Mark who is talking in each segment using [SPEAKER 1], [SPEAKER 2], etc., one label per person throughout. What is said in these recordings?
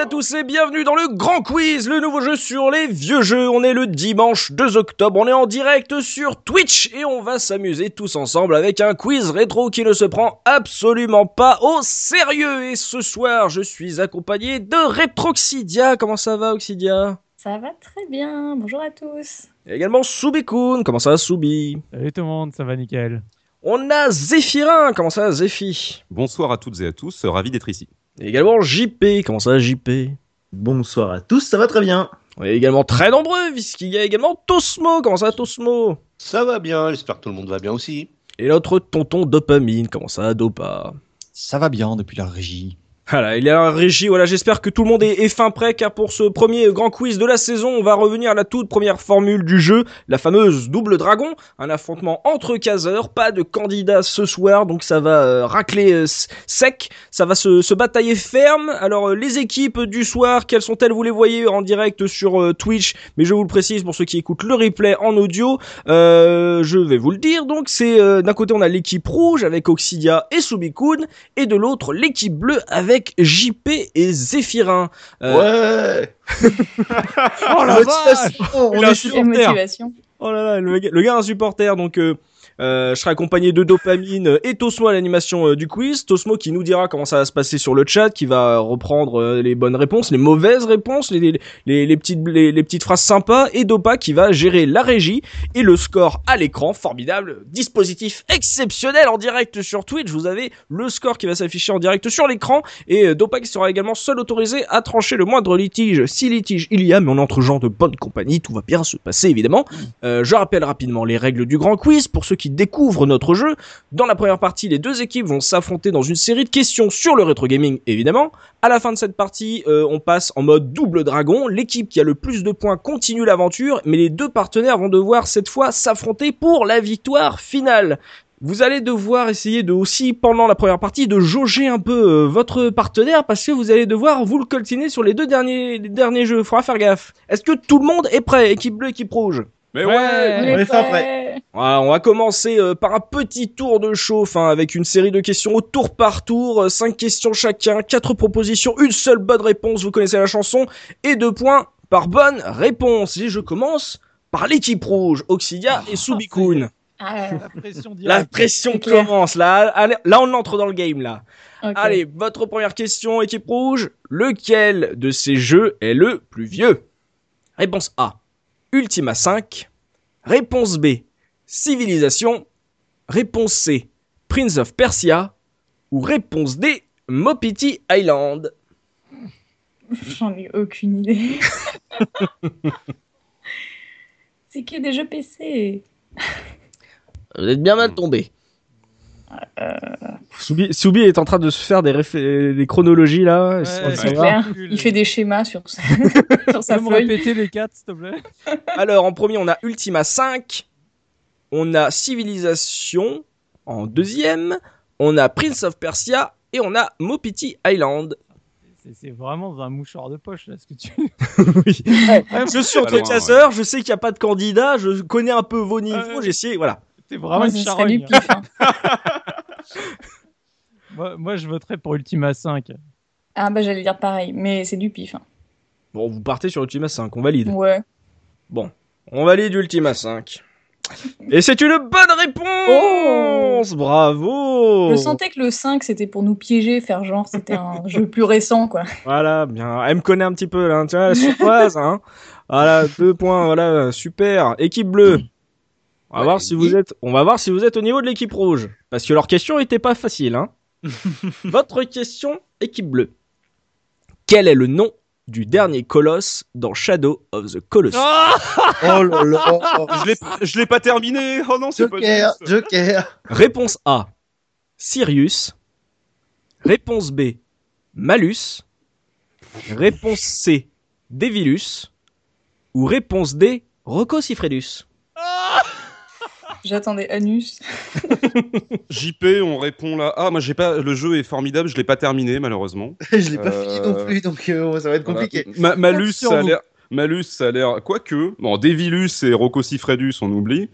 [SPEAKER 1] à tous et bienvenue dans le Grand Quiz, le nouveau jeu sur les vieux jeux. On est le dimanche 2 octobre, on est en direct sur Twitch et on va s'amuser tous ensemble avec un quiz rétro qui ne se prend absolument pas au sérieux. Et ce soir, je suis accompagné de Retroxidia. Comment ça va, Oxidia
[SPEAKER 2] Ça va très bien, bonjour à tous.
[SPEAKER 1] Et également Soubikoun. Comment ça, Soubi
[SPEAKER 3] Salut tout le monde, ça va nickel.
[SPEAKER 1] On a Zéphirin. Comment ça, Zéphi
[SPEAKER 4] Bonsoir à toutes et à tous, euh, ravi d'être ici.
[SPEAKER 1] Et également JP. Comment ça, JP
[SPEAKER 5] Bonsoir à tous, ça va très bien.
[SPEAKER 1] On est également très nombreux, puisqu'il y a également Tosmo. Comment ça, Tosmo
[SPEAKER 6] Ça va bien, j'espère que tout le monde va bien aussi.
[SPEAKER 1] Et notre tonton Dopamine. Comment ça, Dopa
[SPEAKER 7] Ça va bien depuis la régie.
[SPEAKER 1] Voilà, il y a la régie. Voilà, j'espère que tout le monde est, est fin prêt, car pour ce premier grand quiz de la saison, on va revenir à la toute première formule du jeu, la fameuse double dragon, un affrontement entre caseurs. Pas de candidat ce soir, donc ça va euh, racler euh, s- sec, ça va se, se batailler ferme. Alors, euh, les équipes du soir, quelles sont-elles Vous les voyez en direct sur euh, Twitch, mais je vous le précise pour ceux qui écoutent le replay en audio, euh, je vais vous le dire. Donc, c'est euh, d'un côté on a l'équipe rouge avec Oxidia et Subikun, et de l'autre l'équipe bleue avec JP et Zéphirin. Euh,
[SPEAKER 6] Ouais
[SPEAKER 3] Oh la vache
[SPEAKER 5] on
[SPEAKER 3] Il a
[SPEAKER 5] est
[SPEAKER 3] un
[SPEAKER 5] sur-
[SPEAKER 2] Quelle
[SPEAKER 3] supporter.
[SPEAKER 2] motivation.
[SPEAKER 1] Oh là là, le, gars- le gars a un supporter, donc euh, euh, je serai accompagné de Dopamine euh, et Tosmo à l'animation euh, du quiz. Tosmo qui nous dira comment ça va se passer sur le chat, qui va reprendre euh, les bonnes réponses, les mauvaises réponses, les, les, les- les petites, les, les petites phrases sympas, et Dopa qui va gérer la régie et le score à l'écran. Formidable, dispositif exceptionnel en direct sur Twitch. Vous avez le score qui va s'afficher en direct sur l'écran, et euh, Dopa qui sera également seul autorisé à trancher le moindre litige. Si litige il y a, mais on est entre gens de bonne compagnie, tout va bien se passer évidemment. Euh, je rappelle rapidement les règles du grand quiz pour ceux qui découvrent notre jeu. Dans la première partie, les deux équipes vont s'affronter dans une série de questions sur le rétro gaming, évidemment. À la fin de cette partie, euh, on passe en mode double dragon. L'équipe qui a le plus de points continue l'aventure, mais les deux partenaires vont devoir cette fois s'affronter pour la victoire finale. Vous allez devoir essayer de aussi, pendant la première partie, de jauger un peu euh, votre partenaire parce que vous allez devoir vous le coltiner sur les deux derniers, les derniers jeux. Faudra faire gaffe. Est-ce que tout le monde est prêt Équipe bleue, équipe rouge
[SPEAKER 4] Mais
[SPEAKER 2] On
[SPEAKER 5] on
[SPEAKER 2] est
[SPEAKER 5] est fin
[SPEAKER 2] prêts.
[SPEAKER 1] voilà, on va commencer euh, par un petit tour de chauffe hein, avec une série de questions au tour par tour, 5 questions chacun, quatre propositions, une seule bonne réponse, vous connaissez la chanson, et deux points par bonne réponse. Et je commence par l'équipe rouge, Oxidia et Subikun.
[SPEAKER 2] Ah,
[SPEAKER 3] La pression
[SPEAKER 1] La
[SPEAKER 3] directe.
[SPEAKER 1] pression
[SPEAKER 2] C'est clair.
[SPEAKER 1] commence là, allez, là on entre dans le game là.
[SPEAKER 2] ok.
[SPEAKER 1] Allez, votre première question, équipe rouge, lequel de ces jeux est le plus vieux Réponse A, Ultima 5. Réponse B, Civilisation. Réponse C, Prince of Persia. Ou réponse D, Mopiti Island.
[SPEAKER 2] J'en ai aucune idée. C'est que des jeux PC.
[SPEAKER 1] Vous êtes bien mal tombé. Euh, Soubi, Soubi est en train de se faire des, réfé- des chronologies là.
[SPEAKER 3] Ouais,
[SPEAKER 1] sans le
[SPEAKER 3] c'est
[SPEAKER 1] savoir.
[SPEAKER 2] Claire,
[SPEAKER 3] ridicule.
[SPEAKER 2] il fait des schémas sur sa, sur
[SPEAKER 3] Tu
[SPEAKER 2] sa
[SPEAKER 3] peux me
[SPEAKER 2] feuille.
[SPEAKER 3] répéter les quatre, s'il te plaît
[SPEAKER 1] Alors, en premier, on a Ultima 5. On a Civilisation en deuxième. On a Prince of Persia. Et on a Mopiti Island.
[SPEAKER 3] C'est- C'est vraiment dans un mouchoir de poche, là, ce que tu...
[SPEAKER 1] Je suis entre
[SPEAKER 4] Pas loin,
[SPEAKER 1] chasseurs, je sais qu'il n'y a pas de candidat, je connais un peu vos niveaux,
[SPEAKER 3] Ouais.
[SPEAKER 1] j'ai essayé, voilà.
[SPEAKER 3] T'es
[SPEAKER 2] Moi,
[SPEAKER 3] vraiment une
[SPEAKER 2] ce serait du
[SPEAKER 3] charogne.
[SPEAKER 2] pif. hein.
[SPEAKER 3] Moi, moi, je voterais pour Ultima 5.
[SPEAKER 2] Ah bah j'allais dire pareil, mais c'est du pif. hein.
[SPEAKER 1] Bon, vous partez sur Ultima 5, on
[SPEAKER 3] Oh.
[SPEAKER 1] valide.
[SPEAKER 2] Ouais.
[SPEAKER 1] On valide Ultima 5. Et c'est une bonne réponse Oh, Bravo
[SPEAKER 2] Je sentais que le 5 c'était pour nous piéger, faire genre c'était un jeu plus récent quoi.
[SPEAKER 1] Voilà, bien. Elle me connaît un petit peu, là, tu vois, la surprise, hein. Voilà, deux points, voilà, super. Équipe bleue. On va,
[SPEAKER 4] Ouais,
[SPEAKER 1] voir si vous
[SPEAKER 4] oui.
[SPEAKER 1] êtes, on va voir si vous êtes au niveau de l'équipe rouge. Parce que leur question était pas facile, hein. Votre question, équipe bleue. Quel est le nom du dernier colosse dans Shadow of the Colossus
[SPEAKER 5] Oh là là.
[SPEAKER 1] Ah.
[SPEAKER 4] Je l'ai, je l'ai pas terminé. Oh non, c'est pas
[SPEAKER 5] Joker,
[SPEAKER 4] juste.
[SPEAKER 5] Joker.
[SPEAKER 1] Réponse A. Sirius. Réponse B. Malus. Réponse C. Devilus. Ou réponse D. Rococifredus.
[SPEAKER 2] J'attendais Anus.
[SPEAKER 4] JP, on répond là. Ah, moi j'ai pas. Le jeu est formidable. Je l'ai pas terminé malheurisement.
[SPEAKER 5] Je l'ai pas
[SPEAKER 4] Euh,
[SPEAKER 5] fini non plus, donc euh, ça va être compliqué.
[SPEAKER 4] Voilà. Ma- Malus,
[SPEAKER 3] Sur
[SPEAKER 4] ça a
[SPEAKER 3] vous.
[SPEAKER 4] l'air. Malus, ça a l'air. Quoique. Bon, Devilus et Rocco Fredus, on oublie.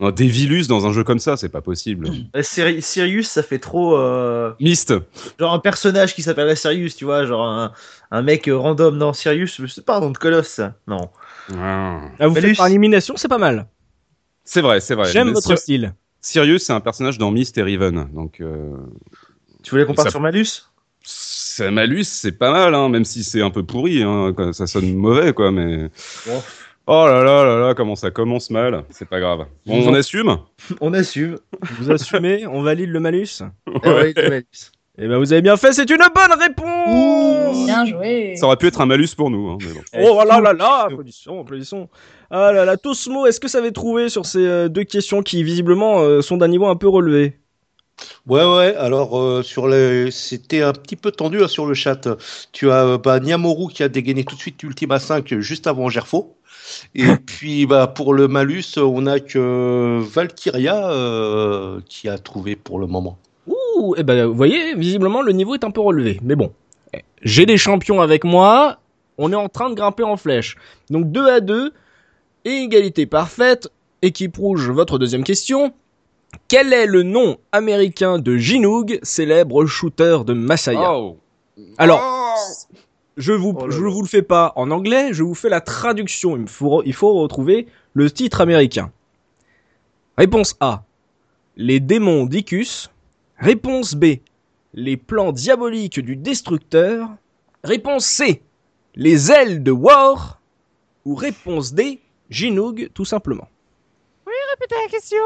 [SPEAKER 4] Non, des Vilus dans un jeu comme ça, c'est pas possible.
[SPEAKER 5] Euh, Siri- Sirius, ça fait trop. euh,
[SPEAKER 4] Myst,
[SPEAKER 5] Genre un personnage qui s'appellerait Sirius, tu vois, genre un, un mec euh, random. Non, Sirius, c'est pas un nom de colosse, ça. Non.
[SPEAKER 4] Ah.
[SPEAKER 1] Ah, vous
[SPEAKER 5] Malus.
[SPEAKER 1] faites par élimination, c'est pas mal.
[SPEAKER 4] c'est vrai, c'est vrai.
[SPEAKER 1] J'aime
[SPEAKER 4] Mais
[SPEAKER 1] votre
[SPEAKER 4] Sir-
[SPEAKER 1] style.
[SPEAKER 4] Sirius, c'est un personnage dans Myst et Riven, donc. euh,
[SPEAKER 5] Tu voulais qu'on parte
[SPEAKER 4] Ça-
[SPEAKER 5] sur Malus
[SPEAKER 4] Ça malus, c'est pas mal, hein, même si c'est un peu pourri, hein, quoi, ça sonne mauvais, quoi, mais.
[SPEAKER 5] Bon.
[SPEAKER 4] Oh là là là là, comment ça commence mal, c'est pas grave. Bon, on assume
[SPEAKER 5] On assume.
[SPEAKER 1] Vous assumez, on valide le malus.
[SPEAKER 5] Eh ouais, c'est Malus.
[SPEAKER 1] Eh ben, vous avez bien fait, c'est une bonne
[SPEAKER 3] Oh.
[SPEAKER 1] réponse
[SPEAKER 2] Bien joué.
[SPEAKER 4] Ça aurait pu être un malus pour nous, hein, mais bon.
[SPEAKER 1] Oh là là là là Applaudissements, applaudissements Ah là là, Tosmo, est-ce que ça avait trouvé sur ces euh, deux questions qui, visiblement, euh, sont d'un niveau un peu relevé
[SPEAKER 6] Ouais, ouais, alors euh, sur les... c'était un petit peu tendu hein, sur le chat. Tu as euh, bah, Niamoru qui a dégainé tout de suite Ultima 5 juste avant Gerfo. Et puis bah, pour le malus, on a que Valkyria euh, qui a trouvé pour le moment.
[SPEAKER 1] Ouh, eh ben, vous voyez, visiblement, le niveau est un peu relevé. Mais bon, eh, j'ai des champions avec moi, on est en train de grimper en flèche. Donc 2 à 2, et égalité parfaite, équipe rouge, votre deuxième question. Quel est le nom américain de Jinoog, célèbre shooter de Masaya
[SPEAKER 4] Oh.
[SPEAKER 1] Alors, je vous,
[SPEAKER 5] Oh là
[SPEAKER 1] je
[SPEAKER 5] là.
[SPEAKER 1] vous le fais pas en anglais, je vous fais la traduction. Il me faut, il faut retrouver le titre américain. Réponse A. Les démons d'Icus. Réponse B. Les plans diaboliques du destructeur. Réponse C. Les ailes de War. Ou réponse D. Jinoog, tout simplement.
[SPEAKER 3] la question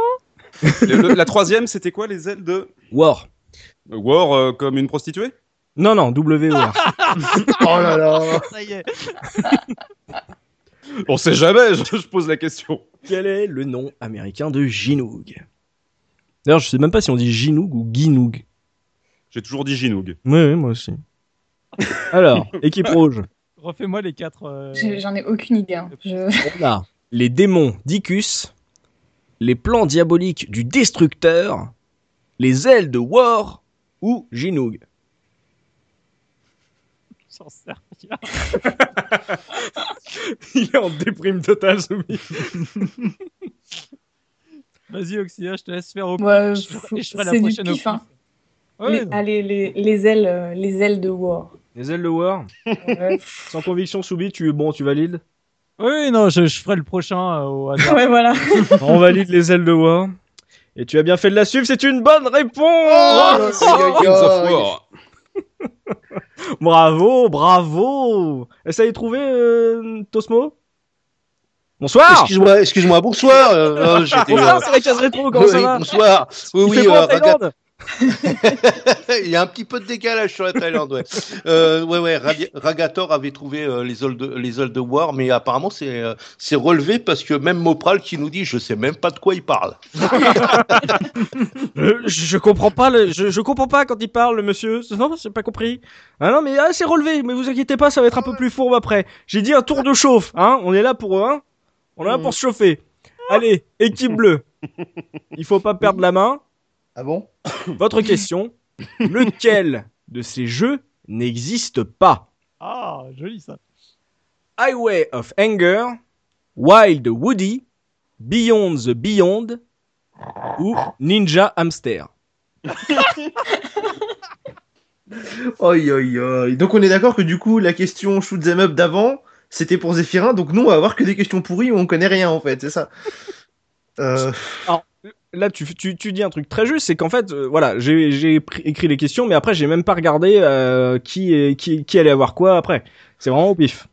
[SPEAKER 4] Le- le- la troisième, c'était quoi les ailes de
[SPEAKER 1] War.
[SPEAKER 4] War euh, comme une prostituée
[SPEAKER 1] Non, non, W-O-R.
[SPEAKER 5] Oh là là
[SPEAKER 3] Ça y est.
[SPEAKER 4] On sait jamais, je, je pose la question.
[SPEAKER 1] Quel est le nom américain de Jinoog D'ailleurs, je sais même pas si on dit Jinoog ou Ginoog.
[SPEAKER 4] J'ai toujours dit Ginoog.
[SPEAKER 1] Oui, moi aussi. Alors, équipe rouge,
[SPEAKER 3] Refais-moi les quatre. euh,
[SPEAKER 2] J'ai- J'en ai aucune idée. hein. Je-
[SPEAKER 1] on a les démons d'Icus, les plans diaboliques du destructeur, les ailes de War ou Jinoog.
[SPEAKER 3] J'en sais rien.
[SPEAKER 1] Il est en déprime totale, Zoumi.
[SPEAKER 3] Vas-y, Oxya, je te laisse faire au
[SPEAKER 2] Ouais,
[SPEAKER 3] je ferai- je ferai la
[SPEAKER 2] c'est du
[SPEAKER 3] prochaine au
[SPEAKER 2] pif. hein.
[SPEAKER 3] Ouais,
[SPEAKER 2] Les-
[SPEAKER 3] non.
[SPEAKER 2] ah, les, les- les ailes, euh, les ailes de War. Euh,
[SPEAKER 1] Les ailes de War
[SPEAKER 2] Ouais,
[SPEAKER 1] Sans conviction, Soubi, tu bon, tu valides
[SPEAKER 3] Oui, non, je, je ferai le prochain euh, au hasard.
[SPEAKER 2] Ouais, voilà.
[SPEAKER 1] On valide les ailes de War. Et tu as bien fait de la suivre, c'est une bonne réponse Oh
[SPEAKER 4] Kings of War.
[SPEAKER 1] Bravo, bravo Et ça y est trouvé, euh, Tosmo Bonsoir
[SPEAKER 6] Excuse-moi, excuse-moi, bonsoir. euh, euh, j'étais, euh,
[SPEAKER 1] Bonsoir, c'est la case rétro, comment
[SPEAKER 6] oui,
[SPEAKER 1] ça
[SPEAKER 6] oui,
[SPEAKER 1] va
[SPEAKER 6] bonsoir. Oui,
[SPEAKER 1] Il
[SPEAKER 6] oui,
[SPEAKER 1] fait beau en
[SPEAKER 6] euh, regarde,
[SPEAKER 1] Thaïlande
[SPEAKER 6] il y a un petit peu de décalage sur la Thaïlande, ouais. Euh, ouais, ouais, Ravi- Ragator avait trouvé euh, les old les old war, mais apparemment c'est euh, c'est relevé parce que même Mopral qui nous dit je sais même pas de quoi il parle.
[SPEAKER 1] Euh, je, je comprends pas, le- je, je comprends pas quand il parle, le monsieur. Non, j'ai pas compris. Ah non, mais ah, c'est relevé. Mais vous inquiétez pas, ça va être un peu plus fourbe après. J'ai dit un tour de chauffe, hein. On est là pour, hein. On est là pour se chauffer. Allez, équipe bleue. Il faut pas perdre la main.
[SPEAKER 5] Ah bon
[SPEAKER 1] Votre question. Lequel de ces jeux n'existe pas?
[SPEAKER 3] Ah, joli ça.
[SPEAKER 1] Highway of Anger, Wild Woody, Beyond the Beyond ou Ninja Hamster.
[SPEAKER 5] Oi, oi, oi. Donc on est d'accord que du coup, la question shoot them up d'avant, c'était pour Zéphirin, donc nous on va avoir que des questions pourries où on connaît rien en fait, c'est ça euh,
[SPEAKER 1] là, tu, tu, tu dis un truc très juste, c'est qu'en fait, euh, voilà, j'ai j'ai pr- écrit les questions, mais après, j'ai même pas regardé euh, qui, est- qui, qui allait avoir quoi après. C'est vraiment au pif.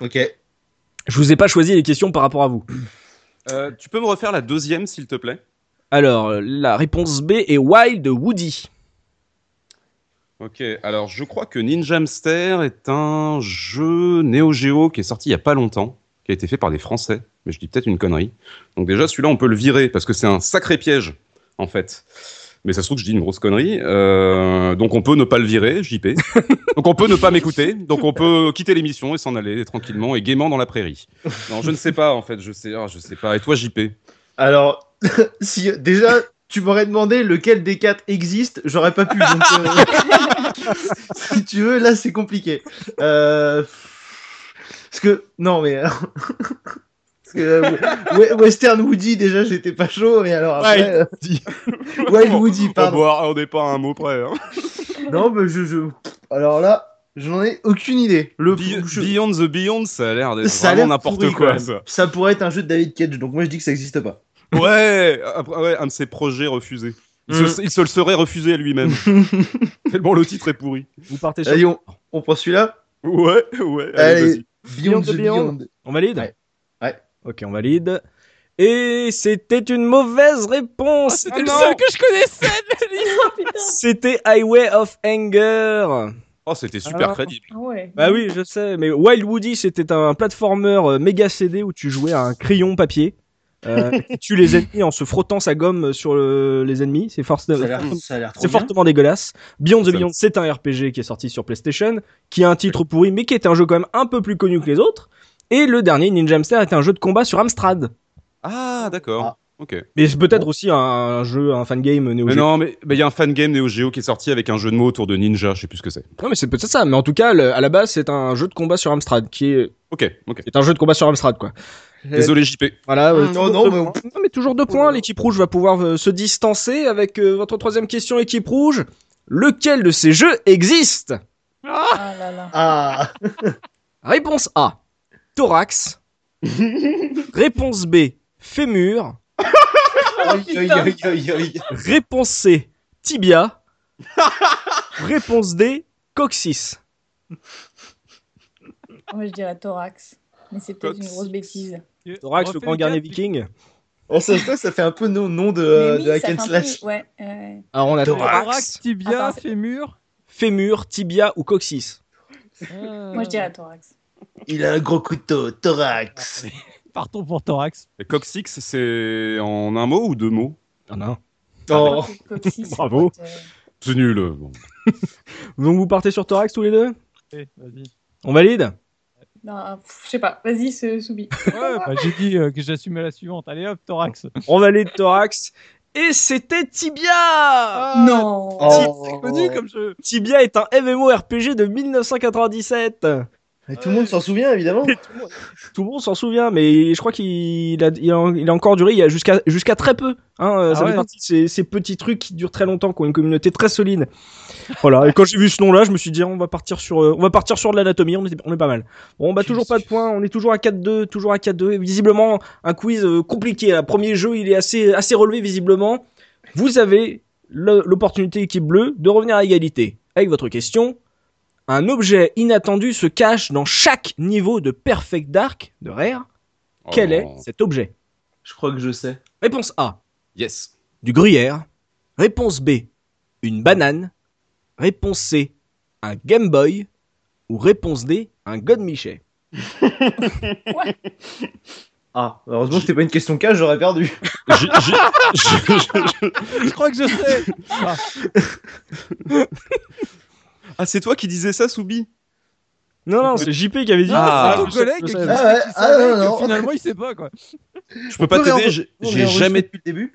[SPEAKER 5] Ok.
[SPEAKER 1] Je vous ai pas choisi les questions par rapport à vous.
[SPEAKER 4] Euh, tu peux me refaire la deuxième, s'il te plaît
[SPEAKER 1] Alors, la réponse B est Wild Woody.
[SPEAKER 4] Ok, alors je crois que Ninja Hamster est un jeu Neo Geo qui est sorti il y a pas longtemps, qui a été fait par des Français, mais je dis peut-être une connerie. Donc déjà celui-là on peut le virer parce que c'est un sacré piège en fait. Mais ça se trouve que je dis une grosse connerie, Euh, donc on peut ne pas le virer, JP. donc on peut ne pas m'écouter, donc on peut quitter l'émission et s'en aller tranquillement et gaiement dans la prairie. Non, je ne sais pas en fait, je sais, ah, je sais pas. Et toi JP
[SPEAKER 5] Alors, si déjà tu m'aurais demandé lequel des quatre existe, j'aurais pas pu. Donc, euh, si tu veux, là c'est compliqué. Euh, Parce que non mais euh, Parce que, euh, we- Western Woody, déjà, j'étais pas chaud, et alors après. euh, Wild Woody,
[SPEAKER 4] Pas
[SPEAKER 5] pardon.
[SPEAKER 4] on n'est pas à un mot près. Hein.
[SPEAKER 5] Non, mais je. je- Alors là, je n'en ai aucune idée. Le
[SPEAKER 4] Be-
[SPEAKER 5] je-
[SPEAKER 4] Beyond the Beyond, ça a l'air d'être
[SPEAKER 5] Ça a
[SPEAKER 4] vraiment
[SPEAKER 5] l'air
[SPEAKER 4] n'importe
[SPEAKER 5] pourri,
[SPEAKER 4] quoi.
[SPEAKER 5] quand même.
[SPEAKER 4] ça.
[SPEAKER 5] Ça pourrait être un jeu de David Cage, donc moi je dis que ça n'existe pas.
[SPEAKER 4] Ouais, après, ouais, un de ses projets refusés. Il, se, il se le serait refusé à lui-même. Tellement le titre est pourri.
[SPEAKER 1] Vous partez sur...
[SPEAKER 5] Allez, on, on prend celui-là.
[SPEAKER 4] Ouais, ouais.
[SPEAKER 5] Allez.
[SPEAKER 4] Allez,
[SPEAKER 5] Beyond,
[SPEAKER 1] Beyond
[SPEAKER 5] the
[SPEAKER 1] the Beyond.
[SPEAKER 5] Beyond.
[SPEAKER 1] On valide
[SPEAKER 5] Ouais. Ouais.
[SPEAKER 1] Ok, on valide. Et c'était une mauvaise réponse.
[SPEAKER 3] C'était
[SPEAKER 1] Ah
[SPEAKER 3] le
[SPEAKER 1] non,
[SPEAKER 3] seul que je connaissais de la liste.
[SPEAKER 1] C'était Highway of Anger.
[SPEAKER 4] Oh, c'était super
[SPEAKER 1] Ah.
[SPEAKER 4] crédible.
[SPEAKER 2] Ah ouais.
[SPEAKER 1] Bah oui, je sais, mais Wild Woody, c'était un platformer euh, méga CD où tu jouais à un crayon papier. Euh, qui tue les ennemis en se frottant sa gomme sur le- les ennemis. C'est force-
[SPEAKER 5] Ça a l'air- ça a l'air trop
[SPEAKER 1] C'est
[SPEAKER 5] bien.
[SPEAKER 1] fortement dégueulasse. Beyond the
[SPEAKER 4] Ça me-
[SPEAKER 1] Beyond, c'est un RPG qui est sorti sur PlayStation, qui a un titre pourri, mais qui est un jeu quand même un peu plus connu que les autres. Et le dernier, Ninja Hamster, est un jeu de combat sur Amstrad.
[SPEAKER 4] Ah, d'accord. Ok.
[SPEAKER 1] Mais c'est peut-être
[SPEAKER 5] Oh.
[SPEAKER 1] aussi un, un jeu, un fan game néo
[SPEAKER 4] Mais non, mais mais il y a un fan game Neo Geo qui est sorti avec un jeu de mots autour de ninja, je sais plus ce que c'est.
[SPEAKER 1] Non, mais c'est peut-être ça. Mais en tout cas, le- à la base, c'est un jeu de combat sur Amstrad, qui est,
[SPEAKER 4] Ok, ok.
[SPEAKER 1] c'est un jeu de combat sur Amstrad, quoi.
[SPEAKER 4] Désolé JP.
[SPEAKER 1] Voilà. euh,
[SPEAKER 5] Non,
[SPEAKER 1] toujours
[SPEAKER 5] non,
[SPEAKER 1] deux
[SPEAKER 5] mais-
[SPEAKER 1] points. Non, mais toujours deux points. L'équipe rouge va pouvoir euh, se distancer avec euh, votre troisième question, équipe rouge. Lequel de ces jeux existe
[SPEAKER 2] Ah là là.
[SPEAKER 5] Ah,
[SPEAKER 1] Réponse A, thorax. Réponse B, fémur.
[SPEAKER 5] aïe, aïe, aïe, aïe, aïe.
[SPEAKER 1] Réponse C, tibia. Réponse D, coccyx.
[SPEAKER 2] Moi je dirais thorax. Mais c'est peut-être une grosse bêtise.
[SPEAKER 1] Thorax,
[SPEAKER 3] Refais
[SPEAKER 1] le grand
[SPEAKER 3] les
[SPEAKER 1] garnier
[SPEAKER 3] quatre,
[SPEAKER 1] viking.
[SPEAKER 5] Oh, ça, ça, ça fait un peu nom, nom de, euh,
[SPEAKER 2] Mais oui,
[SPEAKER 5] de hack
[SPEAKER 2] ça
[SPEAKER 5] and
[SPEAKER 2] fait un
[SPEAKER 5] slash.
[SPEAKER 2] peu- Ouais, ouais.
[SPEAKER 1] Alors on a
[SPEAKER 5] Thorax.
[SPEAKER 1] thorax,
[SPEAKER 3] tibia,
[SPEAKER 2] Attends, c'est-
[SPEAKER 3] fémur.
[SPEAKER 1] fémur, tibia ou coccyx.
[SPEAKER 2] Moi je dirais thorax.
[SPEAKER 5] Il a un gros couteau, thorax.
[SPEAKER 3] Euh, Partons pour thorax.
[SPEAKER 4] Et Coccyx, c'est en un mot ou deux mots
[SPEAKER 1] Ah non.
[SPEAKER 5] Oh.
[SPEAKER 2] Coccyx,
[SPEAKER 1] Bravo.
[SPEAKER 2] ça peut être, euh,
[SPEAKER 4] C'est nul. euh, bon.
[SPEAKER 1] Donc vous partez sur thorax tous les deux
[SPEAKER 3] Eh, vas-y.
[SPEAKER 1] On valide
[SPEAKER 2] non, pff, je sais pas. Vas-y, ce Soubi.
[SPEAKER 3] Ouais, bah, j'ai dit euh, que j'assumais la suivante. Allez hop, thorax.
[SPEAKER 1] On valide thorax. Et c'était tibia
[SPEAKER 2] non.
[SPEAKER 5] Oh.
[SPEAKER 3] C'est connu comme jeu.
[SPEAKER 1] Tibia est un MMORPG de 1997.
[SPEAKER 5] Mais tout le monde s'en souvient, évidemment.
[SPEAKER 1] Tout le monde s'en souvient, mais je crois qu'il a, il a, il a encore duré il y a jusqu'à jusqu'à très peu. Hein, euh,
[SPEAKER 3] Ah
[SPEAKER 1] ça
[SPEAKER 3] ouais.
[SPEAKER 1] fait partie de ces, ces petits trucs qui durent très longtemps, qui ont une communauté très solide. Voilà. Et quand j'ai vu ce nom-là, je me suis dit on va partir sur euh, on va partir sur de l'anatomie. On est on est pas mal. Bon, bah toujours pas de points. On est toujours à 4-2, toujours à 4-2. Et Visiblement un quiz euh, compliqué. Le premier jeu, il est assez assez relevé visiblement. Vous avez le- l'opportunité équipe bleue de revenir à égalité avec votre question. Un objet inattendu se cache dans chaque niveau de Perfect Dark de Rare.
[SPEAKER 4] Oh
[SPEAKER 1] Quel est
[SPEAKER 4] non.
[SPEAKER 1] cet objet
[SPEAKER 5] Je crois que je sais.
[SPEAKER 1] Réponse A,
[SPEAKER 4] Yes.
[SPEAKER 1] du gruyère. Réponse B, une banane. Réponse C, un Game Boy. Ou réponse D, un God Michet.
[SPEAKER 5] Ah, heureusement que c'était pas une question cash, j'aurais perdu.
[SPEAKER 4] J- J-
[SPEAKER 3] Je crois que je sais. Ah,
[SPEAKER 4] ah, c'est toi qui disais ça, Soubi
[SPEAKER 1] Non, non, c'est JP qui avait dit.
[SPEAKER 4] Ah.
[SPEAKER 3] c'est ton collègue qui,
[SPEAKER 5] Ah ouais,
[SPEAKER 3] qui
[SPEAKER 5] ah
[SPEAKER 3] savait
[SPEAKER 5] non,
[SPEAKER 3] que
[SPEAKER 5] non.
[SPEAKER 3] finalement il sait pas quoi.
[SPEAKER 4] Je peux pas
[SPEAKER 5] peut
[SPEAKER 4] t'aider,
[SPEAKER 5] réen-
[SPEAKER 4] j'ai-
[SPEAKER 5] On
[SPEAKER 4] j'ai
[SPEAKER 5] est enregistré
[SPEAKER 4] jamais,
[SPEAKER 5] depuis le début.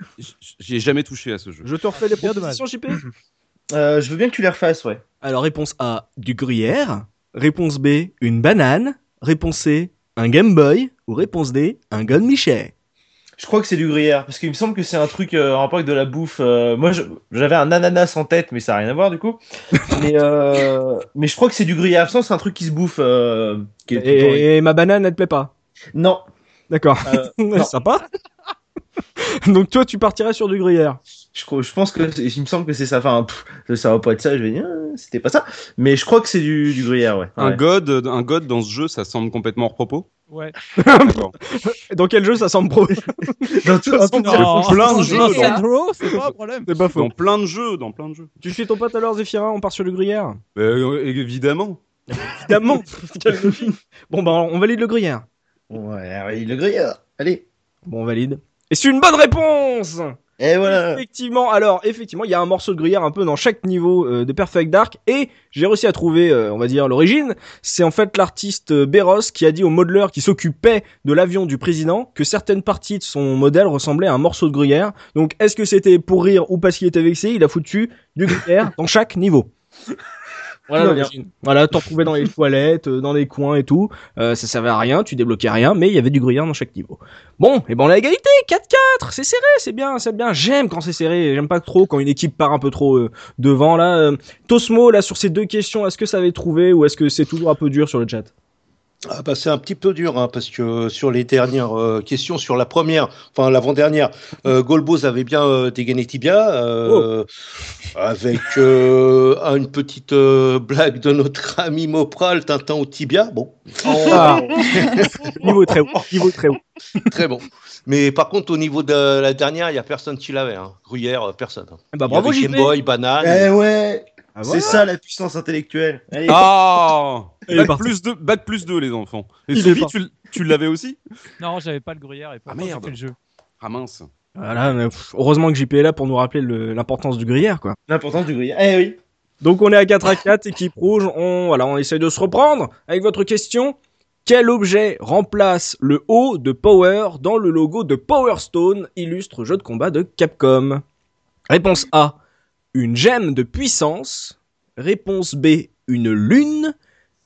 [SPEAKER 4] j'ai jamais touché à ce jeu.
[SPEAKER 1] Je te refais les
[SPEAKER 3] bien
[SPEAKER 1] propositions, JP
[SPEAKER 5] Euh, je veux bien que tu les refasses, ouais.
[SPEAKER 1] Alors, réponse A, du gruyère. Réponse B, une banane. Réponse C, un Game Boy. Ou réponse D, un God Michet.
[SPEAKER 5] Je crois que c'est du gruyère, parce qu'il me semble que c'est un truc euh, en rapport avec de la bouffe. euh, moi, je- j'avais un ananas en tête, mais ça n'a rien à voir du coup. mais, euh, mais je crois que c'est du gruyère. Ça, c'est un truc qui se bouffe. euh, qui est tout le temps-
[SPEAKER 1] Et, et ma banane, elle te plaît pas
[SPEAKER 5] Non.
[SPEAKER 1] D'accord.
[SPEAKER 5] euh,
[SPEAKER 1] C'est sympa. Donc, toi, tu partirais sur du gruyère.
[SPEAKER 5] je, crois- je pense que c'est- il me semble que c'est ça. Enfin, pff, ça va pas être ça. Je vais dire, euh, c'était pas ça. Mais je crois que c'est du, du gruyère, ouais.
[SPEAKER 4] Un
[SPEAKER 5] Ouais.
[SPEAKER 4] god, un god dans ce jeu, ça semble complètement hors propos.
[SPEAKER 3] Ouais.
[SPEAKER 4] D'accord.
[SPEAKER 1] Dans quel jeu ça semble pro
[SPEAKER 5] Dans tout- en tout cas,
[SPEAKER 4] plein de jeux
[SPEAKER 2] dans-
[SPEAKER 3] C'est un draw, c'est pas un problème.
[SPEAKER 1] hein. C'est pas faux.
[SPEAKER 4] Dans plein de jeux, dans plein de jeux.
[SPEAKER 1] Tu suis ton pote alors, Zéphirin, on part sur le gruyère
[SPEAKER 4] Mais, euh, évidemment.
[SPEAKER 1] Évidemment Quelle logique. Bon, bah, on valide le gruyère.
[SPEAKER 5] Ouais, ouais, le gruyère. Allez.
[SPEAKER 1] Bon, on valide. Et c'est une bonne réponse
[SPEAKER 5] Et Eh, voilà.
[SPEAKER 1] Effectivement, alors, effectivement, il y a un morceau de gruyère un peu dans chaque niveau euh, de Perfect Dark, et j'ai réussi à trouver, euh, on va dire, l'origine. C'est en fait l'artiste euh, Beros qui a dit au modeleur qui s'occupait de l'avion du président que certaines parties de son modèle ressemblaient à un morceau de gruyère. Donc, est-ce que c'était pour rire ou parce qu'il était vexé Il a foutu du gruyère dans chaque niveau.
[SPEAKER 5] Voilà le lien.
[SPEAKER 1] Voilà, t'en trouvais dans les toilettes, euh, dans les coins et tout. Euh, ça servait à rien, tu débloquais rien, mais il y avait du gruyère dans chaque niveau. Bon, et ben on a égalité, 4-4, c'est serré, c'est bien, c'est bien. J'aime quand c'est serré, j'aime pas trop quand une équipe part un peu trop euh, devant là. Euh, Tosmo, là sur ces deux questions, est-ce que ça avait trouvé ou est-ce que c'est toujours un peu dur sur le chat
[SPEAKER 6] Ah bah, c'est un petit peu dur hein, parce que euh, sur les dernières euh, questions, sur la première, enfin l'avant-dernière, euh, Golboz avait bien euh, dégainé Tibia euh, avec euh, un- une petite euh, blague de notre ami Mopral, Tintin au Tibia. Bon, Oh.
[SPEAKER 1] Ah. Niveau très haut, niveau très haut.
[SPEAKER 6] très bon. Mais par contre, au niveau de la dernière, il y a personne qui l'avait. Hein. Gruyère, euh, personne.
[SPEAKER 1] Eh ben,
[SPEAKER 6] Il y avait
[SPEAKER 1] bravo JP
[SPEAKER 6] Game Boy, banane.
[SPEAKER 5] Eh ouais,
[SPEAKER 1] Ah,
[SPEAKER 5] c'est
[SPEAKER 1] voilà.
[SPEAKER 5] ça la puissance intellectuelle. Allez.
[SPEAKER 4] Ah
[SPEAKER 1] Il est
[SPEAKER 4] Bac
[SPEAKER 1] parti.
[SPEAKER 4] plus 2, bac plus 2, les enfants. Et
[SPEAKER 1] Il est
[SPEAKER 4] Sophie,
[SPEAKER 1] parti.
[SPEAKER 4] tu, l- tu l'avais aussi
[SPEAKER 3] Non, j'avais pas le gruyère et pas
[SPEAKER 4] Ah, merde.
[SPEAKER 3] fait le jeu.
[SPEAKER 4] Ah mince.
[SPEAKER 1] Voilà, mais, pff, heureusement que JP est là pour nous rappeler le- l'importance du gruyère quoi.
[SPEAKER 5] L'importance du gruyère. Eh oui.
[SPEAKER 1] Donc on est à 4 à 4, équipe rouge, on, voilà, on essaye de se reprendre avec votre question. Quel objet remplace le O de Power dans le logo de Power Stone, illustre jeu de combat de Capcom Réponse A, une gemme de puissance. Réponse B, une lune.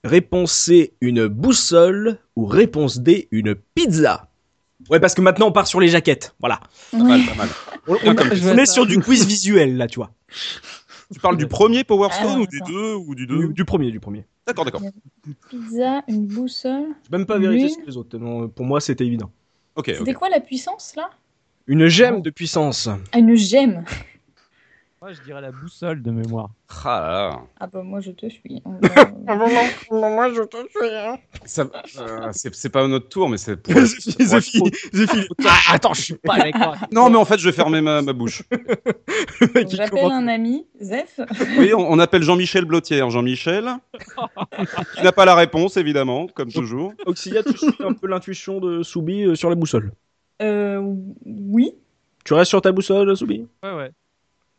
[SPEAKER 1] Réponse C, une boussole. Ou réponse D, une pizza. Ouais, parce que maintenant on part sur les jaquettes, voilà.
[SPEAKER 4] Pas
[SPEAKER 2] Oui.
[SPEAKER 4] mal, pas mal.
[SPEAKER 1] On,
[SPEAKER 4] Ah,
[SPEAKER 1] on-
[SPEAKER 4] comme
[SPEAKER 3] je vois
[SPEAKER 1] on est
[SPEAKER 3] ça.
[SPEAKER 1] sur du quiz visuel là, tu vois.
[SPEAKER 4] Tu parles du premier Power Stone
[SPEAKER 2] Ah,
[SPEAKER 4] ou du
[SPEAKER 2] attends.
[SPEAKER 4] 2 ou du 2
[SPEAKER 1] Du, du premier, du premier.
[SPEAKER 4] D'accord, d'accord.
[SPEAKER 2] Pizza, une boussole.
[SPEAKER 1] Je même pas
[SPEAKER 2] Une
[SPEAKER 1] vérifier
[SPEAKER 2] lune.
[SPEAKER 1] sur les autres. Non, pour moi, c'était évident.
[SPEAKER 4] Ok, ok.
[SPEAKER 2] C'était quoi la puissance là
[SPEAKER 1] Une gemme de puissance.
[SPEAKER 2] Ah, une gemme.
[SPEAKER 3] Moi, je dirais la boussole de mémoire.
[SPEAKER 4] Ah là là.
[SPEAKER 2] Ah bah moi je te suis. On va-
[SPEAKER 4] Ça- euh, c'est c'est pas notre tour, mais c'est pour.
[SPEAKER 1] Zéphine, Zéphine. Ah, attends, je suis pas d'accord.
[SPEAKER 4] Non, mais en fait, je vais fermer ma, ma bouche.
[SPEAKER 1] avec qui
[SPEAKER 2] J'appelle
[SPEAKER 1] commence.
[SPEAKER 2] un ami, Zef.
[SPEAKER 4] Oui, on, on appelle Jean-Michel Blotière. Jean-Michel, qui n'a pas la réponse, évidemment, comme toujours.
[SPEAKER 1] Auxilia, tu suis un peu l'intuition de Soubi euh, sur la boussole.
[SPEAKER 2] Euh, oui.
[SPEAKER 1] Tu restes sur ta boussole, Soubi
[SPEAKER 3] Ouais, ouais.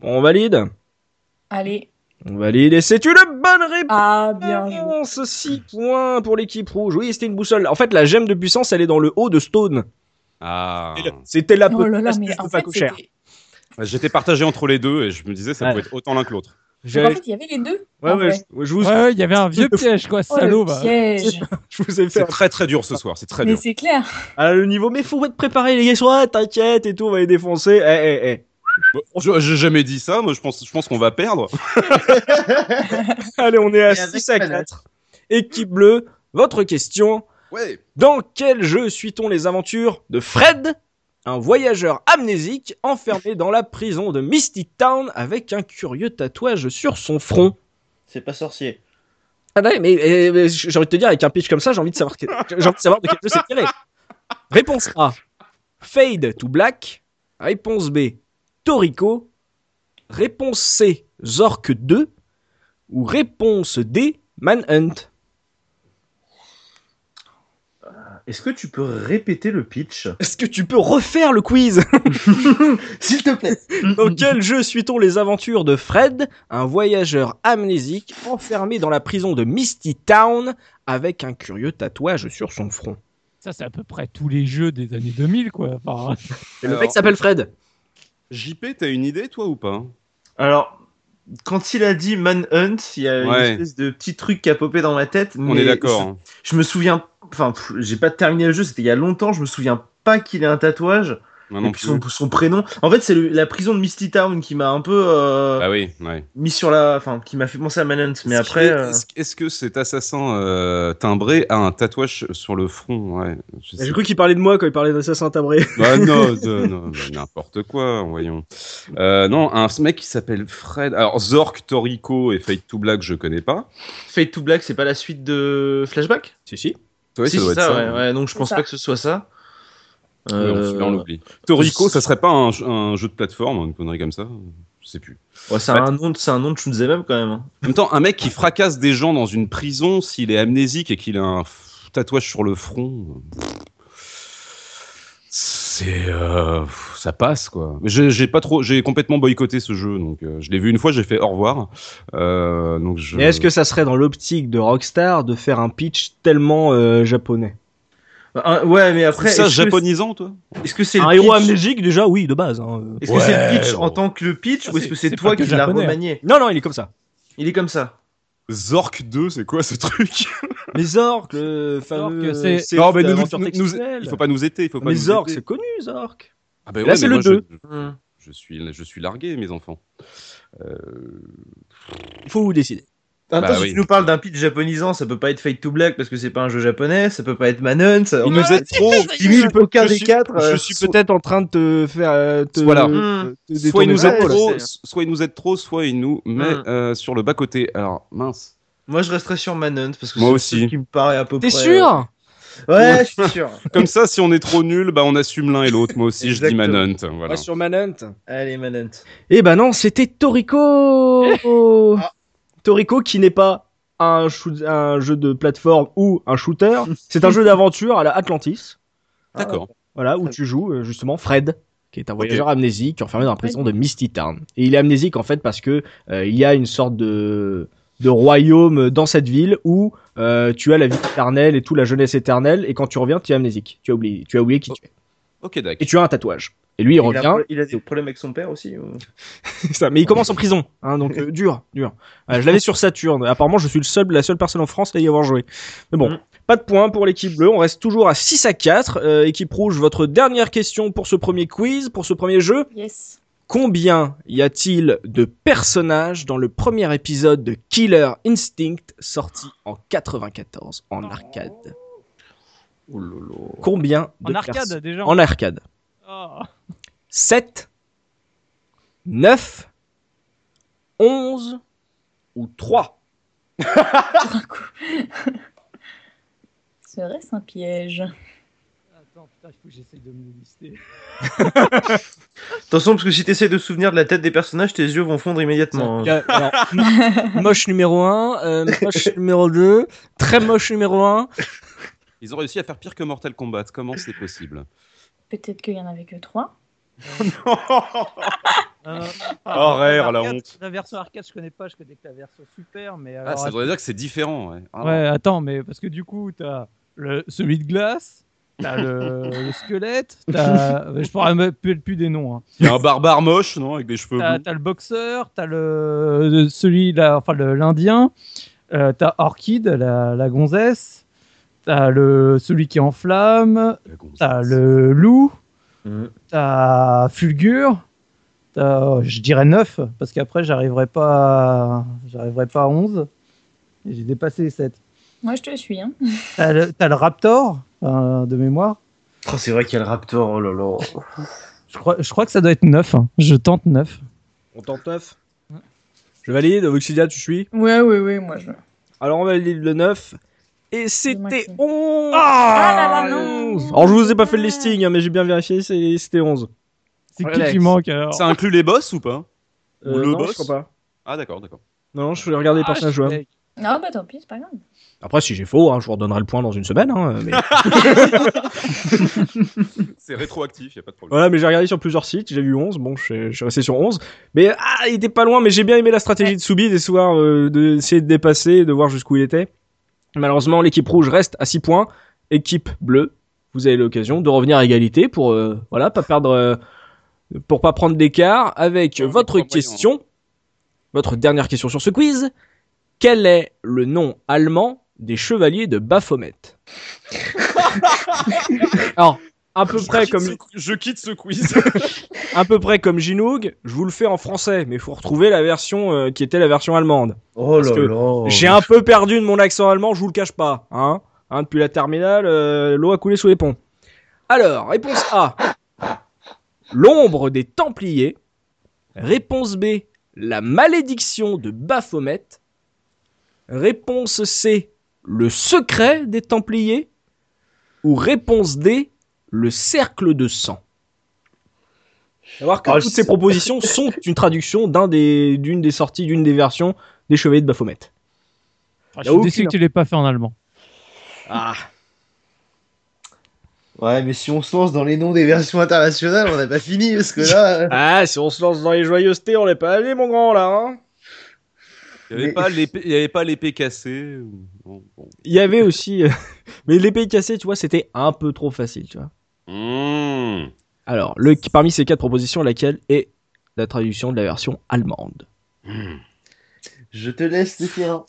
[SPEAKER 1] On valide.
[SPEAKER 2] Allez.
[SPEAKER 1] On valide. Et c'est une bonne réponse.
[SPEAKER 2] Ah bien joué.
[SPEAKER 1] 6 points pour l'équipe rouge. Oui, c'était une boussole. En fait, la gemme de puissance, elle est dans le haut de Stone.
[SPEAKER 4] Ah.
[SPEAKER 1] C'était la
[SPEAKER 2] Oh là là,
[SPEAKER 1] petite
[SPEAKER 2] mais
[SPEAKER 1] place de
[SPEAKER 2] en fait,
[SPEAKER 1] Pacochère.
[SPEAKER 2] c'était-
[SPEAKER 4] Bah, J'étais partagé entre les deux et je me disais, ça
[SPEAKER 1] Ouais.
[SPEAKER 4] pouvait être autant l'un que l'autre.
[SPEAKER 2] Donc,
[SPEAKER 1] J'ai-
[SPEAKER 2] en fait, il y avait les deux.
[SPEAKER 1] Ouais,
[SPEAKER 2] en
[SPEAKER 1] ouais,
[SPEAKER 2] vrai.
[SPEAKER 1] je, je vous,
[SPEAKER 3] Ouais, ouais, il y avait un vieux piège, quoi,
[SPEAKER 2] Oh, le
[SPEAKER 3] salaud. Bah.
[SPEAKER 2] piège.
[SPEAKER 1] je vous ai fait
[SPEAKER 4] C'est très très dur ce soir, c'est très
[SPEAKER 2] Mais
[SPEAKER 4] dur.
[SPEAKER 2] c'est clair.
[SPEAKER 1] Ah, le niveau, mais faut être préparé, les gars, ils sont là, t'inquiète et tout, on va les défoncer. Eh, eh, eh.
[SPEAKER 4] Bon, je- J'ai jamais dit ça, moi je pense, je pense qu'on va perdre.
[SPEAKER 1] Allez, on est à
[SPEAKER 5] Et avec
[SPEAKER 1] 6 à
[SPEAKER 5] Panache.
[SPEAKER 1] 4. Équipe bleue, votre question.
[SPEAKER 4] Ouais.
[SPEAKER 1] Dans quel jeu suit-on les aventures de Fred, un voyageur amnésique enfermé dans la prison de Mystic Town avec un curieux tatouage sur son front
[SPEAKER 5] C'est pas sorcier.
[SPEAKER 1] Ah bah oui, mais, eh, mais j'ai envie de te dire, avec un pitch comme ça, j'ai envie de savoir, que- j'ai envie de, savoir de quel jeu c'est tiré. Réponse A. Fade to Black. Réponse B. Toriko. Réponse C. Zork 2. Ou réponse D. Manhunt.
[SPEAKER 5] Est-ce que tu peux répéter le pitch
[SPEAKER 1] Est-ce que tu peux refaire le quiz
[SPEAKER 5] S'il te plaît.
[SPEAKER 1] Dans quel jeu suit-on les aventures de Fred, un voyageur amnésique enfermé dans la prison de Misty Town avec un curieux tatouage sur son front
[SPEAKER 3] Ça, c'est à peu près tous les jeux des années 2000, quoi. Enfin,
[SPEAKER 1] Et Le
[SPEAKER 4] Alors-
[SPEAKER 1] mec s'appelle Fred.
[SPEAKER 4] JP, t'as une idée toi ou pas
[SPEAKER 5] Alors, quand il a dit Manhunt, il y a
[SPEAKER 4] Ouais.
[SPEAKER 5] une espèce de petit truc qui a popé dans ma tête.
[SPEAKER 4] On
[SPEAKER 5] mais
[SPEAKER 4] est d'accord. hein.
[SPEAKER 5] Je, je me souviens. Enfin, pff, j'ai pas terminé le jeu, c'était il y a longtemps. Je me souviens pas qu'il ait un tatouage.
[SPEAKER 4] Moi
[SPEAKER 5] et
[SPEAKER 4] non
[SPEAKER 5] puis
[SPEAKER 4] plus.
[SPEAKER 5] son, son prénom. En fait, c'est le- la prison de Misty Town qui m'a un peu euh,
[SPEAKER 4] Bah oui, ouais.
[SPEAKER 5] mis sur la. Enfin, qui m'a fait penser à Manhunt. Mais
[SPEAKER 4] Est-ce
[SPEAKER 5] après.
[SPEAKER 4] que-
[SPEAKER 5] euh,
[SPEAKER 4] Est-ce est-ce que cet assassin euh, timbré a un tatouage sur le front ouais, je
[SPEAKER 5] Bah,
[SPEAKER 4] sais
[SPEAKER 1] J'ai cru qu'il parlait de moi quand il parlait d'Assassin Tabré.
[SPEAKER 4] Bah non, non, non, bah n'importe quoi, voyons. Euh, non, un mec qui s'appelle Fred. Alors, Zork, Toriko et Fate to Black, je connais pas.
[SPEAKER 5] Fade to Black, c'est pas la suite de Flashback
[SPEAKER 1] Si, si.
[SPEAKER 4] Toi,
[SPEAKER 5] Si,
[SPEAKER 4] ça doit
[SPEAKER 5] c'est
[SPEAKER 4] être
[SPEAKER 5] ça,
[SPEAKER 4] ça.
[SPEAKER 5] ouais, ouais, donc je
[SPEAKER 2] C'est
[SPEAKER 5] pense
[SPEAKER 2] ça.
[SPEAKER 5] pas que ce soit ça.
[SPEAKER 4] Ouais, on-
[SPEAKER 5] Euh,
[SPEAKER 4] celui-là, on l'oublie. Toriko, ça serait pas un, un jeu de plateforme, une connerie comme ça Je sais plus.
[SPEAKER 5] ouais, c'est, un nom, de- c'est un nom de Shunzemem quand même. hein.
[SPEAKER 4] En même temps, un mec qui fracasse des gens dans une prison, s'il est amnésique et qu'il a un f- tatouage sur le front, euh, pff, c'est euh, pff, ça passe quoi. Mais J'ai j'ai pas trop, j'ai complètement boycotté ce jeu, donc euh, je l'ai vu une fois, j'ai fait au revoir. Euh, donc je.
[SPEAKER 1] Mais est-ce que ça serait dans l'optique de Rockstar de faire un pitch tellement euh, japonais
[SPEAKER 5] Ah, ouais, mais après,
[SPEAKER 4] ça
[SPEAKER 5] est-ce,
[SPEAKER 4] japonisant toi
[SPEAKER 5] que, est-ce que c'est
[SPEAKER 1] Un
[SPEAKER 5] le
[SPEAKER 1] héros
[SPEAKER 5] pitch,
[SPEAKER 1] amnésique déjà, oui, de base. hein.
[SPEAKER 5] Est-ce que c'est le
[SPEAKER 4] Ouais,
[SPEAKER 5] pitch
[SPEAKER 4] bon.
[SPEAKER 5] en tant que le pitch
[SPEAKER 3] Ça,
[SPEAKER 5] ou est-ce
[SPEAKER 3] c'est-
[SPEAKER 5] que c'est,
[SPEAKER 3] c'est
[SPEAKER 5] toi
[SPEAKER 3] pas que
[SPEAKER 5] qui l'as
[SPEAKER 3] japonais, hein.
[SPEAKER 5] remanié
[SPEAKER 1] Non, non, il est comme ça.
[SPEAKER 5] Il est comme ça.
[SPEAKER 4] Zork 2, c'est quoi ce truc
[SPEAKER 1] Les orques, le fameux.
[SPEAKER 3] Orques, c'est-
[SPEAKER 1] c'est
[SPEAKER 4] Non, mais nous,
[SPEAKER 1] aventure
[SPEAKER 4] nous- nous-
[SPEAKER 1] textuelle.
[SPEAKER 4] il faut pas nous éter, il faut pas
[SPEAKER 1] Mais
[SPEAKER 4] nous
[SPEAKER 1] Zork,
[SPEAKER 4] éter.
[SPEAKER 1] c'est connu, Zork.
[SPEAKER 4] Ah bah
[SPEAKER 1] Là, c'est
[SPEAKER 4] mais
[SPEAKER 1] le
[SPEAKER 4] moi,
[SPEAKER 1] deux.
[SPEAKER 4] Je,
[SPEAKER 3] Hmm.
[SPEAKER 4] je suis, je suis largué, mes enfants. Euh,
[SPEAKER 1] Il faut vous décider.
[SPEAKER 5] En même
[SPEAKER 4] Bah
[SPEAKER 5] temps, si
[SPEAKER 4] oui.
[SPEAKER 5] tu nous parles d'un pitch japonisant, ça peut pas être Fade to Black parce que c'est pas un jeu japonais, ça peut pas être Manon, ça...
[SPEAKER 4] Il nous aide trop.
[SPEAKER 5] Jimmy, il peut qu'un
[SPEAKER 1] Je
[SPEAKER 5] des
[SPEAKER 1] suis-
[SPEAKER 5] quatre.
[SPEAKER 1] Je
[SPEAKER 5] euh,
[SPEAKER 1] suis
[SPEAKER 5] soit-
[SPEAKER 1] peut-être en train de te faire. euh, te-
[SPEAKER 4] Voilà.
[SPEAKER 5] Hmm.
[SPEAKER 1] te- te
[SPEAKER 4] Soit il
[SPEAKER 1] détourner
[SPEAKER 4] nous
[SPEAKER 1] la
[SPEAKER 4] aide
[SPEAKER 5] ouais,
[SPEAKER 1] parole.
[SPEAKER 4] trop,
[SPEAKER 5] je sais.
[SPEAKER 4] soit il nous aide trop, soit il nous met
[SPEAKER 5] Hmm.
[SPEAKER 4] euh, sur le bas côté. Alors mince.
[SPEAKER 5] Moi, je resterais sur Manon parce que
[SPEAKER 4] Moi
[SPEAKER 5] c'est le
[SPEAKER 4] aussi.
[SPEAKER 5] seul qui me paraît à peu
[SPEAKER 1] T'es
[SPEAKER 4] Mmh.
[SPEAKER 5] près.
[SPEAKER 1] sûr
[SPEAKER 5] euh, Ouais, je suis sûr.
[SPEAKER 4] Comme ça, si on est trop nul, bah on assume l'un et l'autre. Moi aussi, je dis
[SPEAKER 5] Exactement.
[SPEAKER 4] Manhunt. hein, Voilà.
[SPEAKER 1] Ouais, sur Manhunt.
[SPEAKER 5] Allez, Manon.
[SPEAKER 1] Eh ben non, c'était Toriko.
[SPEAKER 4] Ah.
[SPEAKER 1] Toriko qui n'est pas un, shoot- un jeu de plateforme ou un shooter, c'est un jeu d'aventure à la Atlantis,
[SPEAKER 4] D'accord.
[SPEAKER 1] voilà, où tu joues euh, justement Fred, qui est un voyageur amnésique enfermé dans la prison de Misty Town. Et il est amnésique en fait parce que euh, il y a une sorte de de royaume dans cette ville où euh, tu as la vie éternelle et toute la jeunesse éternelle et quand tu reviens tu es amnésique, tu as oublié, tu as oublié
[SPEAKER 4] Oh.
[SPEAKER 1] qui tu es
[SPEAKER 4] Ok,
[SPEAKER 1] et
[SPEAKER 4] d'accord.
[SPEAKER 1] tu as un tatouage. Et lui il,
[SPEAKER 5] Il a,
[SPEAKER 1] revient,
[SPEAKER 5] pro- il a des problèmes avec son père aussi. ou-
[SPEAKER 1] C'est ça, mais il commence en prison, hein, donc euh, dur, dur. Euh, je l'avais sur Saturne. Apparemment, je suis le seul, la seule personne en France à y avoir joué. Mais bon,
[SPEAKER 5] Mhm.
[SPEAKER 1] pas de points pour l'équipe bleue. On reste toujours à 6 à 4. Euh, équipe rouge, votre dernière question pour ce premier quiz, pour ce premier jeu.
[SPEAKER 2] Yes.
[SPEAKER 1] Combien y a-t-il de personnages dans le premier épisode de Killer Instinct sorti en 94 en arcade
[SPEAKER 4] Oh là là.
[SPEAKER 1] Combien de
[SPEAKER 3] En arcade,
[SPEAKER 1] perso-
[SPEAKER 3] déjà.
[SPEAKER 1] En arcade.
[SPEAKER 3] Ah.
[SPEAKER 1] 7, 9, 11 ou 3
[SPEAKER 2] Pour un coup. Serait-ce un piège
[SPEAKER 3] Attends, putain, il faut que j'essaye de me lister.
[SPEAKER 5] Attention, parce que si t'essayes de te souvenir de la tête des personnages, tes yeux vont fondre immédiatement. hein.
[SPEAKER 1] Il y a- alors, mo- moche numéro 1, moche numéro 2, très moche numéro 1.
[SPEAKER 4] Ils ont réussi à faire pire que Mortal Kombat. Comment c'est possible
[SPEAKER 2] Peut-être qu'il y en avait que trois.
[SPEAKER 3] Euh,
[SPEAKER 4] Horaire,
[SPEAKER 3] la
[SPEAKER 4] la
[SPEAKER 3] version
[SPEAKER 4] honte.
[SPEAKER 3] La version arcade, je connais pas, je connais que la version super, mais
[SPEAKER 4] Ah,
[SPEAKER 3] alors.
[SPEAKER 4] ça voudrait dire que c'est différent. Ouais. Ah,
[SPEAKER 3] Ouais, attends, mais parce que du coup, t'as le, celui de glace, t'as le, le squelette, t'as. Je pourrais me plus, plus des noms. Hein.
[SPEAKER 4] Il y a un barbare moche, non, avec des cheveux.
[SPEAKER 3] T'as
[SPEAKER 4] blonds.
[SPEAKER 3] t'as le boxeur, t'as le celui là, enfin le- l'Indien, euh, t'as Orchid, la, la gonzesse, t'as le celui qui est en flamme,
[SPEAKER 4] La gonzesse.
[SPEAKER 3] t'as le loup,
[SPEAKER 5] Mhm.
[SPEAKER 3] t'as Fulgur, t'as oh, je dirais 9 parce qu'après j'arriverai pas, à- j'arriverai pas à 11. Et J'ai dépassé les 7.
[SPEAKER 2] Moi, je te suis. Hein.
[SPEAKER 3] T'as le, t'as le Raptor euh, de mémoire.
[SPEAKER 5] Oh, c'est vrai qu'il y a le Raptor, oh là là.
[SPEAKER 3] Je crois, je crois que ça doit être 9. Je tente 9.
[SPEAKER 1] On tente 9. Je valide, Voxilia, tu suis.
[SPEAKER 2] Ouais, ouais, ouais, moi je.
[SPEAKER 1] Alors on valide le 9. Et c'était
[SPEAKER 2] Maxime.
[SPEAKER 1] 11
[SPEAKER 2] Ah là là, non.
[SPEAKER 1] 11. Alors je vous ai pas fait le listing, hein, mais j'ai bien vérifié, c'est- c'était 11.
[SPEAKER 3] C'est qui
[SPEAKER 1] Relax.
[SPEAKER 3] qui manque alors
[SPEAKER 4] Ça inclut les boss ou pas Ou le
[SPEAKER 1] Euh, non,
[SPEAKER 4] boss
[SPEAKER 1] je crois pas.
[SPEAKER 4] Ah, d'accord, d'accord.
[SPEAKER 1] Non, je vais regarder les
[SPEAKER 3] Ah,
[SPEAKER 1] personnages jouables.
[SPEAKER 3] je-
[SPEAKER 2] Ah, bah tant pis, c'est pas grave.
[SPEAKER 1] Après, si j'ai faux, hein, je vous redonnerai le point dans une semaine. hein, mais-
[SPEAKER 4] C'est rétroactif, y a pas de problème.
[SPEAKER 1] Voilà, mais j'ai regardé sur plusieurs sites, j'ai vu 11, bon, je suis- je suis resté sur 11. Mais ah, il était pas loin, mais j'ai bien aimé la stratégie de Soubi d'essayer euh, de, d'essayer de dépasser, de voir jusqu'où il était. Malheureusement, l'équipe rouge reste à 6 points. Équipe bleue, vous avez l'occasion de revenir à égalité pour euh, voilà, pas perdre euh, pour pas prendre d'écart avec
[SPEAKER 4] Ouais, mais
[SPEAKER 1] votre
[SPEAKER 4] trois moyens,
[SPEAKER 1] question. Votre dernière question sur ce quiz. Quel est le nom allemand des chevaliers de Baphomet Alors, à peu près
[SPEAKER 4] Je quitte
[SPEAKER 1] comme
[SPEAKER 4] ce- Je quitte ce quiz.
[SPEAKER 1] à peu près comme Ginoog, je vous le fais en français, mais faut retrouver la version euh, qui était la version allemande.
[SPEAKER 5] Oh
[SPEAKER 1] Parce
[SPEAKER 5] là
[SPEAKER 1] que
[SPEAKER 5] là.
[SPEAKER 1] J'ai un peu perdu de mon accent allemand, je vous le cache pas. Hein Hein, depuis la terminale, euh, l'eau a coulé sous les ponts. Alors, réponse A. L'ombre des Templiers. Réponse B. La malédiction de Baphomet. Réponse C. Le secret des Templiers. Ou réponse D. Le cercle de sang. Faut Savoir que
[SPEAKER 5] Ah, je
[SPEAKER 1] toutes ces
[SPEAKER 5] sais.
[SPEAKER 1] propositions sont une traduction d'un des- d'une des sorties, d'une des versions des Chevaliers de Baphomet. Y
[SPEAKER 3] Ah, je
[SPEAKER 1] a
[SPEAKER 3] suis
[SPEAKER 1] aucune.
[SPEAKER 3] déçu que tu l'aies pas fait en allemand.
[SPEAKER 1] Ah.
[SPEAKER 5] Ouais, mais si on se lance dans les noms des versions internationales, on n'a pas fini parce que là. euh,
[SPEAKER 1] Ah, si on se lance dans les joyeusetés, on n'est pas allé, mon grand, là. hein.
[SPEAKER 4] Il n'y avait,
[SPEAKER 5] Mais-
[SPEAKER 4] pas l'épée- y avait pas l'épée cassée. ou- bon, bon.
[SPEAKER 1] Il y avait aussi. euh, Mais les pays cassés, tu vois, c'était un peu trop facile, tu vois. Hmm.
[SPEAKER 4] Mmh.
[SPEAKER 1] Alors, le... parmi ces quatre propositions, laquelle est la traduction de la version allemande
[SPEAKER 5] Je te laisse, Stéphane.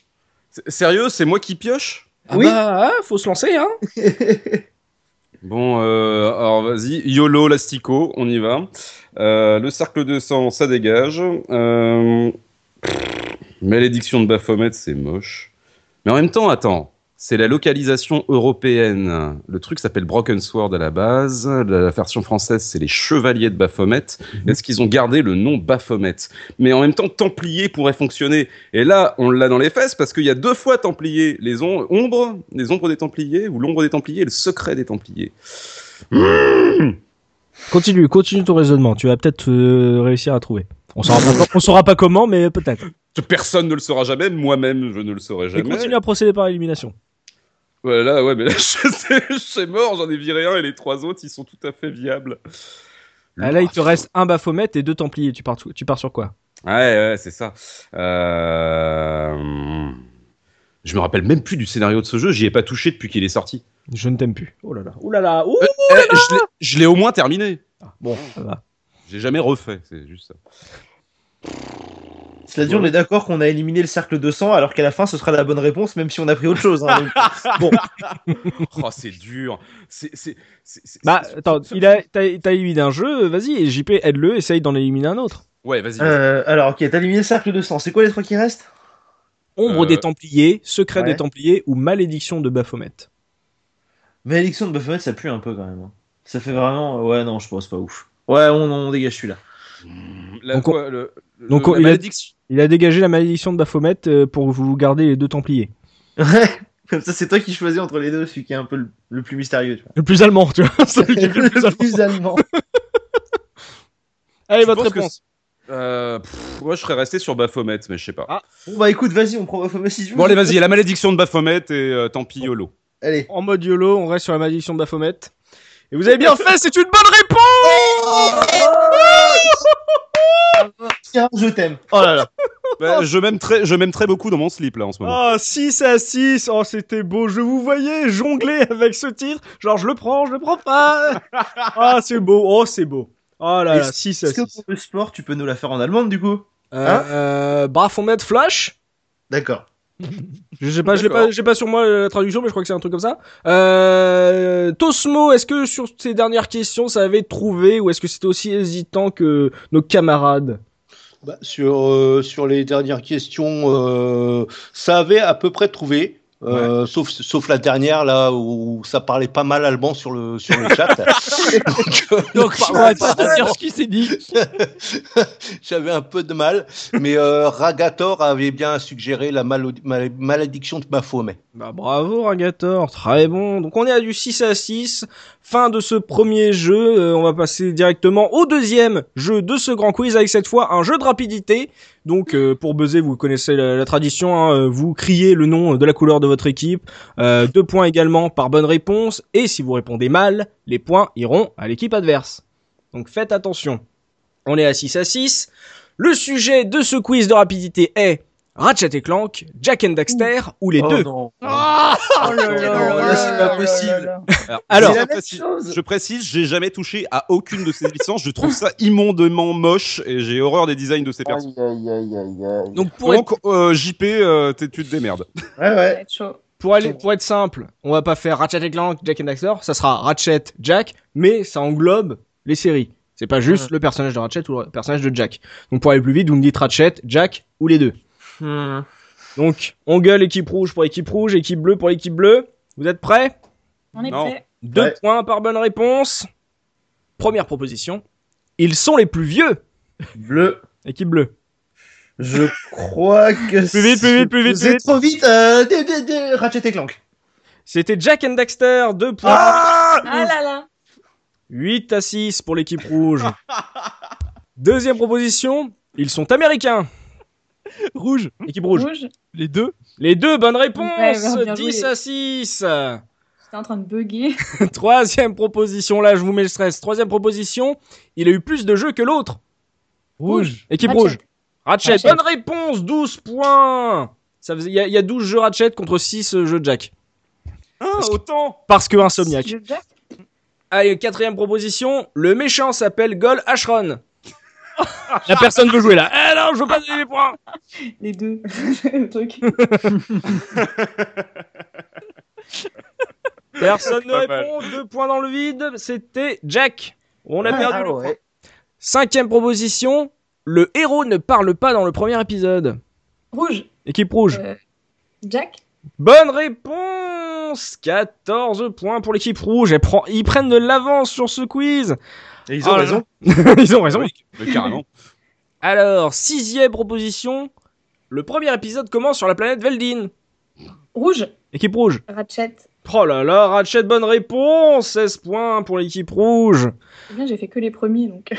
[SPEAKER 4] S- Sérieux, c'est moi qui pioche
[SPEAKER 1] Ah bah, ah, faut se lancer, hein.
[SPEAKER 4] Bon, euh, alors vas-y, YOLO, Lastico, on y va. Euh, le cercle de sang, ça dégage. Euh, pff, Malédiction de Baphomet, c'est moche. Mais en même temps, attends, c'est la localisation européenne. Le truc s'appelle Broken Sword à la base. La version française, c'est les Chevaliers de Baphomet. Est-ce qu'ils ont gardé le nom Baphomet Mais en même temps, Templier pourrait fonctionner. Et là, on l'a dans les fesses parce qu'il y a deux fois Templier. Les om- ombres, les ombres des Templiers, ou l'ombre des Templiers et le secret des Templiers.
[SPEAKER 1] Continue, continue ton raisonnement. Tu vas peut-être euh, réussir à trouver. On saura, pas, on saura pas comment, mais peut-être.
[SPEAKER 4] Personne ne le saura jamais, moi-même je ne le saurai
[SPEAKER 1] Et
[SPEAKER 4] jamais.
[SPEAKER 1] continue à procéder par élimination.
[SPEAKER 4] Ouais, là, ouais, mais là, je sais- je sais mort, j'en ai viré un et les trois autres, ils sont tout à fait viables.
[SPEAKER 1] Ah, là, il te reste un Baphomet et deux Templiers. Tu pars, tu pars sur quoi
[SPEAKER 4] Ouais, ouais, c'est ça. Euh... Je me rappelle même plus du scénario de ce jeu, j'y ai pas touché depuis qu'il est sorti.
[SPEAKER 1] Je ne t'aime plus. Oh là là. Oh là là. ouh.
[SPEAKER 4] Eh, je l'ai- je l'ai au moins terminé.
[SPEAKER 1] Bon, ça va.
[SPEAKER 4] J'ai jamais refait, c'est juste ça.
[SPEAKER 5] Cela dit, on est d'accord qu'on a éliminé le cercle de sang, alors qu'à la fin, ce sera la bonne réponse, même si on a pris autre chose. hein.
[SPEAKER 4] Bon. oh, c'est dur. C'est, c'est, c'est- c'est-
[SPEAKER 1] Bah,
[SPEAKER 4] c'est-
[SPEAKER 1] attends,
[SPEAKER 4] ce-
[SPEAKER 1] il a, t'as, t'as éliminé un jeu, vas-y, JP, aide-le, essaye d'en éliminer un autre.
[SPEAKER 4] Ouais, vas-y. vas-y.
[SPEAKER 5] Euh, alors, ok, t'as éliminé le cercle de sang. C'est quoi les trois qui restent
[SPEAKER 1] Ombre
[SPEAKER 4] Euh.
[SPEAKER 1] des Templiers, Secret
[SPEAKER 5] Ouais.
[SPEAKER 1] des Templiers ou Malédiction de Baphomet.
[SPEAKER 5] Malédiction de Baphomet, ça pue un peu quand même. hein. Ça fait vraiment. Ouais, non, je pense pas ouf. Ouais, on, on dégage celui-là.
[SPEAKER 4] La-
[SPEAKER 1] donc,
[SPEAKER 4] quoi, le- le-
[SPEAKER 1] donc,
[SPEAKER 4] la
[SPEAKER 1] il a-
[SPEAKER 4] malédiction.
[SPEAKER 1] Il a dégagé la Malédiction de Baphomet euh, pour vous garder les deux Templiers.
[SPEAKER 5] Ouais, comme ça, c'est toi qui choisis entre les deux, celui qui est un peu le, le plus mystérieux. Tu vois.
[SPEAKER 1] Le plus allemand, tu vois. celui qui est le plus
[SPEAKER 5] le
[SPEAKER 1] allemand.
[SPEAKER 5] plus allemand.
[SPEAKER 1] Allez,
[SPEAKER 4] Je
[SPEAKER 1] votre
[SPEAKER 4] pense que
[SPEAKER 1] réponse.
[SPEAKER 4] c'est- Euh, pff, ouais, je serais resté sur Baphomet, mais je sais pas.
[SPEAKER 1] Ah.
[SPEAKER 5] Bon, bah écoute, vas-y, on prend Baphomet si tu veux.
[SPEAKER 4] Bon, allez, vas-y, la malédiction de Baphomet et euh, tant pis, YOLO.
[SPEAKER 5] Allez.
[SPEAKER 1] En mode YOLO, on reste sur la Malédiction de Baphomet. Et vous avez bien fait, c'est une bonne réponse
[SPEAKER 5] Tiens, je t'aime. Oh là là.
[SPEAKER 4] Bah, je m'aime très, je m'aime très beaucoup dans mon slip, là, en ce moment.
[SPEAKER 1] Oh, 6 à 6, oh, c'était beau, je vous voyais jongler avec ce titre, genre je le prends, je le prends pas Ah, c'est beau, oh, c'est beau. Oh là là,
[SPEAKER 5] Est-ce-
[SPEAKER 1] 6 à
[SPEAKER 5] Est-ce
[SPEAKER 1] 6.
[SPEAKER 5] que pour le sport, tu peux nous la faire en allemande du coup
[SPEAKER 1] Euh, euh, Baphomet Flash
[SPEAKER 5] D'accord.
[SPEAKER 1] Je sais pas, je l'ai
[SPEAKER 4] D'accord.
[SPEAKER 1] pas, j'ai pas sur moi euh, la traduction, mais je crois que c'est un truc comme ça. Euh, Tosmo, est-ce que sur ces dernières questions, ça avait trouvé ou est-ce que c'était aussi hésitant que nos camarades
[SPEAKER 6] Bah, sur, euh, sur les dernières questions, euh, ça avait à peu près trouvé. euh, sauf, sauf la dernière là où ça parlait pas mal allemand sur le, sur le chat. Donc, euh,
[SPEAKER 3] Donc,
[SPEAKER 6] je
[SPEAKER 3] on va
[SPEAKER 6] savais
[SPEAKER 3] pas
[SPEAKER 6] pas
[SPEAKER 3] te dire ce qui s'est dit.
[SPEAKER 6] J'avais un peu de mal, mais euh, Ragator avait bien suggéré la malo- mal- malédiction de Baphomet.
[SPEAKER 1] Bah bravo Ragator, très bon. Donc on est à du 6 à 6, fin de ce premier jeu, Euh, on va passer directement au deuxième jeu de ce grand quiz avec cette fois un jeu de rapidité. Donc euh, pour buzzer, vous connaissez la, la tradition, hein, euh, vous criez le nom de la couleur de votre équipe, Euh, deux points également par bonne réponse, et si vous répondez mal, les points iront à l'équipe adverse. Donc faites attention. On est à 6 à 6. Le sujet de ce quiz de rapidité est Ratchet et Clank, Jack and Daxter ou les
[SPEAKER 5] oh,
[SPEAKER 1] deux.
[SPEAKER 5] Non.
[SPEAKER 1] Ah
[SPEAKER 2] Oh là là
[SPEAKER 5] Non, là,
[SPEAKER 2] là là
[SPEAKER 5] c'est
[SPEAKER 2] là
[SPEAKER 5] pas
[SPEAKER 2] là
[SPEAKER 5] possible.
[SPEAKER 2] là là.
[SPEAKER 1] Alors,
[SPEAKER 5] C'est la
[SPEAKER 4] je
[SPEAKER 5] même
[SPEAKER 4] précise,
[SPEAKER 5] chose.
[SPEAKER 4] je précise, j'ai jamais touché à aucune de ces licences. Je trouve ça immondément moche et j'ai horreur des designs de ces
[SPEAKER 1] Ah,
[SPEAKER 4] personnes.
[SPEAKER 1] Donc pour, être,
[SPEAKER 4] Donc, euh, JP, euh, t'es- tu te démerdes.
[SPEAKER 5] Ouais,
[SPEAKER 2] Ça
[SPEAKER 5] ouais.
[SPEAKER 2] va être chaud.
[SPEAKER 1] pour,
[SPEAKER 2] Oh.
[SPEAKER 1] aller, pour être simple, on va pas faire Ratchet et Clank, Jack and Daxter, ça sera Ratchet, Jack, mais ça englobe les séries. C'est pas juste le personnage de Ratchet ou le personnage de Jack. Donc pour aller plus vite, vous me dites Ratchet, Jack ou les deux.
[SPEAKER 5] Hmm.
[SPEAKER 1] Donc on gueule équipe rouge pour équipe rouge, équipe bleue pour équipe bleue. Vous êtes prêts
[SPEAKER 2] On est
[SPEAKER 4] Non.
[SPEAKER 2] prêt.
[SPEAKER 1] Deux
[SPEAKER 5] Ouais.
[SPEAKER 1] points par bonne réponse. Première proposition. Ils sont les plus vieux.
[SPEAKER 5] Bleu.
[SPEAKER 1] Équipe bleue.
[SPEAKER 5] Je crois que
[SPEAKER 1] Plus vite, plus vite, plus vite,
[SPEAKER 5] c'est
[SPEAKER 1] plus vite.
[SPEAKER 5] trop vite. Euh, dé- dé- dé- Ratchet et Clank.
[SPEAKER 1] C'était Jack and Daxter, deux points.
[SPEAKER 2] Ah là là.
[SPEAKER 1] 8 à 6 pour l'équipe rouge. Deuxième proposition, ils sont américains.
[SPEAKER 3] Rouge,
[SPEAKER 1] Équipe rouge.
[SPEAKER 2] Rouge.
[SPEAKER 3] les deux.
[SPEAKER 1] Les deux bonnes
[SPEAKER 2] Ouais,
[SPEAKER 1] réponses.
[SPEAKER 2] bien joué.
[SPEAKER 1] 10 à 6.
[SPEAKER 2] J'étais en train de bugger.
[SPEAKER 1] Troisième proposition, là je vous mets le stress. Troisième proposition, il a eu plus de jeux que l'autre.
[SPEAKER 3] Rouge.
[SPEAKER 1] Équipe
[SPEAKER 2] Ratchet.
[SPEAKER 1] rouge. Ratchet.
[SPEAKER 2] Ratchet.
[SPEAKER 1] Bonne réponse, 12 points. Ça faisait- Il y, a- il y a 12 jeux Ratchet contre 6 jeux Jack.
[SPEAKER 4] Ah, autant
[SPEAKER 1] Parce que Insomniac.
[SPEAKER 2] Je jack.
[SPEAKER 1] Allez, quatrième proposition, le méchant s'appelle Gol Ashron. La personne veut jouer là. Eh non, je veux pas donner les points.
[SPEAKER 2] Les deux. Le truc.
[SPEAKER 1] Personne ne
[SPEAKER 4] Pas mal.
[SPEAKER 1] répond. Deux points dans le vide. C'était Jack. On a
[SPEAKER 5] Ah,
[SPEAKER 1] perdu.
[SPEAKER 5] ah
[SPEAKER 1] le
[SPEAKER 5] ouais.
[SPEAKER 1] point. Cinquième proposition. Le héros ne parle pas dans le premier épisode.
[SPEAKER 2] Rouge.
[SPEAKER 1] Équipe rouge.
[SPEAKER 2] Euh, Jack
[SPEAKER 1] Bonne réponse 14 points pour l'équipe rouge. Elle prend- Ils prennent de l'avance sur ce quiz.
[SPEAKER 5] Et ils
[SPEAKER 1] Oh
[SPEAKER 5] ont
[SPEAKER 1] là
[SPEAKER 5] raison.
[SPEAKER 1] là. Ils ont raison.
[SPEAKER 4] Oui, mais carrément.
[SPEAKER 1] Alors, sixième proposition. Le premier épisode commence sur la planète Veldin.
[SPEAKER 2] Rouge.
[SPEAKER 1] Équipe rouge.
[SPEAKER 2] Ratchet.
[SPEAKER 1] Oh là là, Ratchet, bonne réponse 16 points pour l'équipe rouge.
[SPEAKER 2] Eh Bien, j'ai fait que les premiers donc.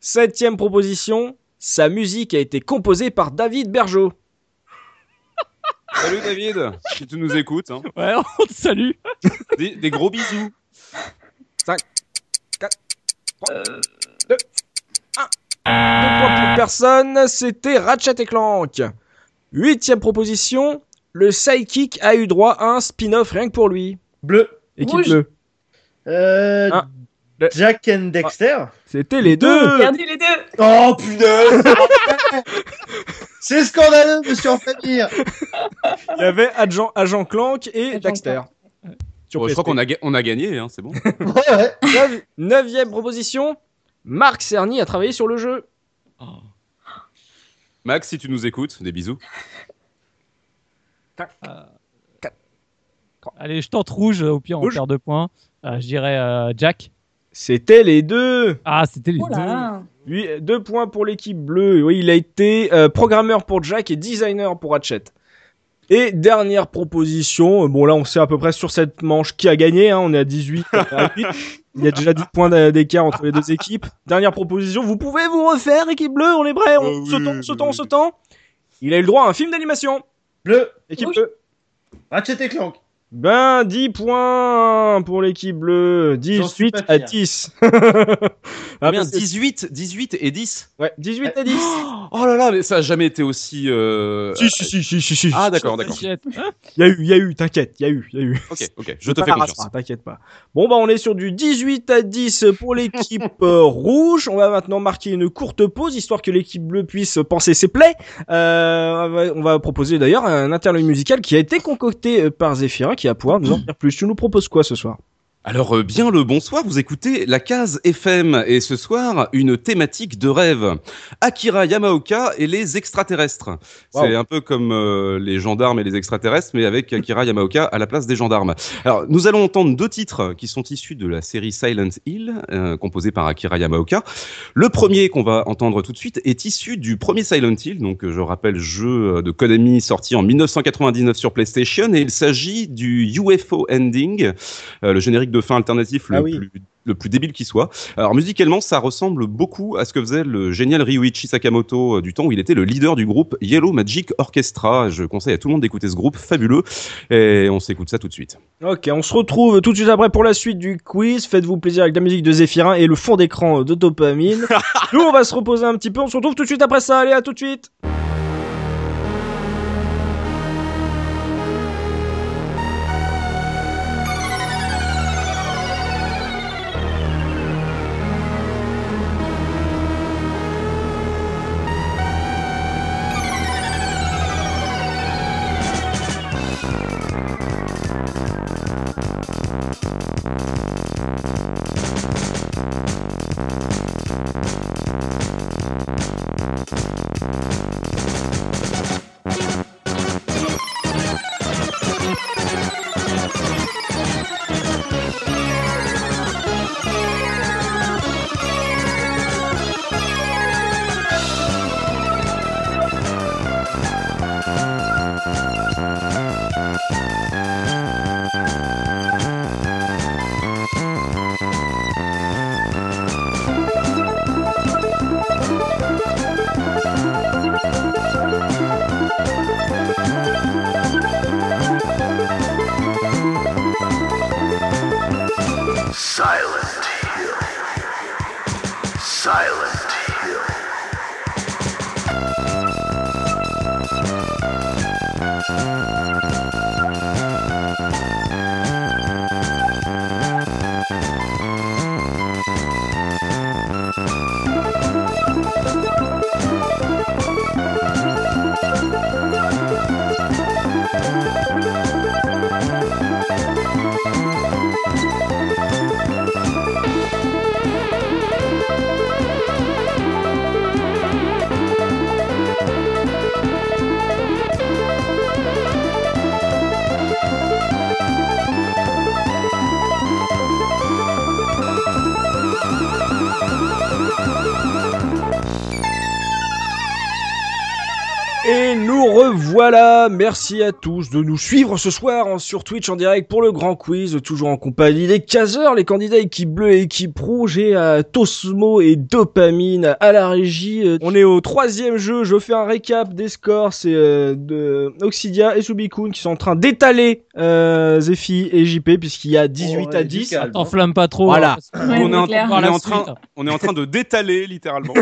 [SPEAKER 1] Septième proposition. Sa musique a été composée par David Bergeau.
[SPEAKER 4] Salut David, si tu nous écoutes, hein.
[SPEAKER 3] Ouais, on te salue.
[SPEAKER 4] des, des gros bisous.
[SPEAKER 1] Deux points pour personne, c'était Ratchet et Clank. Huitième proposition, le Psychic a eu droit à un spin-off rien que pour lui.
[SPEAKER 5] Bleu.
[SPEAKER 1] Équipe
[SPEAKER 2] Rouge.
[SPEAKER 1] bleue.
[SPEAKER 5] Euh,
[SPEAKER 1] Ah. Le- Ah.
[SPEAKER 5] Jack and Dexter.
[SPEAKER 1] C'était les deux.
[SPEAKER 2] Perdu les deux.
[SPEAKER 5] Oh putain c'est vrai. C'est scandaleux, monsieur Enfamir
[SPEAKER 1] Il y avait Agent, Agent Clank et
[SPEAKER 2] Agent
[SPEAKER 1] Daxter. Sur
[SPEAKER 4] Bon, je
[SPEAKER 1] PSP.
[SPEAKER 4] crois qu'on a, ga- on a gagné, hein, c'est bon.
[SPEAKER 5] Ouais, ouais.
[SPEAKER 1] Neuvi- Neuvième proposition, Marc Cerny a travaillé sur le jeu.
[SPEAKER 4] Max, si tu nous écoutes, des bisous.
[SPEAKER 3] Allez, je tente rouge, au pire, on
[SPEAKER 1] Rouge.
[SPEAKER 3] perd deux points. Euh, je dirais euh, Jack.
[SPEAKER 1] C'était les deux.
[SPEAKER 3] Ah, c'était les
[SPEAKER 2] Oh là là.
[SPEAKER 1] Lui, euh, deux points pour l'équipe bleue. Oui, il a été euh, programmeur pour Jack et designer pour Ratchet. Et dernière proposition, euh, bon là on sait à peu près sur cette manche qui a gagné, hein, on est à 18, à 8. il y a déjà 10 points d'a- d'écart entre les deux équipes. Dernière proposition, vous pouvez vous refaire équipe bleue, on est prêt, on
[SPEAKER 4] Oh oui,
[SPEAKER 1] sautons,
[SPEAKER 4] oui,
[SPEAKER 1] sautons,
[SPEAKER 4] oui.
[SPEAKER 1] sautons. Il a eu le droit à un film d'animation,
[SPEAKER 5] Bleu,
[SPEAKER 1] équipe
[SPEAKER 2] Rouge.
[SPEAKER 1] bleue.
[SPEAKER 5] Ratchet et Ah, Clank.
[SPEAKER 1] Ben, 10 points pour l'équipe bleue.
[SPEAKER 5] J'en suis
[SPEAKER 1] 18
[SPEAKER 5] pas
[SPEAKER 1] à
[SPEAKER 5] fier.
[SPEAKER 1] 10. ah,
[SPEAKER 4] Combien
[SPEAKER 1] parce que-
[SPEAKER 4] 18, 18 et 10
[SPEAKER 1] Ouais, 18 à 10.
[SPEAKER 4] Oh là là, mais ça a jamais été aussi. euh,
[SPEAKER 1] Si, si, si, si, si, si.
[SPEAKER 4] Ah d'accord, d'accord.
[SPEAKER 3] T'inquiète.
[SPEAKER 1] Il y a eu, il y a eu, t'inquiète, il y a eu, il y a eu.
[SPEAKER 4] Ok, ok, je te
[SPEAKER 1] Pas
[SPEAKER 4] fais
[SPEAKER 1] la race,
[SPEAKER 4] confiance.
[SPEAKER 1] hein, T'inquiète pas. Bon, bah, on est sur du 18 à 10 pour l'équipe euh, rouge. On va maintenant marquer une courte pause, histoire que l'équipe bleue puisse penser ses plaies. Euh, on va- on va proposer d'ailleurs un interlude musical qui a été concocté euh, par Zephyrin, qui va pouvoir nous en dire plus. Tu nous proposes quoi ce soir
[SPEAKER 4] Alors euh, bien le bonsoir, vous écoutez la case FM et ce soir une thématique de rêve. Akira Yamaoka et les extraterrestres. C'est un peu comme euh, les gendarmes et les extraterrestres mais avec Akira Yamaoka à la place des gendarmes. Alors nous allons entendre deux titres qui sont issus de la série Silent Hill euh, composée par Akira Yamaoka. Le premier qu'on va entendre tout de suite est issu du premier Silent Hill donc euh, je rappelle jeu de Konami sorti en 1999 sur PlayStation et il s'agit du UFO ending euh, le générique de fin alternatif le,
[SPEAKER 1] Ah oui.
[SPEAKER 4] plus, le plus débile qui soit. Alors musicalement, ça ressemble beaucoup à ce que faisait le génial Ryuichi Sakamoto euh, du temps où il était le leader du groupe Yellow Magic Orchestra. Je conseille à tout le monde d'écouter ce groupe fabuleux et on s'écoute ça tout de suite.
[SPEAKER 1] Ok, on se retrouve tout de suite après pour la suite du quiz. Faites-vous plaisir avec la musique de Zéphirin et le fond d'écran de dopamine. Nous, on va se reposer un petit peu. On se retrouve tout de suite après ça. Allez, à tout de suite. voilà, merci à tous de nous suivre ce soir en- sur Twitch en direct pour le grand quiz, toujours en compagnie des caseurs, les candidats équipe bleue et équipe rouge et à Tosmo et Dopamine à la régie. Euh, On est au troisième jeu, je fais un récap des scores, c'est euh, de Oxidia et Subikun qui sont en train d'étaler euh, Zephy et JP puisqu'il y a 18
[SPEAKER 5] Oh,
[SPEAKER 1] à
[SPEAKER 5] ouais,
[SPEAKER 1] 10.
[SPEAKER 5] calme.
[SPEAKER 3] T'enflamme pas trop.
[SPEAKER 1] Voilà.
[SPEAKER 3] hein, parce que-
[SPEAKER 2] Ouais,
[SPEAKER 4] on, est en,
[SPEAKER 2] c'est clair.
[SPEAKER 4] on
[SPEAKER 3] Par
[SPEAKER 4] est
[SPEAKER 3] la
[SPEAKER 4] en
[SPEAKER 3] suite.
[SPEAKER 4] train, on est en train de détaler littéralement.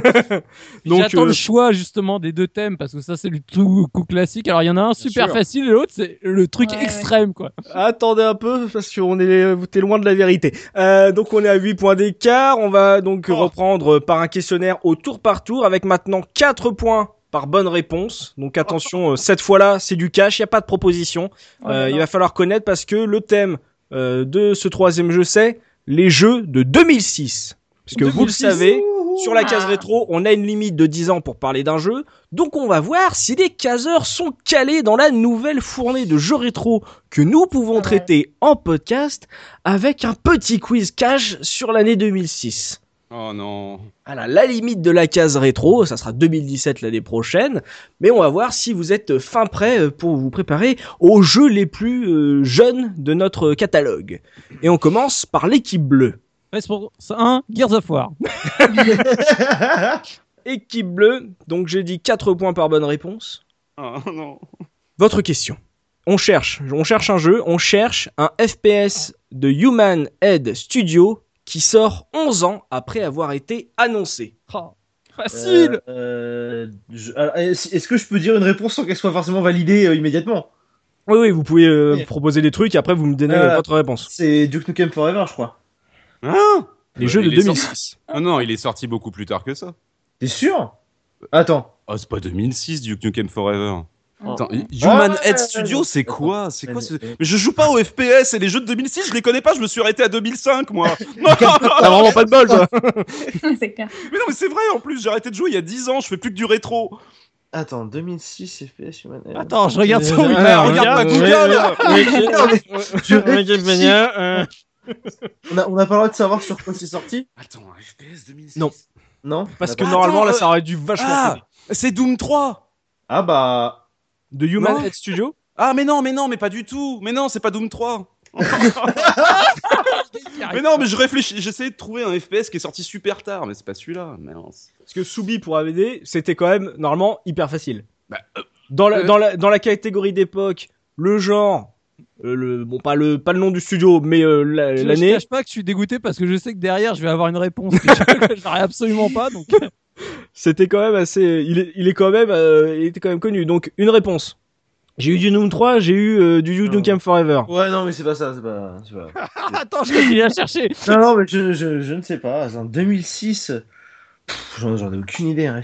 [SPEAKER 1] Donc,
[SPEAKER 3] J'attends
[SPEAKER 1] euh,
[SPEAKER 3] le choix justement des deux thèmes parce que ça c'est le tout coup classique. Alors il y en a un super
[SPEAKER 1] sûr.
[SPEAKER 3] facile et l'autre c'est le truc
[SPEAKER 2] Ouais, ouais.
[SPEAKER 3] extrême quoi.
[SPEAKER 1] Attendez un peu parce qu'on est t'es loin de la vérité. Euh, donc on est à 8 points d'écart. On va donc
[SPEAKER 4] Oh.
[SPEAKER 1] reprendre par un questionnaire au tour par tour avec maintenant 4 points par bonne réponse. Donc attention, euh, cette fois-là c'est du cash, il n'y a pas de proposition.
[SPEAKER 2] Oh
[SPEAKER 1] Euh,
[SPEAKER 2] là là.
[SPEAKER 1] il va falloir connaître parce que le thème euh, de ce troisième jeu c'est les jeux de 2006. Parce que vous le
[SPEAKER 3] 2006.
[SPEAKER 1] savez, sur la case
[SPEAKER 2] Ah.
[SPEAKER 1] rétro, on a une limite de 10 ans pour parler d'un jeu, donc on va voir si les caseurs sont calés dans la nouvelle fournée de jeux rétro que nous pouvons
[SPEAKER 2] Ah Ouais.
[SPEAKER 1] traiter en podcast avec un petit quiz cash sur l'année 2006.
[SPEAKER 4] Oh non.
[SPEAKER 1] Voilà, la limite de la case rétro, ça sera 2017 l'année prochaine, mais on va voir si vous êtes fin prêt euh, pour vous préparer aux jeux les plus euh, jeunes de notre catalogue. Et on commence par l'équipe bleue.
[SPEAKER 3] Ouais, c'est pour c'est un Gears of War.
[SPEAKER 1] Équipe bleue, donc j'ai dit 4 points par bonne réponse.
[SPEAKER 4] Oh non.
[SPEAKER 1] Votre question. On cherche, on cherche un jeu, on cherche un FPS de Human Head Studio qui sort 11 ans après avoir été annoncé.
[SPEAKER 3] Oh, facile.
[SPEAKER 5] Euh, euh, je- alors, Est-ce est-ce que je peux dire une réponse sans qu'elle soit forcément validée euh, immédiatement
[SPEAKER 1] Oui, oui, vous pouvez euh,
[SPEAKER 5] Oui.
[SPEAKER 1] proposer des trucs et après vous me donnez
[SPEAKER 5] Euh,
[SPEAKER 1] votre réponse.
[SPEAKER 5] C'est Duke Nukem Forever, je crois.
[SPEAKER 1] Les jeux de
[SPEAKER 4] Hein Euh, il est sorti-
[SPEAKER 1] 2006.
[SPEAKER 4] Ah non, il est sorti beaucoup plus tard que ça.
[SPEAKER 5] T'es sûr Attends.
[SPEAKER 4] Oh, c'est pas 2006, Duke Nukem Forever.
[SPEAKER 2] Oh.
[SPEAKER 4] Attends, Human
[SPEAKER 5] ouais, ouais,
[SPEAKER 4] Head
[SPEAKER 5] ouais,
[SPEAKER 4] Studio,
[SPEAKER 5] ouais.
[SPEAKER 4] c'est quoi C'est
[SPEAKER 5] Mais-
[SPEAKER 4] quoi ce...
[SPEAKER 5] mais-
[SPEAKER 4] Mais je joue pas au FPS et les jeux de 2006, je les connais pas, je me suis arrêté à 2005 moi. Non,
[SPEAKER 1] T'as vraiment pas de bol, toi
[SPEAKER 2] c'est clair.
[SPEAKER 4] mais non, mais c'est vrai en plus, j'ai arrêté de jouer il y a 10 ans, je fais plus que du rétro.
[SPEAKER 5] Attends, 2006 FPS Human Head.
[SPEAKER 3] Attends, je regarde sur
[SPEAKER 5] Euh,
[SPEAKER 3] Wikipédia.
[SPEAKER 4] Mais
[SPEAKER 5] ouais,
[SPEAKER 4] regarde
[SPEAKER 5] ouais,
[SPEAKER 4] ma Google
[SPEAKER 5] Je réfléchis.
[SPEAKER 4] Euh,
[SPEAKER 5] On a, on a pas le droit de savoir sur quoi c'est sorti
[SPEAKER 4] Attends, un FPS 2006
[SPEAKER 1] Non.
[SPEAKER 5] Non
[SPEAKER 1] Parce que
[SPEAKER 5] D'accord.
[SPEAKER 4] Attends,
[SPEAKER 1] normalement, là,
[SPEAKER 4] euh,
[SPEAKER 1] ça aurait dû vachement...
[SPEAKER 4] Ah
[SPEAKER 1] tourner.
[SPEAKER 4] C'est Doom 3
[SPEAKER 5] Ah bah.
[SPEAKER 1] de Human
[SPEAKER 4] non.
[SPEAKER 1] Head Studio
[SPEAKER 4] Ah mais non, mais non, mais pas du tout Mais non, c'est pas Doom 3 Mais non, mais je réfléchis, j'essayais de trouver un FPS qui est sorti super tard, mais c'est pas celui-là. mince.
[SPEAKER 1] Parce que Soubi pour AVD, c'était quand même normalement hyper facile.
[SPEAKER 4] Bah,
[SPEAKER 1] dans, la,
[SPEAKER 4] euh.
[SPEAKER 1] dans, la, dans la catégorie d'époque, le genre, euh, le, bon, pas le, pas le nom du studio, mais euh, la-
[SPEAKER 3] Je- Je
[SPEAKER 1] l'année.
[SPEAKER 3] cache pas que je suis dégoûté parce que je sais que derrière je vais avoir une réponse que je- que je n'aurai absolument pas. Donc
[SPEAKER 1] c'était quand même assez. Il est, il est quand même, euh, il était quand même connu. Donc une réponse. J'ai eu du Doom 3, j'ai eu euh, du You
[SPEAKER 5] Ah.
[SPEAKER 1] Nukem Forever.
[SPEAKER 5] Ouais, non, mais c'est pas ça, c'est pas. c'est pas...
[SPEAKER 3] attends, je vais à chercher.
[SPEAKER 5] non, non, mais je, je, je ne sais pas. En 2006. pff, J'en j'en ai aucune idée, hein, un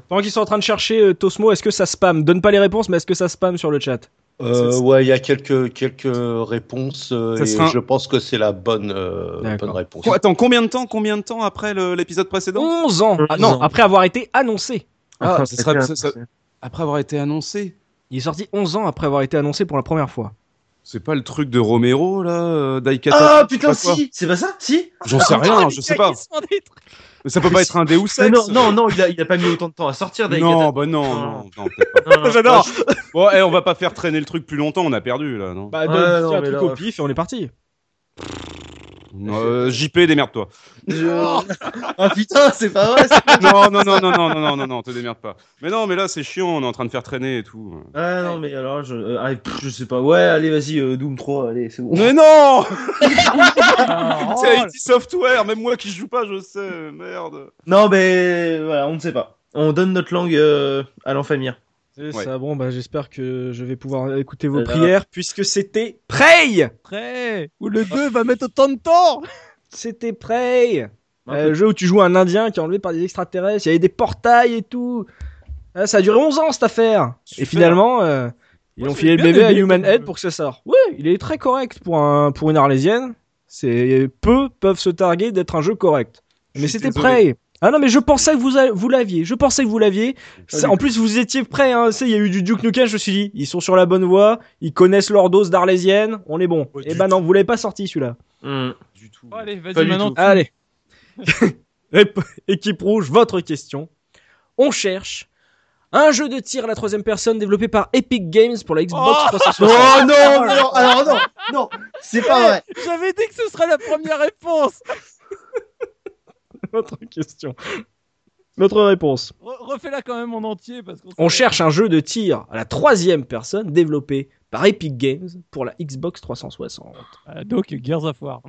[SPEAKER 5] FPS.
[SPEAKER 1] Pendant qu'ils sont en train de chercher euh, Tosmo, est-ce que ça spam Donne pas les réponses, mais est-ce que ça spam sur le chat
[SPEAKER 6] Euh, ouais, il y a quelques, quelques réponses euh,
[SPEAKER 4] Ça
[SPEAKER 6] et
[SPEAKER 4] sera un-
[SPEAKER 6] je pense que c'est la bonne, euh,
[SPEAKER 1] D'accord.
[SPEAKER 6] bonne réponse.
[SPEAKER 4] Quoi, Attends, combien de temps, combien de temps après le- l'épisode
[SPEAKER 5] Oh.
[SPEAKER 4] précédent
[SPEAKER 1] 11 ans Ah non, après avoir été annoncé.
[SPEAKER 4] Ah, ce
[SPEAKER 5] c'est
[SPEAKER 4] sera-
[SPEAKER 5] bien,
[SPEAKER 4] ça- ça- Après avoir été annoncé
[SPEAKER 1] Il est sorti 11 ans après avoir été annoncé pour la première fois.
[SPEAKER 4] C'est pas le truc de Romero là, euh, Daikatana,
[SPEAKER 5] Ah
[SPEAKER 4] je sais
[SPEAKER 5] putain,
[SPEAKER 4] pas quoi.
[SPEAKER 5] si C'est pas ça Si
[SPEAKER 4] J'en sais rien, je sais pas. Mais ça peut pas être un Deus Ex.
[SPEAKER 5] Mais Euh, Non, non, Ah. non, il a, il a pas mis autant de temps à sortir Daikatana.
[SPEAKER 4] Non, bah non, non, non, peut-être pas.
[SPEAKER 5] Non, non,
[SPEAKER 1] J'adore.
[SPEAKER 5] ouais,
[SPEAKER 4] Bon, eh, on va pas faire traîner le truc plus longtemps, on a perdu là, non
[SPEAKER 1] Bah,
[SPEAKER 5] Ouais,
[SPEAKER 1] donne
[SPEAKER 5] non,
[SPEAKER 1] dis un
[SPEAKER 5] mais
[SPEAKER 1] truc
[SPEAKER 5] là,
[SPEAKER 1] au
[SPEAKER 5] ouais.
[SPEAKER 1] pif et on est parti.
[SPEAKER 4] Euh, JP, démerde-toi.
[SPEAKER 5] je- je- Ah putain, c'est pas vrai c'est-
[SPEAKER 4] Non, non, non, non, non, non, non, non, non, te démerde pas. Mais non, mais là c'est chiant, on est en train de faire traîner et tout.
[SPEAKER 5] Ah non, mais alors, je, euh, ah, pff, je sais pas. Ouais, allez, vas-y, euh, Doom 3, allez, c'est bon.
[SPEAKER 4] Mais non
[SPEAKER 5] Oh.
[SPEAKER 4] C'est
[SPEAKER 3] Putain,
[SPEAKER 4] IT Software, même moi qui joue pas, je sais, merde.
[SPEAKER 5] Non, mais voilà, on ne sait pas. On donne notre langue euh, à l'enfamir.
[SPEAKER 1] C'est
[SPEAKER 4] Ouais.
[SPEAKER 1] ça, bon, bah, j'espère que je vais pouvoir écouter vos
[SPEAKER 5] Euh,
[SPEAKER 1] prières puisque c'était Prey
[SPEAKER 3] Prêt Ou le 2 va mettre autant de temps
[SPEAKER 1] C'était Prey
[SPEAKER 4] Euh,
[SPEAKER 1] Un Euh, jeu où tu joues un indien qui est enlevé par des extraterrestres, il y avait des portails et tout. Ah, ça a duré 11 ans cette affaire. Et
[SPEAKER 4] Super.
[SPEAKER 1] finalement, euh, ils
[SPEAKER 3] Moi,
[SPEAKER 1] ont
[SPEAKER 3] j'ai
[SPEAKER 1] filé le
[SPEAKER 3] bien
[SPEAKER 1] bébé à
[SPEAKER 3] aimé,
[SPEAKER 1] Human
[SPEAKER 3] comme,
[SPEAKER 1] Head
[SPEAKER 3] euh,
[SPEAKER 1] pour que ça sorte. Ouais, il est très correct pour, un, pour une arlésienne. C'est Peu peuvent se targuer d'être un jeu correct.
[SPEAKER 4] Je
[SPEAKER 1] Mais
[SPEAKER 4] suis
[SPEAKER 1] c'était
[SPEAKER 4] désolé.
[SPEAKER 1] Prey ah non mais je pensais que vous, a- vous l'aviez, je pensais que vous l'aviez. Ça- en plus vous étiez prêts, hein. c'est il y a eu du Duke Nukem, je me suis dit ils sont sur la bonne voie, ils connaissent leur dose d'arlésienne, on est bon.
[SPEAKER 4] Ouais,
[SPEAKER 1] Et
[SPEAKER 4] du
[SPEAKER 1] bah non, vous l'avez pas sorti celui-là.
[SPEAKER 5] Hmm.
[SPEAKER 4] Du tout.
[SPEAKER 3] Oh, Allez,
[SPEAKER 5] Pas
[SPEAKER 3] vas-y
[SPEAKER 5] du
[SPEAKER 3] maintenant.
[SPEAKER 5] tout.
[SPEAKER 1] Allez. Rép- Équipe rouge, votre question. On cherche Un jeu de tir à la troisième personne développé par Epic Games pour la Xbox
[SPEAKER 6] Oh
[SPEAKER 1] 360.
[SPEAKER 5] Oh non, non, alors non, non, c'est pas vrai.
[SPEAKER 3] J'avais dit que ce serait la première réponse.
[SPEAKER 1] Notre question. Notre réponse.
[SPEAKER 3] Re- Refais-la quand même en entier parce qu'on.
[SPEAKER 1] On cherche un jeu de tir à la troisième personne développé par Epic Games pour la Xbox 360.
[SPEAKER 3] Euh, donc Gears of War.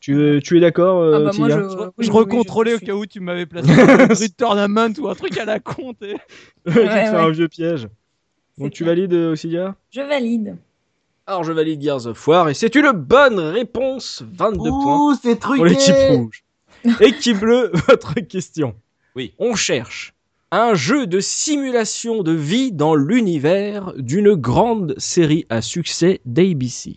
[SPEAKER 1] Tu, tu es d'accord, euh,
[SPEAKER 2] Ah bah moi,
[SPEAKER 1] Tilia
[SPEAKER 2] je,
[SPEAKER 3] Je,
[SPEAKER 2] oui,
[SPEAKER 3] je
[SPEAKER 2] oui,
[SPEAKER 3] recontrôlais
[SPEAKER 2] je
[SPEAKER 3] au
[SPEAKER 2] suis-
[SPEAKER 3] cas où tu m'avais placé un Grid Tournament ou un truc à la con. t'es-
[SPEAKER 1] Tu te
[SPEAKER 2] Ouais,
[SPEAKER 1] fais
[SPEAKER 2] ouais.
[SPEAKER 1] un vieux piège. Donc
[SPEAKER 2] C'est
[SPEAKER 1] tu
[SPEAKER 2] clair.
[SPEAKER 1] valides, euh, Auxilia
[SPEAKER 2] Je valide.
[SPEAKER 1] Alors je valide Gears of War et c'est une bonne réponse. 22 points
[SPEAKER 5] Ouh, c'est truqué.
[SPEAKER 1] pour l'équipe rouge. Équipe bleue, votre question.
[SPEAKER 4] Oui.
[SPEAKER 1] On cherche un jeu de simulation de vie dans l'univers d'une grande série à succès d'ABC.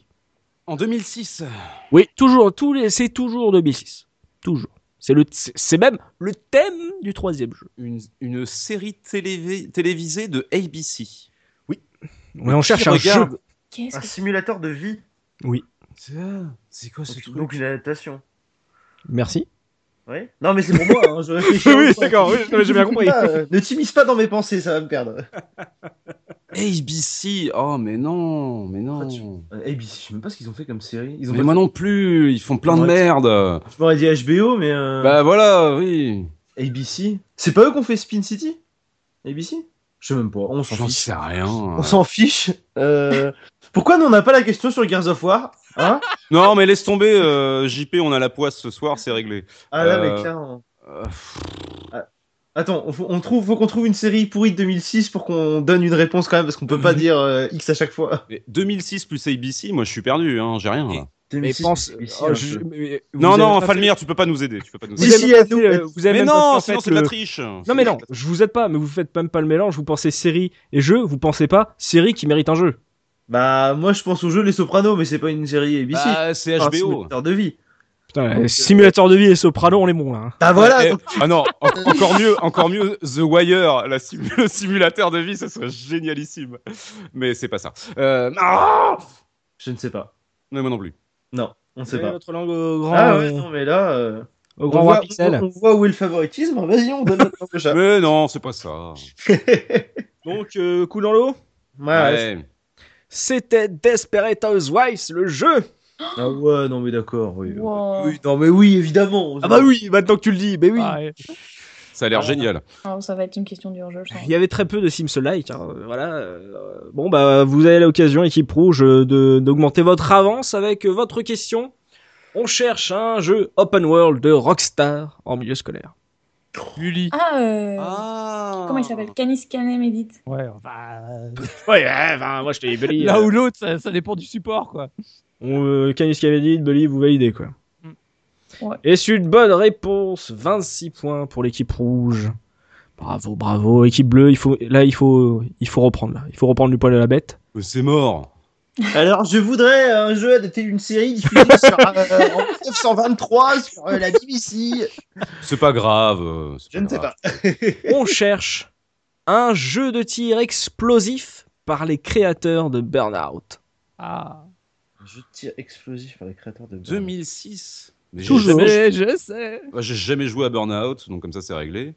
[SPEAKER 4] En 2006.
[SPEAKER 1] Oui, toujours, tous les, c'est toujours 2006. Toujours. C'est le, c'est c'est même le thème du troisième jeu.
[SPEAKER 4] Une, une série télévi- télévisée de ABC.
[SPEAKER 1] Mais on cherche
[SPEAKER 4] Qui
[SPEAKER 1] un
[SPEAKER 4] regarde-
[SPEAKER 1] jeu.
[SPEAKER 2] Qu'est-ce
[SPEAKER 5] Un
[SPEAKER 2] que
[SPEAKER 5] simulateur de vie.
[SPEAKER 4] C'est ah, c'est quoi ce truc
[SPEAKER 5] Donc une adaptation.
[SPEAKER 1] Merci.
[SPEAKER 5] Oui. Non, mais c'est pour moi. hein, je réfléchis
[SPEAKER 1] Oui,
[SPEAKER 5] en même temps.
[SPEAKER 1] d'accord, oui, non, mais j'ai bien compris.
[SPEAKER 5] Ah, euh, ne t'immisce pas dans mes pensées, ça va me perdre.
[SPEAKER 4] ABC Oh, mais non, mais
[SPEAKER 5] Ah, tu-
[SPEAKER 4] non.
[SPEAKER 5] Euh, ABC, je sais même pas ce qu'ils ont fait comme série. Ils ont
[SPEAKER 4] Mais
[SPEAKER 5] pas
[SPEAKER 4] moi
[SPEAKER 5] fait-
[SPEAKER 4] non plus, ils font plein de
[SPEAKER 5] Ouais.
[SPEAKER 4] merde.
[SPEAKER 5] Je m'aurais dit HBO, mais euh,
[SPEAKER 4] Bah voilà, oui.
[SPEAKER 5] ABC. C'est pas eux qui ont fait Spin City ABC Je sais même pas. On s'en
[SPEAKER 4] J'en
[SPEAKER 5] fiche.
[SPEAKER 4] sais rien.
[SPEAKER 5] On s'en fiche. Euh, Pourquoi nous, on n'a pas la question sur Gears of War hein
[SPEAKER 4] Non, mais laisse tomber, euh, JP, on a la poisse ce soir, c'est réglé.
[SPEAKER 5] Ah là,
[SPEAKER 4] Euh,
[SPEAKER 5] mais clairement. Ah,
[SPEAKER 4] euh,
[SPEAKER 5] Attends, on, faut- on trouve, faut qu'on trouve une série pourrie de 2006 pour qu'on donne une réponse quand même, parce qu'on peut
[SPEAKER 4] Mhm.
[SPEAKER 5] pas dire euh, X à chaque fois.
[SPEAKER 4] mais 2006 plus ABC, moi je suis perdu, hein, j'ai rien. Là.
[SPEAKER 1] Mais
[SPEAKER 5] 2006,
[SPEAKER 1] pense.
[SPEAKER 5] ABC,
[SPEAKER 1] oh,
[SPEAKER 5] hein,
[SPEAKER 1] je-
[SPEAKER 5] je-
[SPEAKER 1] mais vous
[SPEAKER 4] Non,
[SPEAKER 1] avez
[SPEAKER 4] non,
[SPEAKER 1] pas
[SPEAKER 4] Falmire, tu peux pas nous aider. Tu peux pas nous
[SPEAKER 1] fait-
[SPEAKER 5] Si,
[SPEAKER 1] Vous
[SPEAKER 4] aider.
[SPEAKER 1] avez
[SPEAKER 5] si,
[SPEAKER 1] même pas
[SPEAKER 5] elle
[SPEAKER 1] fait,
[SPEAKER 5] nous-
[SPEAKER 1] euh, vous avez
[SPEAKER 4] Mais
[SPEAKER 1] même pas
[SPEAKER 4] non,
[SPEAKER 1] fait, en
[SPEAKER 4] sinon
[SPEAKER 1] fait,
[SPEAKER 4] c'est de la
[SPEAKER 1] le- Bah,
[SPEAKER 4] triche.
[SPEAKER 1] Non mais non, je vous aide pas, mais vous faites même pas le mélange, vous pensez série et jeu, vous pensez pas série qui mérite un jeu.
[SPEAKER 5] Bah, moi, je pense au jeu Les Sopranos, mais c'est pas une série ABC.
[SPEAKER 4] Bah, c'est
[SPEAKER 5] C'est un
[SPEAKER 4] HBO.
[SPEAKER 5] simulateur de vie.
[SPEAKER 1] Putain, simulateur de vie et soprano, on est bon là. hein.
[SPEAKER 5] Bah
[SPEAKER 4] Eh,
[SPEAKER 5] voilà, donc-
[SPEAKER 4] Ah non, en- encore mieux, encore mieux, The Wire, la sim- le simulateur de vie, ça serait génialissime. Mais c'est pas ça. Euh, ah
[SPEAKER 5] je ne sais pas.
[SPEAKER 4] non, moi non plus.
[SPEAKER 5] Non, on ne sait
[SPEAKER 1] Ouais,
[SPEAKER 5] pas.
[SPEAKER 1] Notre langue au grand,
[SPEAKER 5] Ah ouais,
[SPEAKER 1] euh,
[SPEAKER 5] non, mais là, euh,
[SPEAKER 1] au
[SPEAKER 5] on,
[SPEAKER 1] grand
[SPEAKER 5] voit,
[SPEAKER 1] pixel.
[SPEAKER 5] on- on voit où est le favoritisme. hein, Vas-y, on donne notre langue au chat.
[SPEAKER 4] Mais non, c'est pas ça.
[SPEAKER 5] ouais,
[SPEAKER 1] Donc euh, coup dans l'eau.
[SPEAKER 5] ouais.
[SPEAKER 1] C'était Desperate Housewives le jeu.
[SPEAKER 5] Ah ouais, non, mais d'accord, oui.
[SPEAKER 2] Wow.
[SPEAKER 5] Oui, non, mais oui, évidemment.
[SPEAKER 1] Ah bah oui, maintenant que tu le dis, mais oui.
[SPEAKER 3] Ah, Ouais.
[SPEAKER 4] ça a l'air génial.
[SPEAKER 2] Ah, ça va être une question d'urgence. je sens.
[SPEAKER 1] Il y avait très peu de Sims-like, hein, euh, voilà. euh, Bon bah vous avez l'occasion, équipe rouge, euh, de- d'augmenter votre avance avec euh, votre question. On cherche un jeu open world de Rockstar en milieu scolaire.
[SPEAKER 3] Bully.
[SPEAKER 2] Ah, euh,
[SPEAKER 4] Ah.
[SPEAKER 2] comment il s'appelle Canis Canem Edit.
[SPEAKER 3] Ouais. bah, euh,
[SPEAKER 1] Ouais, ouais, ben, moi je t'ai Bully.
[SPEAKER 3] Là
[SPEAKER 1] euh,
[SPEAKER 3] ou l'autre, ça, ça dépend du support quoi.
[SPEAKER 1] on, euh, Canis qui avait dit, Bully, vous validez quoi.
[SPEAKER 2] Ouais.
[SPEAKER 1] Et c'est une bonne réponse, 26 points pour l'équipe rouge. Bravo, bravo, équipe bleue, il faut, là il faut, il faut reprendre là, il faut reprendre du poil à la bête.
[SPEAKER 4] Mais C'est mort.
[SPEAKER 5] Alors, je voudrais euh, un jeu adapté d'une série diffusée sur, euh, en 1923 sur euh, la BBC.
[SPEAKER 4] C'est pas grave. euh, c'est
[SPEAKER 5] Je ne sais
[SPEAKER 4] grave.
[SPEAKER 5] pas.
[SPEAKER 1] On cherche un jeu de tir explosif par les créateurs de Burnout.
[SPEAKER 3] Ah.
[SPEAKER 5] Jeu de tir explosif par les créateurs de
[SPEAKER 4] 2006. Mais j'ai
[SPEAKER 1] Toujours.
[SPEAKER 4] jamais-
[SPEAKER 3] Mais je sais.
[SPEAKER 4] Moi, J'ai jamais joué à Burnout, donc comme ça c'est réglé.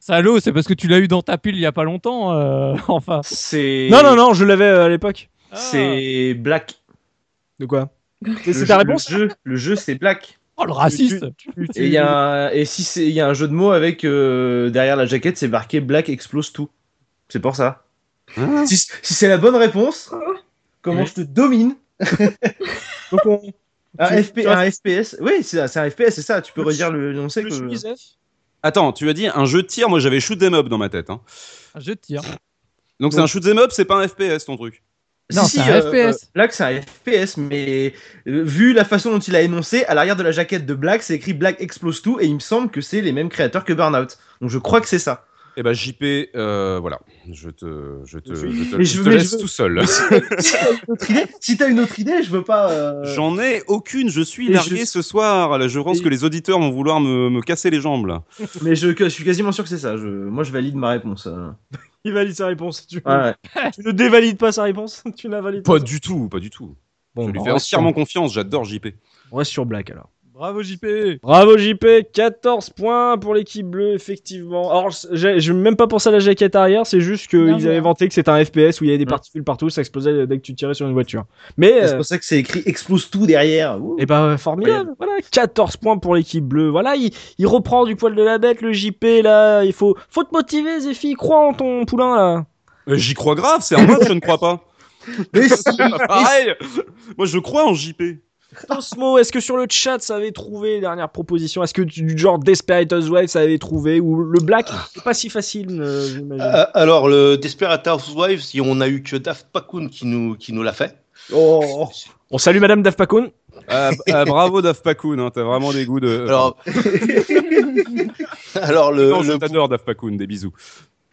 [SPEAKER 3] Salaud, c'est parce que tu l'as eu dans ta pile il y a pas longtemps. euh, enfin.
[SPEAKER 5] C'est.
[SPEAKER 1] Non, non, non, je l'avais euh, à l'époque.
[SPEAKER 5] C'est Black.
[SPEAKER 1] De quoi
[SPEAKER 5] Le
[SPEAKER 1] C'est
[SPEAKER 5] jeu-
[SPEAKER 1] ta réponse
[SPEAKER 5] Le jeu, le jeu, c'est Black.
[SPEAKER 3] Oh le raciste.
[SPEAKER 5] Et, il y a un- et si c'est- il y a un jeu de mots avec euh, derrière la jaquette, c'est marqué Black explose tout. C'est pour ça.
[SPEAKER 4] Hein
[SPEAKER 5] si si c'est la bonne réponse, comment
[SPEAKER 1] Oui.
[SPEAKER 5] je te domine
[SPEAKER 1] Donc on...
[SPEAKER 5] un,
[SPEAKER 1] Tu-
[SPEAKER 5] FP,
[SPEAKER 1] tu-
[SPEAKER 5] un FPS. Oui, c'est c'est un FPS, c'est ça. Tu peux
[SPEAKER 1] Le
[SPEAKER 5] redire le nom. c'est
[SPEAKER 1] Le
[SPEAKER 5] que-
[SPEAKER 1] Squeeze F.
[SPEAKER 4] Attends, tu as dit un jeu de tir, moi j'avais shoot them up dans ma tête. hein.
[SPEAKER 3] Je tire.
[SPEAKER 4] Donc c'est un shoot them up, c'est pas un FPS ton truc.
[SPEAKER 3] Non, c'est un FPS.
[SPEAKER 5] Là, que euh, c'est un FPS, mais euh, vu la façon dont il a énoncé, à l'arrière de la jaquette de Black, c'est écrit Black explose tout, et il me semble que c'est les mêmes créateurs que Burnout. Donc je crois que c'est ça.
[SPEAKER 4] Eh ben JP, euh, voilà, je te, je te, je te,
[SPEAKER 5] Mais
[SPEAKER 4] je
[SPEAKER 5] je-
[SPEAKER 4] te
[SPEAKER 5] mais
[SPEAKER 4] laisse
[SPEAKER 5] je-
[SPEAKER 4] tout seul.
[SPEAKER 5] Autre idée si t'as une autre idée, je veux pas. euh,
[SPEAKER 4] J'en ai aucune, je suis
[SPEAKER 5] Et
[SPEAKER 4] largué
[SPEAKER 5] je-
[SPEAKER 4] ce soir. là. Je pense
[SPEAKER 5] Et-
[SPEAKER 4] que les auditeurs vont vouloir me, me casser les jambes là.
[SPEAKER 5] Mais je, que- je suis quasiment sûr que c'est ça. Je, moi, je valide ma réponse. euh.
[SPEAKER 1] Il valide sa réponse. Tu,
[SPEAKER 5] Ouais.
[SPEAKER 1] tu ne dévalides pas sa réponse, tu la valides.
[SPEAKER 4] Pas du tout, pas du tout.
[SPEAKER 1] Bon,
[SPEAKER 4] je lui
[SPEAKER 1] on
[SPEAKER 4] fais
[SPEAKER 1] reste sur-
[SPEAKER 4] entièrement confiance, j'adore JP.
[SPEAKER 1] on reste sur Black alors.
[SPEAKER 3] Bravo JP
[SPEAKER 1] Bravo JP, 14 points pour l'équipe bleue, effectivement. Alors, j'ai j'ai même pas pensé à la jaquette arrière, c'est juste
[SPEAKER 2] Bien
[SPEAKER 1] qu'ils
[SPEAKER 2] joué.
[SPEAKER 1] avaient vanté que c'était un FPS où il y avait des
[SPEAKER 4] Mm.
[SPEAKER 1] particules partout, ça explosait dès que tu tirais sur une voiture. Mais,
[SPEAKER 5] C'est pour ça que c'est écrit explose tout derrière. Ouh.
[SPEAKER 1] et ben, formidable, voilà, 14 points pour l'équipe bleue. Voilà, il, il reprend du poil de la bête, le JP, là, il faut, faut te motiver, Zéphie, crois en ton poulain, là.
[SPEAKER 4] Euh, J'y crois grave, c'est un mode, je ne crois pas.
[SPEAKER 5] Mais si,
[SPEAKER 4] Pareil Moi, je crois en JP.
[SPEAKER 1] Tosmo, est-ce que sur le chat ça avait trouvé les dernières propositions Est-ce que du du genre Desperate Wave ça avait trouvé Ou le Black C'est pas si facile, euh, j'imagine.
[SPEAKER 6] Euh, alors, le Desperate Housewives, si on a eu que Daft Pakun qui nous, qui nous l'a fait.
[SPEAKER 5] Oh.
[SPEAKER 1] On salue Madame Dafpakon.
[SPEAKER 4] Ah, b- ah, bravo, Daft Pakun, hein, t'as vraiment des goûts de.
[SPEAKER 6] Alors, alors le,
[SPEAKER 4] non, je
[SPEAKER 6] le,
[SPEAKER 4] t'adore, Daft Pakun, des bisous.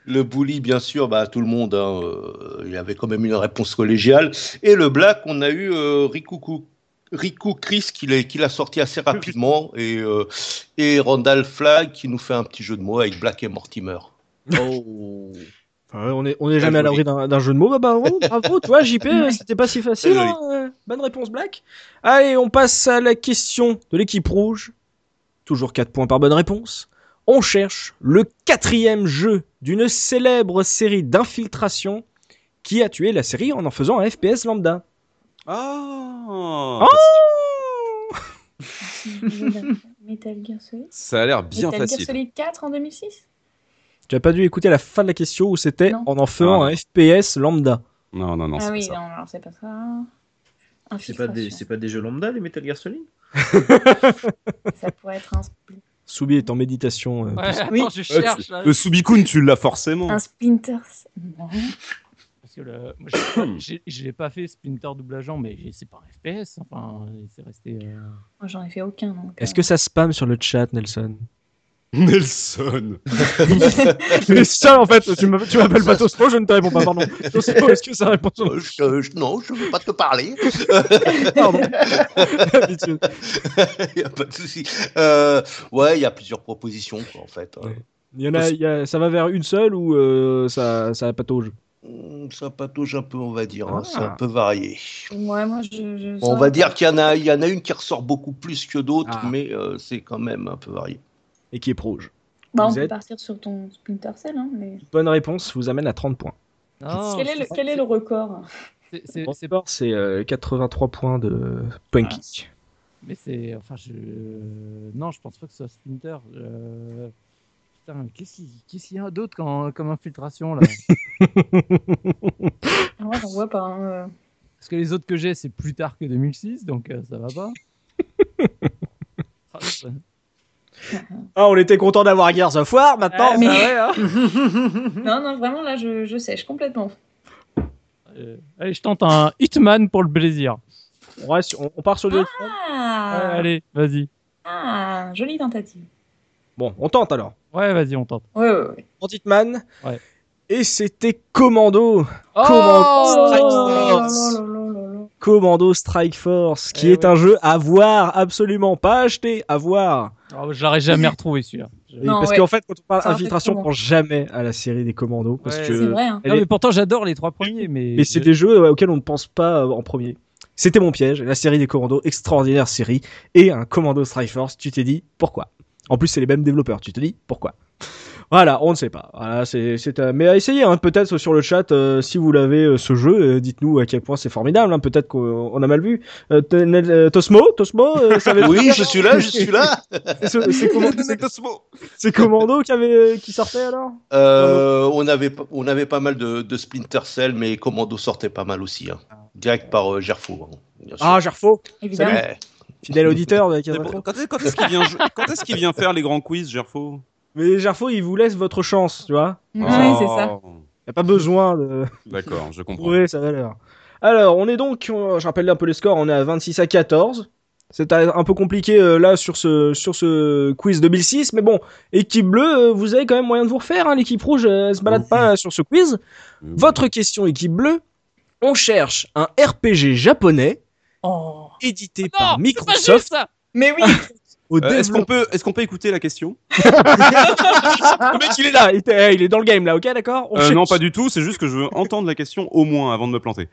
[SPEAKER 6] le bully, bien sûr, bah, tout le monde, hein, euh, il avait quand même une réponse collégiale. Et le black, on a eu euh, Rikuku. Riku Chris qui l'a qui l'a sorti assez rapidement et, euh, et Randall Flagg qui nous fait un petit jeu de mots avec Black et Mortimer.
[SPEAKER 1] on est, on est
[SPEAKER 6] jamais
[SPEAKER 1] jamais
[SPEAKER 6] à
[SPEAKER 1] à l'abri d'un d'un jeu de mots. Bah, bah, bravo, bravo, toi JP, euh, c'était pas si facile.
[SPEAKER 6] Très joli.
[SPEAKER 1] hein, euh, Bonne réponse Black. Allez, on passe à la question de l'équipe rouge. Toujours 4 points par bonne réponse. On cherche le quatrième jeu d'une célèbre série d'infiltration qui a tué la série en en faisant un FPS lambda.
[SPEAKER 4] Ah
[SPEAKER 2] Metal Gear Solid
[SPEAKER 4] Ça a l'air bien
[SPEAKER 2] Metal Gear
[SPEAKER 4] facile.
[SPEAKER 2] Solid 4 en 2006
[SPEAKER 1] Tu as pas dû écouter la fin de la question où c'était
[SPEAKER 2] Non.
[SPEAKER 1] en en faisant
[SPEAKER 4] Ah.
[SPEAKER 1] un FPS lambda.
[SPEAKER 4] Non, non, non, c'est
[SPEAKER 2] Ah oui,
[SPEAKER 4] pas ça.
[SPEAKER 2] non, alors c'est pas ça.
[SPEAKER 5] C'est pas, des,
[SPEAKER 2] Infiltration.
[SPEAKER 5] c'est pas des jeux lambda les Metal Gear Solid
[SPEAKER 2] Ça pourrait être un, spl-
[SPEAKER 1] Soubi est en méditation. euh,
[SPEAKER 3] Ouais,
[SPEAKER 1] parce-
[SPEAKER 3] attends,
[SPEAKER 1] Oui.
[SPEAKER 3] je
[SPEAKER 4] Euh,
[SPEAKER 3] cherche. là,
[SPEAKER 4] Le Subikun, tu l'as forcément.
[SPEAKER 2] un Splinter Cell. Non.
[SPEAKER 3] parce que le- moi, j'ai pas- j'ai- je l'ai pas fait Splinter double agent, mais j'ai- c'est pas un FPS. Enfin, c'est resté. euh,
[SPEAKER 2] Moi, j'en ai fait aucun. donc,
[SPEAKER 1] Est-ce
[SPEAKER 2] euh,
[SPEAKER 1] que ça spam sur le chat, Nelson
[SPEAKER 4] Nelson
[SPEAKER 1] C'est ça en fait, tu m'appelles- tu m'appelles pas Tosmo, je ne te réponds pas, pardon. Tosmo, est-ce que ça répond sur
[SPEAKER 6] Euh, je- je- non, je ne veux pas te parler.
[SPEAKER 1] Pardon. D'habitude.
[SPEAKER 6] Il n'y a pas de souci. Euh, ouais, il y a plusieurs propositions, quoi, en fait. hein.
[SPEAKER 1] Il y en a, il y a- ça va vers une seule ou euh, ça, ça patauge
[SPEAKER 6] Mm, Ça patauge un peu, on va dire. hein,
[SPEAKER 1] Ah.
[SPEAKER 6] C'est un peu varié.
[SPEAKER 2] Ouais, moi, je. je-
[SPEAKER 6] On
[SPEAKER 2] ça-
[SPEAKER 6] va dire qu'il y, en a- il y en a une qui ressort beaucoup plus que d'autres,
[SPEAKER 1] Ah.
[SPEAKER 6] mais euh, c'est quand même un peu varié.
[SPEAKER 1] et qui est proche
[SPEAKER 2] Bah, on
[SPEAKER 1] Vous
[SPEAKER 2] peut
[SPEAKER 1] êtes-
[SPEAKER 2] partir sur ton Splinter Cell, hein, mais.
[SPEAKER 1] Bonne réponse vous amène à 30 points.
[SPEAKER 4] Ah,
[SPEAKER 3] non,
[SPEAKER 2] quel, est le,
[SPEAKER 3] c'est-
[SPEAKER 2] quel est le record
[SPEAKER 3] c'est- c'est-
[SPEAKER 1] Bon,
[SPEAKER 3] c'est-
[SPEAKER 1] C'est euh, 83 points de Punky.
[SPEAKER 3] Mais c'est. Enfin, je. Non, je pense pas que ce soit Splinter. euh, Putain, mais qu'est-ce qu'il qu'est-ce qu'il y a d'autre quand- comme infiltration là
[SPEAKER 2] Ah Ouais, j'en vois pas. hein, euh.
[SPEAKER 3] Parce que les autres que j'ai, c'est plus tard que 2006, donc euh, ça va pas. Ah, c'est-
[SPEAKER 1] Ah, on était content d'avoir Gears of War, maintenant
[SPEAKER 2] Ah, mais-
[SPEAKER 1] bah ouais, hein.
[SPEAKER 4] Mhm.
[SPEAKER 2] Non, non, vraiment, là, je, je sèche complètement.
[SPEAKER 3] euh, allez, je tente un Hitman pour le plaisir.
[SPEAKER 1] on, reste sur- on- on part sur du.
[SPEAKER 2] Ah,
[SPEAKER 3] Ouais, allez, vas-y.
[SPEAKER 2] ah jolie tentative.
[SPEAKER 1] Bon, on tente alors.
[SPEAKER 3] Ouais, vas-y, on tente.
[SPEAKER 2] Ouais, ouais, ouais.
[SPEAKER 1] Bandit Man.
[SPEAKER 3] Ouais.
[SPEAKER 1] Et c'était Commando.
[SPEAKER 2] Oh,
[SPEAKER 1] Strike
[SPEAKER 2] là,
[SPEAKER 1] Force.
[SPEAKER 2] là, là, là, là.
[SPEAKER 1] Commando Strike Force, qui
[SPEAKER 3] Eh
[SPEAKER 1] est
[SPEAKER 3] oui.
[SPEAKER 1] un jeu à voir, absolument pas acheté, à voir.
[SPEAKER 3] Oh, je l'aurais jamais retrouvé celui-là. Je-
[SPEAKER 1] Et
[SPEAKER 2] Non,
[SPEAKER 1] parce
[SPEAKER 2] ouais.
[SPEAKER 1] qu'en fait, quand on parle
[SPEAKER 2] Ça, en fait,
[SPEAKER 1] infiltration, on
[SPEAKER 2] comment
[SPEAKER 1] pense jamais à la série des Commandos. Parce
[SPEAKER 3] Ouais,
[SPEAKER 1] que...
[SPEAKER 2] C'est vrai, hein.
[SPEAKER 1] Elle
[SPEAKER 3] Non,
[SPEAKER 1] est-
[SPEAKER 3] mais pourtant, j'adore les trois premiers, mais.
[SPEAKER 1] Mais c'est des jeux euh, auxquels on ne pense pas euh, en premier. C'était mon piège, la série des commandos, extraordinaire série, et un commando Strike Force, tu t'es dit pourquoi En plus, c'est les mêmes développeurs, tu te dis pourquoi Voilà, on ne sait pas. Voilà, c'est, c'est, euh, Mais à essayer, hein, peut-être sur le chat, euh, si vous l'avez euh, ce jeu, euh, dites-nous à quel point c'est formidable, hein, peut-être qu'on on a mal vu. Euh, t- Nel- euh, Tosmo, Tosmo, euh, ça avait-
[SPEAKER 6] Oui, je suis là, je suis là.
[SPEAKER 1] c'est, ce- c'est comment- c'est-
[SPEAKER 4] Tosmo
[SPEAKER 1] c'est commando qui, avait, qui sortait alors
[SPEAKER 6] Euh, on, avait, pas- on avait pas mal de, de Splinter Cell, mais Commando sortait pas mal aussi. hein. Direct par euh, Gerfo. hein, bien sûr. Eh,
[SPEAKER 1] Ah, Gerfo,
[SPEAKER 2] Évidemment.
[SPEAKER 6] Ouais.
[SPEAKER 1] fidèle auditeur de la Case
[SPEAKER 4] Mais
[SPEAKER 1] Rétro.
[SPEAKER 4] bon, Quand est- quand est-ce qu'il vient, jou- quand est-ce qu'il vient faire les grands quiz, Gerfo
[SPEAKER 1] Mais Gerfo, il vous laisse votre chance, tu vois
[SPEAKER 2] Ouais, c'est ça.
[SPEAKER 4] Oh,
[SPEAKER 1] Y a pas besoin de.
[SPEAKER 4] D'accord, je comprends.
[SPEAKER 1] prouver sa valeur. Alors, on est donc, euh, je rappelle un peu les scores, on est à 26 à 14. C'est un un peu compliqué euh, là sur ce, sur ce quiz 2006, mais bon, équipe bleue, euh, vous avez quand même moyen de vous refaire, hein, l'équipe rouge, euh, elle se balade
[SPEAKER 4] Oui.
[SPEAKER 1] pas euh, sur ce quiz.
[SPEAKER 4] Oui.
[SPEAKER 1] Votre question, équipe bleue, on cherche un RPG japonais
[SPEAKER 2] Oh.
[SPEAKER 1] édité
[SPEAKER 3] Ah Non,
[SPEAKER 1] par
[SPEAKER 3] c'est pas juste,
[SPEAKER 1] Microsoft.
[SPEAKER 3] ça
[SPEAKER 2] Mais oui
[SPEAKER 1] au
[SPEAKER 4] Euh, Est-ce
[SPEAKER 1] développement.
[SPEAKER 4] qu'on peut, est qu'on peut écouter la question
[SPEAKER 1] Le mec, Ah, il est là, il, était- eh, il est dans le game là, ok, d'accord On
[SPEAKER 4] Euh,
[SPEAKER 1] cherche-
[SPEAKER 4] Non, pas du tout. C'est juste que je veux entendre la question au moins avant de me planter.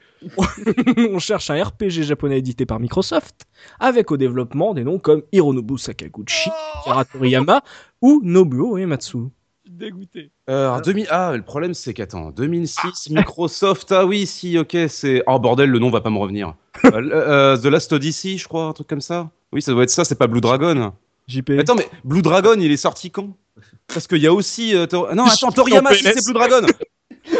[SPEAKER 1] On cherche un RPG japonais édité par Microsoft, avec au développement des noms comme Hironobu Sakaguchi, Akira Toriyama ou Nobuo Ematsu.
[SPEAKER 3] Je suis dégoûté.
[SPEAKER 4] Euh, alors, 2000 Ah, le problème, c'est qu'attends, 2006, Microsoft, ah oui, si, ok, c'est. Oh bordel, le nom va pas me revenir. Euh, le- euh, The Last Odyssey, je crois, un truc comme ça. Oui, ça doit être ça, c'est pas Blue Dragon.
[SPEAKER 1] JP.
[SPEAKER 4] Attends, mais Blue Dragon, il est sorti quand Parce qu'il y a aussi. euh, Tor- Non, attends,
[SPEAKER 1] En
[SPEAKER 4] Toriyama, si,
[SPEAKER 1] PLS.
[SPEAKER 4] c'est Blue Dragon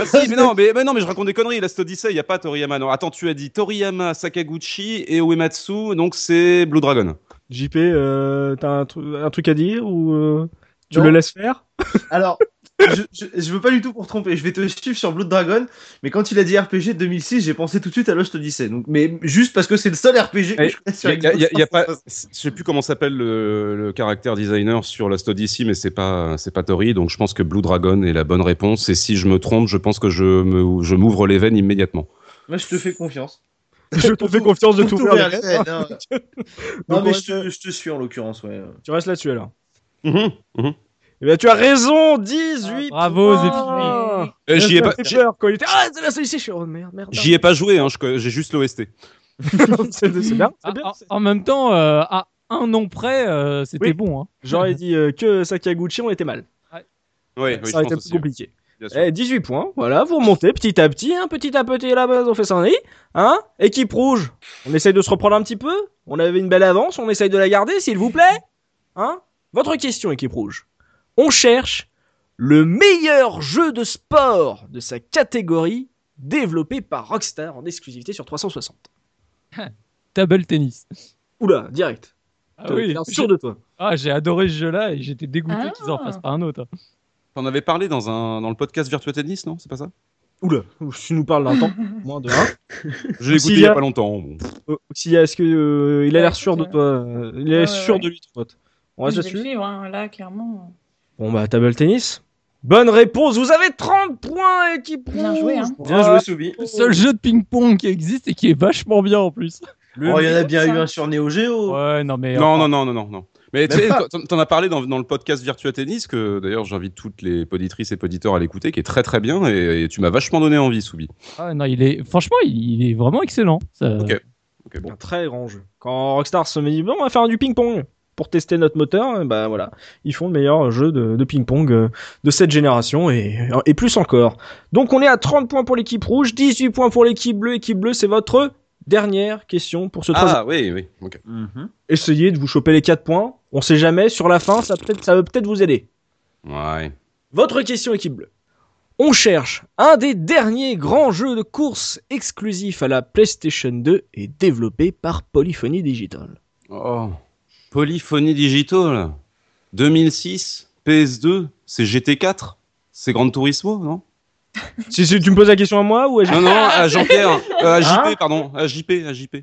[SPEAKER 4] Ah, si, mais, non, mais, mais non, mais je raconte des conneries. Last Odyssey, il n'y a pas Toriyama. Non, attends, tu as dit Toriyama, Sakaguchi et Uematsu, donc c'est Blue Dragon.
[SPEAKER 1] JP, euh, t'as un, tru- un truc à dire ou euh, tu
[SPEAKER 5] Non.
[SPEAKER 1] le laisses faire
[SPEAKER 5] Alors, je, je, je veux pas du tout pour tromper, je vais te suivre sur Blood Dragon, mais quand il a dit RPG de 2006, j'ai pensé tout de suite à Lost Odyssey. Donc, mais juste parce que c'est le seul RPG que
[SPEAKER 4] Eh,
[SPEAKER 5] je connais sur
[SPEAKER 4] Il y a,
[SPEAKER 5] Xbox.
[SPEAKER 4] y a- y a pas, je sais plus comment s'appelle le, le caractère designer sur Last Odyssey, mais c'est pas, c'est pas Tori, donc je pense que Blue Dragon est la bonne réponse. Et si je me trompe, je pense que je me, je m'ouvre les veines immédiatement.
[SPEAKER 5] Moi, je te fais confiance.
[SPEAKER 1] Je te fais confiance de
[SPEAKER 5] Pour
[SPEAKER 1] tout faire.
[SPEAKER 5] t'ouvrir la scène, hein. Non,
[SPEAKER 1] Donc,
[SPEAKER 5] mais
[SPEAKER 1] on
[SPEAKER 5] je te, je te suis en l'occurrence, ouais.
[SPEAKER 1] Tu restes là-dessus alors.
[SPEAKER 4] Mhm, mhm.
[SPEAKER 1] Eh bien, tu as raison, 18
[SPEAKER 3] Ah, bravo,
[SPEAKER 2] Oh.
[SPEAKER 1] points. Ah,
[SPEAKER 4] Euh, j'y ai
[SPEAKER 1] Ça
[SPEAKER 4] pas,
[SPEAKER 1] fait peur quand il était. Ah, c'est la solution, je suis. Oh merde, merde.
[SPEAKER 4] j'y ai pas joué, hein, je co- j'ai juste l'OST.
[SPEAKER 1] merde. c'est c'est bien,
[SPEAKER 3] Ah,
[SPEAKER 1] c'est bien.
[SPEAKER 3] en, en même temps, euh, à un nom près, euh, c'était
[SPEAKER 1] Oui.
[SPEAKER 3] bon. Hein.
[SPEAKER 1] J'aurais dit euh, que Sakaguchi, on était mal.
[SPEAKER 4] Ouais, oui, je
[SPEAKER 1] ça aurait été plus
[SPEAKER 4] pense aussi, hein.
[SPEAKER 1] compliqué.
[SPEAKER 4] bien sûr.
[SPEAKER 1] Eh, 18 points, voilà, vous remontez petit à petit, hein, petit à petit la base, on fait ça en hein Équipe rouge, on essaye de se reprendre un petit peu, on avait une belle avance, on essaye de la garder, s'il vous plaît Hein Votre question, équipe rouge. On cherche le meilleur jeu de sport de sa catégorie développé par Rockstar en exclusivité sur 360.
[SPEAKER 3] table tennis.
[SPEAKER 1] Oula, direct.
[SPEAKER 3] Ah
[SPEAKER 1] T'es
[SPEAKER 3] oui,
[SPEAKER 1] bien
[SPEAKER 3] j'ai-
[SPEAKER 1] sûr de toi.
[SPEAKER 3] ah, j'ai adoré ce jeu-là et j'étais dégoûté qu'ils en
[SPEAKER 2] Ah.
[SPEAKER 3] fassent pas un autre.
[SPEAKER 4] T'en avais parlé dans, un, dans le podcast Virtua Tennis, non C'est pas ça
[SPEAKER 1] Oula, tu nous parles d'un temps, moins de un.
[SPEAKER 4] Je l'ai écouté
[SPEAKER 1] S'il
[SPEAKER 4] il
[SPEAKER 1] y
[SPEAKER 4] y
[SPEAKER 1] a-
[SPEAKER 4] a pas longtemps. bon.
[SPEAKER 1] Euh, Oxia, est-ce que euh, il a
[SPEAKER 2] Ouais,
[SPEAKER 1] l'air sûr de
[SPEAKER 2] écoute,
[SPEAKER 1] toi euh, Il est
[SPEAKER 2] ouais, ouais,
[SPEAKER 1] sûr
[SPEAKER 2] ouais.
[SPEAKER 1] de lui, ton pote. On reste
[SPEAKER 2] je vais le
[SPEAKER 1] là-dessus.
[SPEAKER 2] suivre, hein, là, clairement.
[SPEAKER 1] Bon bah table tennis. Bonne réponse, vous avez 30 points équipe
[SPEAKER 2] Bien
[SPEAKER 1] rouge.
[SPEAKER 2] joué, hein.
[SPEAKER 5] Bien joué, Soubi.
[SPEAKER 3] Le seul jeu de ping-pong qui existe et qui est vachement bien en plus.
[SPEAKER 5] Oh, il y en a bien
[SPEAKER 2] ça.
[SPEAKER 5] eu un sur Neo Geo.
[SPEAKER 3] Ouais, non mais.
[SPEAKER 4] Non,
[SPEAKER 3] enfin,
[SPEAKER 4] non, non, non, non, non. Mais tu
[SPEAKER 5] Même
[SPEAKER 4] sais,
[SPEAKER 5] pas.
[SPEAKER 4] t'en- t'en as parlé dans, dans le podcast Virtua Tennis, que d'ailleurs j'invite toutes les poditrices et poditeurs à l'écouter, qui est très très bien, et, et tu m'as vachement donné envie, Soubi.
[SPEAKER 3] ah, non, il est. Franchement, il, il est vraiment excellent. Ça-
[SPEAKER 4] Ok. Ok, bon.
[SPEAKER 1] Un très grand jeu. Quand Rockstar se met bon, on va faire du ping-pong pour tester notre moteur, eh bah voilà, ils font le meilleur jeu de, de ping-pong euh, de cette génération et, euh, et plus encore. Donc on est à 30 points pour l'équipe rouge, 18 points pour l'équipe bleue. Équipe bleue, c'est votre dernière question pour ce troisième.
[SPEAKER 4] Ah oui, oui. ok.
[SPEAKER 5] Mhm.
[SPEAKER 1] Essayez de vous choper les 4 points. On sait jamais, sur la fin, ça, peut ça peut peut-être vous aider.
[SPEAKER 4] Ouais.
[SPEAKER 1] Votre question, équipe bleue. On cherche un des derniers grands jeux de course exclusifs à la PlayStation 2 et développé par Polyphony Digital.
[SPEAKER 4] Oh. Polyphonie Digital, 2006, PS2, c'est GT4, c'est Gran Turismo, non
[SPEAKER 1] Si, si tu me poses la question à moi ou à
[SPEAKER 4] Non, non, à Jean-Pierre, euh, à JP,
[SPEAKER 5] Hein
[SPEAKER 4] pardon, à JP, à JP.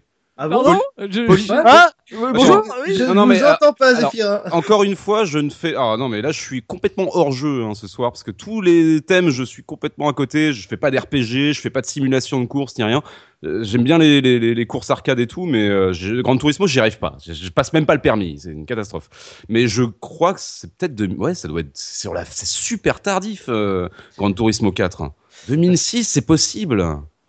[SPEAKER 5] Ah bon
[SPEAKER 3] Pardon Je-
[SPEAKER 4] Poli-
[SPEAKER 3] je-
[SPEAKER 1] Hein
[SPEAKER 4] bonjour,
[SPEAKER 5] Je
[SPEAKER 4] Non,
[SPEAKER 5] ne
[SPEAKER 4] non,
[SPEAKER 5] vous
[SPEAKER 4] mais, euh,
[SPEAKER 5] entends pas,
[SPEAKER 4] alors-
[SPEAKER 5] Zéphirin.
[SPEAKER 4] Encore une fois, je ne fais. Ah non, mais là, je suis complètement hors jeu hein, ce soir parce que tous les thèmes, je suis complètement à côté. Je fais pas d'RPG, je fais pas de simulation de course ni rien. Euh, J'aime bien les, les, les- les courses arcade et tout, mais euh, je- Gran Turismo, j'y arrive pas. Je, je passe même pas le permis, c'est une catastrophe. Mais je crois que c'est peut-être. De... Ouais, ça doit être sur la. C'est super tardif, euh, Gran Turismo hein. 4. 2006, c'est possible.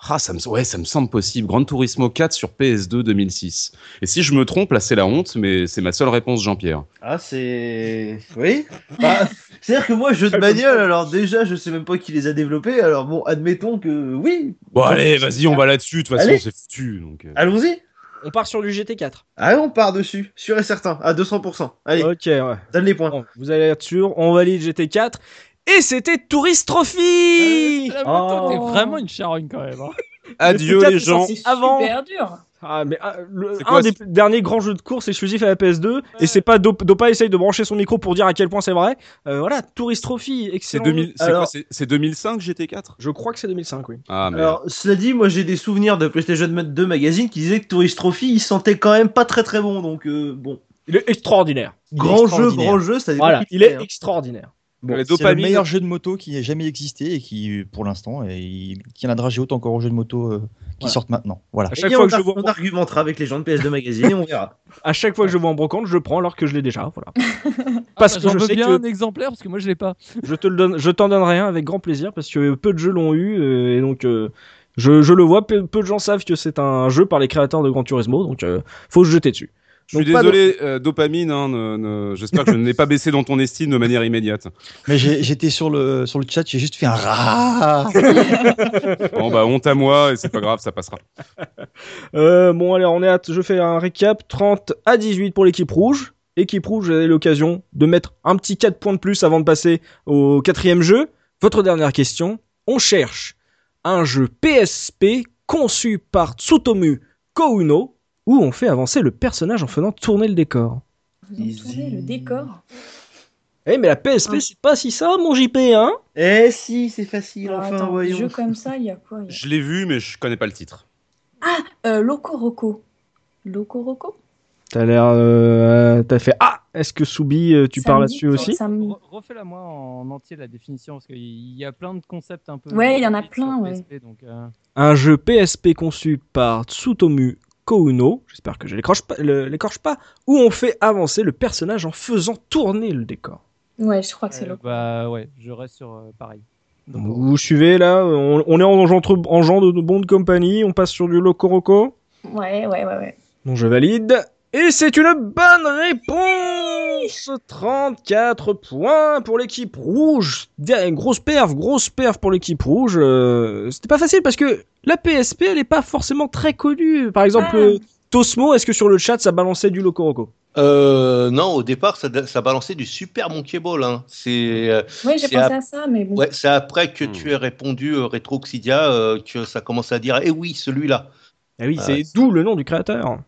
[SPEAKER 4] Ah, ça me, ouais, ça me semble possible. Gran Turismo 4 sur PS2 2006. Et si je me trompe, là, c'est la honte, mais c'est ma seule réponse, Jean-Pierre.
[SPEAKER 5] Ah, c'est. Oui Bah, C'est-à-dire que moi, jeu de bagnole, alors déjà, je sais même pas qui les a développés, alors bon, admettons que oui.
[SPEAKER 4] Bon, allez, vas-y, on va là-dessus. De toute façon,
[SPEAKER 5] Allez.
[SPEAKER 4] c'est foutu. Donc, euh.
[SPEAKER 5] Allons-y.
[SPEAKER 1] On part sur du GT4.
[SPEAKER 5] Allez, on part dessus, sûr et certain, à 200%. Allez,
[SPEAKER 1] Ok, ouais. Oh,
[SPEAKER 5] donne les points.
[SPEAKER 1] Bon, vous allez être sûr, on valide GT4. Et c'était Tourist Trophy
[SPEAKER 2] Ah,
[SPEAKER 3] La moto,
[SPEAKER 5] Oh.
[SPEAKER 3] T'es vraiment une charogne quand même. hein.
[SPEAKER 4] Adieu,
[SPEAKER 1] Le
[SPEAKER 4] les
[SPEAKER 1] C4,
[SPEAKER 4] gens.
[SPEAKER 1] c'est
[SPEAKER 2] C'est
[SPEAKER 1] Avant-
[SPEAKER 2] super dur.
[SPEAKER 1] Ah, mais ah, le-
[SPEAKER 4] C'est
[SPEAKER 1] un
[SPEAKER 4] quoi,
[SPEAKER 1] des
[SPEAKER 4] c'est-
[SPEAKER 1] plus- derniers grands jeux de course exclusifs à la PS2. Et c'est pas Dop- Dopa essaye de brancher son micro pour dire à quel point c'est vrai. Euh, voilà, Tourist Trophy,
[SPEAKER 4] C'est
[SPEAKER 1] excellent.
[SPEAKER 4] 2000 c'est
[SPEAKER 5] Alors-
[SPEAKER 4] quoi, c'est- c'est 2005 GT4
[SPEAKER 1] Je crois que c'est 2005, oui.
[SPEAKER 4] Ah, mais.
[SPEAKER 5] Alors, cela dit, moi j'ai des souvenirs de PlayStation 2 magazine qui disaient que Tourist Trophy, il sentait quand même pas très très bon, donc euh, bon.
[SPEAKER 1] Il est extraordinaire.
[SPEAKER 5] Grand jeu,
[SPEAKER 7] extraordinaire.
[SPEAKER 5] grand jeu, ça dépend
[SPEAKER 1] Voilà,
[SPEAKER 5] qui
[SPEAKER 1] il est
[SPEAKER 5] fait, hein.
[SPEAKER 1] extraordinaire.
[SPEAKER 5] Bon,
[SPEAKER 4] la
[SPEAKER 7] C'est le
[SPEAKER 4] dopamine.
[SPEAKER 7] meilleur jeu de moto qui ait jamais existé et qui, pour l'instant, est- il tiendra haute encore aux jeux de moto euh, qui
[SPEAKER 5] Voilà.
[SPEAKER 7] sortent maintenant. Voilà.
[SPEAKER 1] À chaque
[SPEAKER 5] Eh bien,
[SPEAKER 1] fois
[SPEAKER 5] on
[SPEAKER 1] que je
[SPEAKER 5] ar-
[SPEAKER 1] vois-
[SPEAKER 5] on argumentera avec les gens de PS2 Magazine et on verra.
[SPEAKER 1] À chaque fois que je vois en brocante, je le prends alors que je l'ai déjà. Voilà. Parce
[SPEAKER 3] Ah,
[SPEAKER 1] que
[SPEAKER 3] j'en
[SPEAKER 1] je
[SPEAKER 3] veux
[SPEAKER 1] sais
[SPEAKER 3] bien
[SPEAKER 1] que
[SPEAKER 3] un exemplaire parce que moi je l'ai pas.
[SPEAKER 1] je te le donne, je t'en donnerai un avec grand plaisir parce que peu de jeux l'ont eu euh, et donc euh, je, je le vois. Peu, peu de gens savent que c'est un jeu par les créateurs de Gran Turismo, donc euh, faut se jeter dessus.
[SPEAKER 4] Je suis
[SPEAKER 1] Donc, pas
[SPEAKER 4] désolé, euh, dopamine, hein, ne- ne- j'espère que je ne l'ai pas baissé dans ton estime de manière immédiate.
[SPEAKER 7] Mais j'ai- j'étais sur le, sur le chat, j'ai juste fait un raaah.
[SPEAKER 4] Bon, bah, honte à moi, et c'est pas grave, ça passera.
[SPEAKER 1] Euh, bon, allez, on est à je fais un récap 30 à 18 pour l'équipe rouge. Équipe rouge, vous avez l'occasion de mettre un petit 4 points de plus avant de passer au quatrième jeu. Votre dernière question on cherche un jeu PSP conçu par Tsutomu Kouno où on fait avancer le personnage en faisant tourner le décor.
[SPEAKER 2] Ils ont tourné le décor.
[SPEAKER 1] Eh, mais la PSP,
[SPEAKER 2] Ah.
[SPEAKER 1] c'est pas si ça, mon JP, hein
[SPEAKER 5] Eh si, c'est facile,
[SPEAKER 2] Alors,
[SPEAKER 5] enfin,
[SPEAKER 2] attends,
[SPEAKER 5] voyons.
[SPEAKER 2] jeu comme ça, il y a quoi il y
[SPEAKER 4] Je l'ai vu, mais je connais pas le titre.
[SPEAKER 2] a- Euh, Loco Roco. Loco Roco
[SPEAKER 1] T'as l'air. euh, t'as fait Ah Est-ce que Soubi, euh, tu
[SPEAKER 2] Ça
[SPEAKER 1] parles
[SPEAKER 2] me
[SPEAKER 1] là-dessus
[SPEAKER 2] dit-
[SPEAKER 1] aussi
[SPEAKER 2] ça me-
[SPEAKER 3] Re- Refais-la moi en entier la définition parce qu'il y a plein de concepts un peu.
[SPEAKER 2] Ouais, il y en a
[SPEAKER 3] sur
[SPEAKER 2] plein, ouais.
[SPEAKER 3] PSP, donc, euh,
[SPEAKER 1] un jeu PSP conçu par Tsutomu Kouno, j'espère que je l'écorche pas, le- l'écorche pas, où on fait avancer le personnage en faisant tourner le décor.
[SPEAKER 2] Ouais, je crois que c'est
[SPEAKER 3] euh,
[SPEAKER 2] Loco.
[SPEAKER 3] bah ouais, je reste sur euh, pareil.
[SPEAKER 1] Donc, vous suivez là on, on est en genre, entre- en genre de bonne compagnie, on passe sur du Locoroco.
[SPEAKER 2] Ouais, ouais, ouais, ouais.
[SPEAKER 1] Bon, je valide. Et c'est une bonne réponse 34 points pour l'équipe rouge. Derrière, une Grosse perf, grosse perf pour l'équipe rouge. Euh, C'était pas facile parce que la PSP, elle est pas forcément très connue. Par exemple,
[SPEAKER 2] Ah.
[SPEAKER 1] euh, Tosmo, est-ce que sur le chat, ça balançait du Locoroco
[SPEAKER 6] Euh, non, au départ, ça, ça balançait du super Monkey Ball. hein. C'est euh,
[SPEAKER 2] Ouais, j'ai
[SPEAKER 6] C'est
[SPEAKER 2] pensé à ça, mais bon.
[SPEAKER 6] ouais, c'est après que
[SPEAKER 4] Hmm.
[SPEAKER 6] tu aies répondu euh, Retro Oxidia euh, que ça commence à dire Eh oui, celui-là.
[SPEAKER 1] Ah oui,
[SPEAKER 6] Ah
[SPEAKER 1] c'est
[SPEAKER 6] ouais.
[SPEAKER 1] d'où le nom du créateur.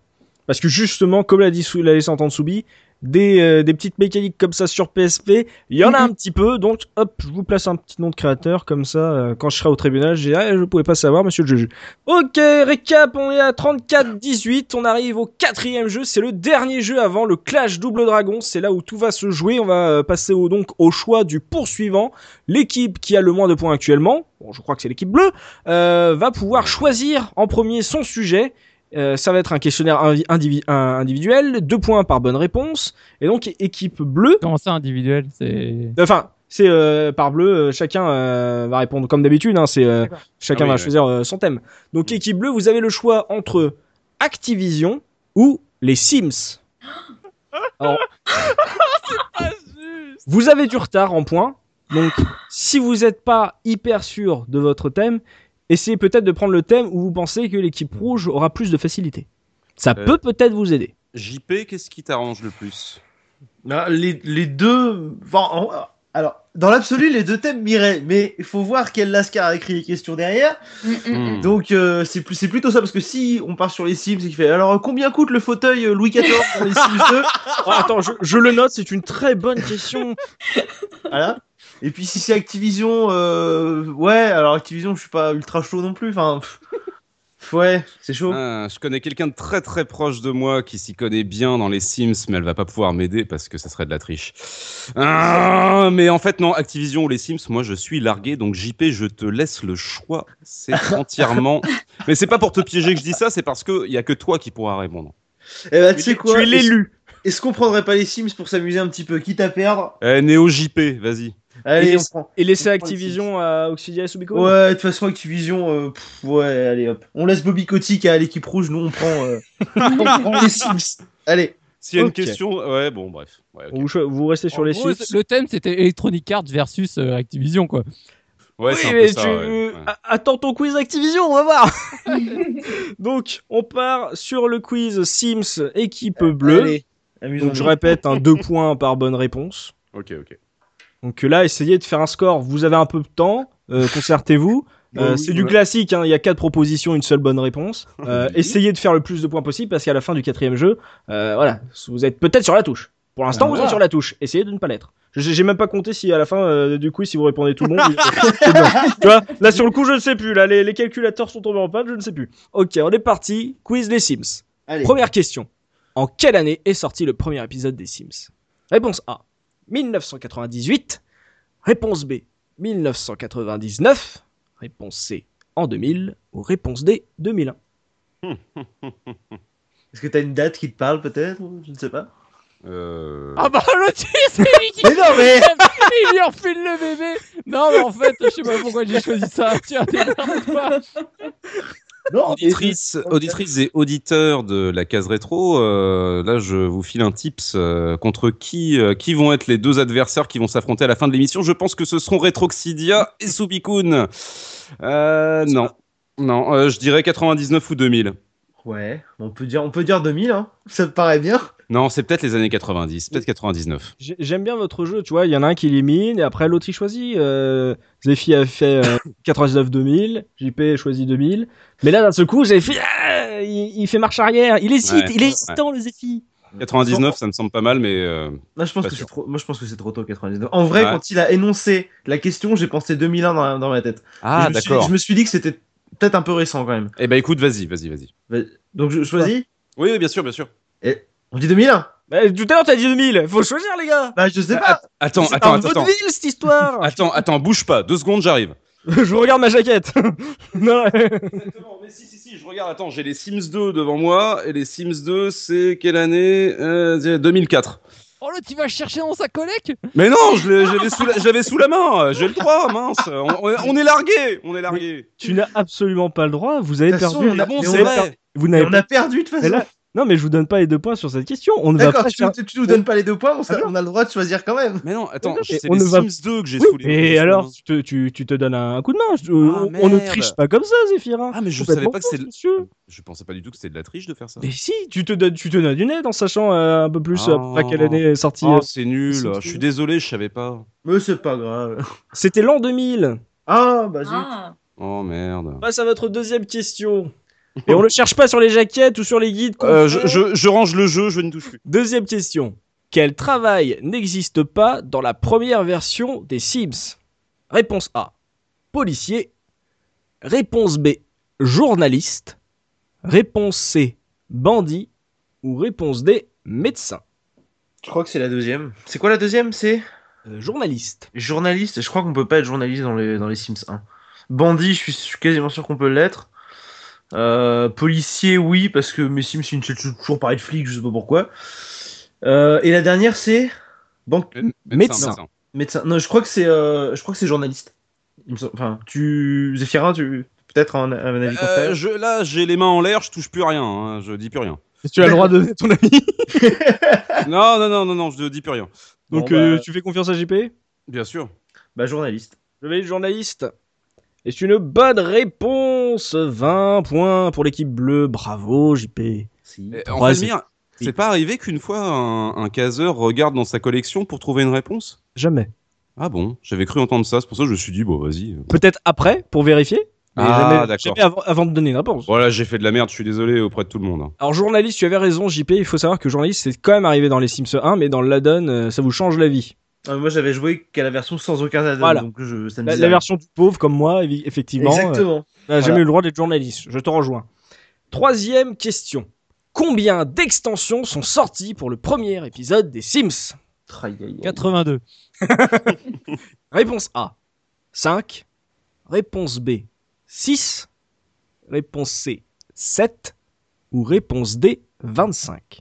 [SPEAKER 1] Parce que justement, comme l'a dit Sou- l'a laissé entendre Soubi, des, euh, des petites mécaniques comme ça sur PSP, il y en a un petit peu, donc hop, je vous place un petit nom de créateur, comme ça, euh, quand je serai au tribunal, je dirai, Ah, je pouvais pas savoir, monsieur le juge. Ok, récap, on est à 34-18, on arrive au quatrième jeu, c'est le dernier jeu avant le Clash Double Dragon, c'est là où tout va se jouer, on va euh, passer au, donc au choix du poursuivant. L'équipe qui a le moins de points actuellement, bon, je crois que c'est l'équipe bleue, euh, va pouvoir choisir en premier son sujet. Euh, ça va être un questionnaire invi- indivi- un- individuel, deux points par bonne réponse. Et donc équipe bleue,
[SPEAKER 3] Comment ça individuel C'est.
[SPEAKER 1] enfin c'est euh, par bleu, euh, chacun euh, va répondre comme d'habitude, hein, c'est euh,
[SPEAKER 3] D'accord.
[SPEAKER 1] chacun
[SPEAKER 4] Ah oui,
[SPEAKER 1] va
[SPEAKER 4] ouais.
[SPEAKER 1] choisir euh, son thème. Donc
[SPEAKER 4] Mm.
[SPEAKER 1] équipe bleue, vous avez le choix entre Activision ou les Sims. Alors, vous avez du retard en points, donc si vous n'êtes pas hyper sûr de votre thème, essayez peut-être de prendre le thème où vous pensez que l'équipe rouge aura plus de facilité. Ça
[SPEAKER 4] Euh.
[SPEAKER 1] peut peut-être vous aider.
[SPEAKER 4] JP, qu'est-ce qui t'arrange le plus
[SPEAKER 5] Non, les, les deux. enfin, en- alors, dans l'absolu, les deux thèmes m'iraient, mais il faut voir quel Lascar a écrit les questions derrière.
[SPEAKER 2] Mm, mm, mm.
[SPEAKER 4] Hmm.
[SPEAKER 5] Donc, euh, c'est plus- c'est plutôt ça, parce que si on part sur les Sims et qu'il fait Alors, combien coûte le fauteuil euh, Louis XIV dans les Sims 2
[SPEAKER 1] Ah, attends, je, je le note, c'est une très bonne question.
[SPEAKER 5] Voilà. Et puis, si c'est Activision, euh, ouais, alors Activision, je suis pas ultra chaud non plus. Enfin, pff, ouais, c'est chaud.
[SPEAKER 4] Ah, je connais quelqu'un de très très proche de moi qui s'y connaît bien dans les Sims, mais elle va pas pouvoir m'aider parce que ça serait de la triche. Ah, mais en fait, non, Activision ou les Sims, moi je suis largué, donc JP, je te laisse le choix. C'est entièrement. mais c'est pas pour te piéger que je dis ça, c'est parce qu'il y a que toi qui pourras répondre.
[SPEAKER 5] Eh ben, tu sais quoi
[SPEAKER 1] tu es
[SPEAKER 5] Est-ce-
[SPEAKER 1] l'élu.
[SPEAKER 5] Est-ce qu'on prendrait pas les Sims pour s'amuser un petit peu, quitte à perdre
[SPEAKER 4] Eh, Néo JP, vas-y.
[SPEAKER 5] Allez,
[SPEAKER 1] Et-
[SPEAKER 5] on prend.
[SPEAKER 1] Et laisser
[SPEAKER 5] On prend les
[SPEAKER 1] Activision à Oxidia et Subico
[SPEAKER 5] Ouais, de toute façon, Activision, euh, pff, ouais, allez hop. On laisse Bobby Kotick à l'équipe rouge, nous on prend, euh,
[SPEAKER 2] mm.
[SPEAKER 5] on
[SPEAKER 2] Ah.
[SPEAKER 5] prend les Sims. Allez,
[SPEAKER 4] S'il y a
[SPEAKER 5] Ok.
[SPEAKER 4] une question, ouais, bon, bref. Ouais, ok.
[SPEAKER 1] Vous, cho- vous restez sur
[SPEAKER 3] En
[SPEAKER 1] les
[SPEAKER 3] gros,
[SPEAKER 1] Sims.
[SPEAKER 3] le thème c'était Electronic Arts versus euh, Activision quoi.
[SPEAKER 4] Ouais,
[SPEAKER 1] oui,
[SPEAKER 4] c'est un peu
[SPEAKER 1] mais
[SPEAKER 4] ça,
[SPEAKER 1] tu... Ah.
[SPEAKER 4] ouais, ouais.
[SPEAKER 1] a- Attends ton quiz Activision, on va voir. Donc, on part sur le quiz Sims équipe bleue.
[SPEAKER 5] Euh, allez, amusons-nous.
[SPEAKER 1] Donc, je répète, un deux points par bonne réponse.
[SPEAKER 4] Ok, ok.
[SPEAKER 1] Donc euh, là, essayez de faire un score. Vous avez un peu de temps, euh, concertez-vous. Euh,
[SPEAKER 4] Bah oui,
[SPEAKER 1] c'est du
[SPEAKER 4] ouais.
[SPEAKER 1] classique, hein, il y a quatre propositions, une seule bonne réponse. Euh,
[SPEAKER 4] Oui.
[SPEAKER 1] essayez de faire le plus de points possible parce qu'à la fin du quatrième jeu, euh, voilà, vous êtes peut-être sur la touche. Pour l'instant,
[SPEAKER 5] Ah,
[SPEAKER 1] vous
[SPEAKER 5] voilà.
[SPEAKER 1] êtes sur la touche. Essayez de ne pas l'être. Je- J'ai j'ai même pas compté si à la fin, euh, du coup, si vous répondez tout bon. vous- euh, c'est bien. Tu vois, là sur le coup, je ne sais plus. Là, les, les calculateurs sont tombés en panne, je ne sais plus. Ok, on est parti. Quiz des Sims.
[SPEAKER 5] Allez.
[SPEAKER 1] Première question. En quelle année est sorti le premier épisode des Sims Réponse A. 1998. Réponse B, 1999. Réponse C, en 2000. Ou réponse D, 2001.
[SPEAKER 5] Est-ce que t'as une date qui te parle peut-être ou Je ne sais pas.
[SPEAKER 4] Euh,
[SPEAKER 3] Ah bah le petit, c'est lui qui
[SPEAKER 5] Mais non, mais
[SPEAKER 3] il lui enfile le bébé Non mais en fait, je sais pas pourquoi j'ai choisi ça. Tiens, démerde toi
[SPEAKER 5] non, mais-
[SPEAKER 4] Auditrice, auditrice et auditeur de la case rétro, euh, là je vous file un tips euh, contre qui, euh, qui vont être les deux adversaires qui vont s'affronter à la fin de l'émission. Je pense que ce seront Retroxidia et Subikun. Euh, non, non, euh, je dirais 99 ou 2000.
[SPEAKER 5] Ouais, on peut dire, on peut dire 2000, hein. ça te paraît bien.
[SPEAKER 4] Non, c'est peut-être les années 90, peut-être 99.
[SPEAKER 1] J'ai- J'aime bien votre jeu, tu vois. Il y en a un qui élimine et après l'autre il choisit. Euh, Zephy a fait euh, 99-2000, JP a choisi 2000. Mais là, d'un seul coup, Zephy, ah, il, il fait marche arrière. Il hésite,
[SPEAKER 4] Ouais,
[SPEAKER 1] il est hésitant, le Zephy.
[SPEAKER 4] 99, ça me semble pas mal, mais euh,
[SPEAKER 5] Moi, je
[SPEAKER 4] Pas
[SPEAKER 5] pense que c'est
[SPEAKER 4] sûr.
[SPEAKER 5] trop. Moi, je pense que c'est trop tôt 99. En vrai,
[SPEAKER 4] Ouais.
[SPEAKER 5] quand il a énoncé la question, j'ai pensé 2001 dans, la- dans ma tête.
[SPEAKER 4] ah
[SPEAKER 5] Je me suis-
[SPEAKER 4] d'accord.
[SPEAKER 5] Je me suis dit que c'était peut-être un peu récent quand même.
[SPEAKER 4] Eh ben écoute, vas-y, vas-y, vas-y.
[SPEAKER 5] Vas- Donc je choisis.
[SPEAKER 4] Oui, oui, bien sûr, bien sûr.
[SPEAKER 5] On dit 2001.
[SPEAKER 1] Bah, tout à l'heure, t'as dit 2000. Faut choisir, les gars.
[SPEAKER 5] Bah je sais
[SPEAKER 4] Ah,
[SPEAKER 5] pas.
[SPEAKER 4] Attends,
[SPEAKER 1] C'est
[SPEAKER 4] attends,
[SPEAKER 1] par
[SPEAKER 4] attends,
[SPEAKER 1] votre
[SPEAKER 4] attends,
[SPEAKER 1] ville, cette histoire.
[SPEAKER 4] attends, attends, bouge pas. Deux secondes, j'arrive.
[SPEAKER 1] Je vous regarde ma jaquette. non,
[SPEAKER 4] Exactement, mais si, si, si, je regarde, attends, j'ai les Sims 2 devant moi, et les Sims 2, c'est quelle année Euh, c'est 2004.
[SPEAKER 3] Oh l'autre, il va chercher dans sa collecte
[SPEAKER 4] Mais non, je l'ai- je l'avais sous, la, je l'avais sous la main, euh, j'ai le droit, mince, on, on- on est largué, on est largué.
[SPEAKER 1] tu n'as absolument pas le droit. Vous avez
[SPEAKER 5] De toute façon,
[SPEAKER 1] perdu.
[SPEAKER 5] on a-
[SPEAKER 1] Mais
[SPEAKER 5] mais
[SPEAKER 1] vous
[SPEAKER 5] on
[SPEAKER 1] avez
[SPEAKER 5] a-
[SPEAKER 1] perdu- Vous
[SPEAKER 5] Mais
[SPEAKER 1] n'avez
[SPEAKER 5] on
[SPEAKER 1] pas-
[SPEAKER 5] a perdu de toute
[SPEAKER 1] Mais
[SPEAKER 5] façon.
[SPEAKER 1] là- Non, mais je vous donne pas les deux points sur cette question. On ne va
[SPEAKER 5] D'accord.
[SPEAKER 1] pas
[SPEAKER 5] Tu,
[SPEAKER 1] faire-
[SPEAKER 5] tu- tu nous donnes pas les deux points. On, s'a-
[SPEAKER 1] Ah non.
[SPEAKER 5] on a le droit de choisir quand même.
[SPEAKER 4] Mais non, attends,
[SPEAKER 1] Mais non, mais
[SPEAKER 4] c'est
[SPEAKER 1] on
[SPEAKER 4] les
[SPEAKER 1] ne va-
[SPEAKER 4] Sims 2 que j'ai
[SPEAKER 1] Oui,
[SPEAKER 4] sous les sous
[SPEAKER 1] et
[SPEAKER 4] la
[SPEAKER 1] alors,
[SPEAKER 4] main.
[SPEAKER 1] tu te, tu, tu te donnes un coup de main. Je- on,
[SPEAKER 4] Ah,
[SPEAKER 1] on ne
[SPEAKER 4] merde.
[SPEAKER 1] triche pas comme ça, Zéphirin.
[SPEAKER 4] Ah, mais je
[SPEAKER 1] Complètement
[SPEAKER 4] savais pas que
[SPEAKER 1] faux,
[SPEAKER 4] c'est Ah. de-
[SPEAKER 1] monsieur.
[SPEAKER 4] Je pensais pas du tout que c'était de la triche de faire ça.
[SPEAKER 1] Mais si, tu te donnes, tu te donnes une aide en sachant euh, un peu plus
[SPEAKER 4] Ah.
[SPEAKER 1] après quelle année est sortie.
[SPEAKER 4] Oh,
[SPEAKER 1] euh.
[SPEAKER 4] c'est nul, je suis désolé, je savais pas.
[SPEAKER 5] Mais c'est pas grave.
[SPEAKER 1] C'était l'an 2000.
[SPEAKER 5] Ah bah zut.
[SPEAKER 2] Ah,
[SPEAKER 4] Oh merde.
[SPEAKER 1] On passe à votre deuxième question. Et on ne cherche pas sur les jaquettes ou sur les guides. qu'on
[SPEAKER 4] Euh,
[SPEAKER 1] fait.
[SPEAKER 4] je, je- je range le jeu, je ne touche plus.
[SPEAKER 1] Deuxième question. Quel travail n'existe pas dans la première version des Sims Réponse A. Policier. Réponse B. Journaliste. Réponse C. Bandit. Ou réponse D. Médecin.
[SPEAKER 5] Je crois que c'est la deuxième. C'est quoi la deuxième C'est
[SPEAKER 1] Euh, journaliste.
[SPEAKER 5] journaliste. Je crois qu'on peut pas être journaliste dans les dans les Sims 1. Bandit, je suis, je suis quasiment sûr qu'on peut l'être. Euh, policier, oui, parce que mes Sims, ils me sont toujours parler de flic, je sais pas pourquoi. Euh, et la dernière, c'est banque,
[SPEAKER 1] Médecin.
[SPEAKER 5] Médecin. Non, je crois que c'est, euh, je crois que c'est journaliste. Il me semble- Enfin, tu, Zéphirin, tu peut-être un, un avis
[SPEAKER 4] Euh,
[SPEAKER 5] contraire.
[SPEAKER 4] je, là, j'ai les mains en l'air, je touche plus rien, hein, je dis plus rien.
[SPEAKER 1] Tu as le droit de donner ton avis.
[SPEAKER 4] non, non, non, non, non, je dis plus rien.
[SPEAKER 1] Donc
[SPEAKER 5] Bon,
[SPEAKER 1] euh,
[SPEAKER 5] bah-
[SPEAKER 1] tu fais confiance à JP
[SPEAKER 4] Bien sûr.
[SPEAKER 5] Bah, journaliste.
[SPEAKER 1] Je vais journaliste. Et c'est une bonne réponse. 20 points pour l'équipe bleue. Bravo JP.
[SPEAKER 5] Si.
[SPEAKER 4] Eh,
[SPEAKER 1] Trois,
[SPEAKER 4] En fait,
[SPEAKER 1] c'est-
[SPEAKER 4] Mire,
[SPEAKER 1] Oui.
[SPEAKER 4] c'est pas arrivé qu'une fois un, un caseur regarde dans sa collection pour trouver une réponse
[SPEAKER 1] Jamais.
[SPEAKER 4] Ah bon, j'avais cru entendre ça, c'est pour ça que je me suis dit, bon, vas-y.
[SPEAKER 1] Peut-être après pour vérifier. Mais
[SPEAKER 4] Ah,
[SPEAKER 1] jamais,
[SPEAKER 4] d'accord.
[SPEAKER 1] jamais avant, avant de donner une réponse.
[SPEAKER 4] Voilà, j'ai fait de la merde, je suis désolé auprès de tout le monde. hein.
[SPEAKER 1] Alors journaliste, tu avais raison JP, il faut savoir que journaliste c'est quand même arrivé dans les Sims 1 mais dans le Ladon euh, ça vous change la vie.
[SPEAKER 5] Ah, moi, j'avais joué qu'à la version sans aucun add
[SPEAKER 1] Voilà.
[SPEAKER 5] donc je, ça me
[SPEAKER 1] La,
[SPEAKER 5] disait
[SPEAKER 1] la
[SPEAKER 5] rien.
[SPEAKER 1] version du pauvre comme moi évi- effectivement. euh,
[SPEAKER 5] Exactement.
[SPEAKER 1] n'a
[SPEAKER 5] Voilà.
[SPEAKER 1] jamais eu le droit d'être journaliste, je te rejoins. Troisième question. Combien d'extensions sont sorties pour le premier épisode des Sims
[SPEAKER 5] Aïe, aïe, aïe.
[SPEAKER 3] 82.
[SPEAKER 1] Réponse A 5. Réponse B 6. Réponse C 7. Ou réponse D 25.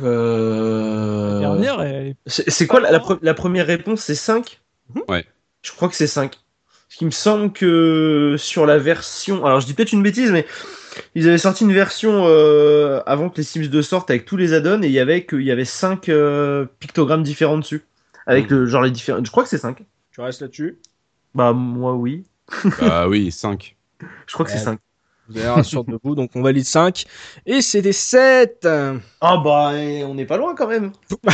[SPEAKER 5] Euh,
[SPEAKER 3] La dernière, elle est...
[SPEAKER 5] C'est c'est quoi la, la pre- la première réponse C'est 5
[SPEAKER 1] Mhm.
[SPEAKER 4] Ouais.
[SPEAKER 5] Je crois que c'est 5. Ce qui me semble que sur la version. Alors je dis peut-être une bêtise, mais ils avaient sorti une version euh, avant que les Sims 2 sortent avec tous les add-ons et il y avait que- il y avait 5 pictogrammes différents dessus. Avec
[SPEAKER 4] Mhm.
[SPEAKER 5] le genre les différents. Je crois que c'est 5.
[SPEAKER 1] Tu restes là-dessus
[SPEAKER 5] Bah moi oui.
[SPEAKER 4] bah oui, 5.
[SPEAKER 5] Je crois que
[SPEAKER 1] Ouais.
[SPEAKER 5] c'est 5.
[SPEAKER 1] Vous avez un sur debout, donc on valide 5. Et c'était 7 Ah
[SPEAKER 5] Ah bah eh, on n'est pas loin quand même.
[SPEAKER 1] bah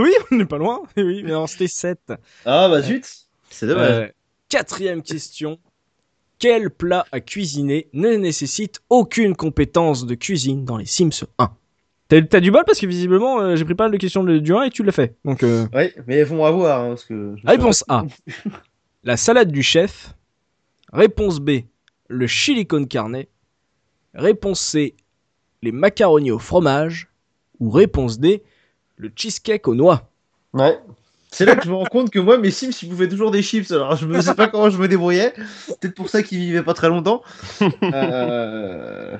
[SPEAKER 1] oui, on n'est pas loin. Eh Oui, mais non, c'était 7.
[SPEAKER 5] Ah bah zut. C'est
[SPEAKER 1] Euh,
[SPEAKER 5] dommage.
[SPEAKER 1] quatrième question. Quel plat à cuisiner ne nécessite aucune compétence de cuisine dans les Sims 1 T'as t'as du bol parce que visiblement euh, j'ai pris pas mal de questions de- du 1 et tu l'as fait. Donc euh,
[SPEAKER 5] Ouais, mais ils vont avoir hein, parce que.
[SPEAKER 1] Réponse A. La salade du chef. Réponse B. Le chili con carne. Réponse C. Les macaronis au fromage. Ou réponse D. Le cheesecake aux noix.
[SPEAKER 5] Ouais. C'est là que je me rends compte que moi, mes Sims, ils pouvaient toujours des chips. Alors, je ne sais pas comment je me débrouillais. C'est peut-être pour ça qu'ils vivaient pas très longtemps. Euh,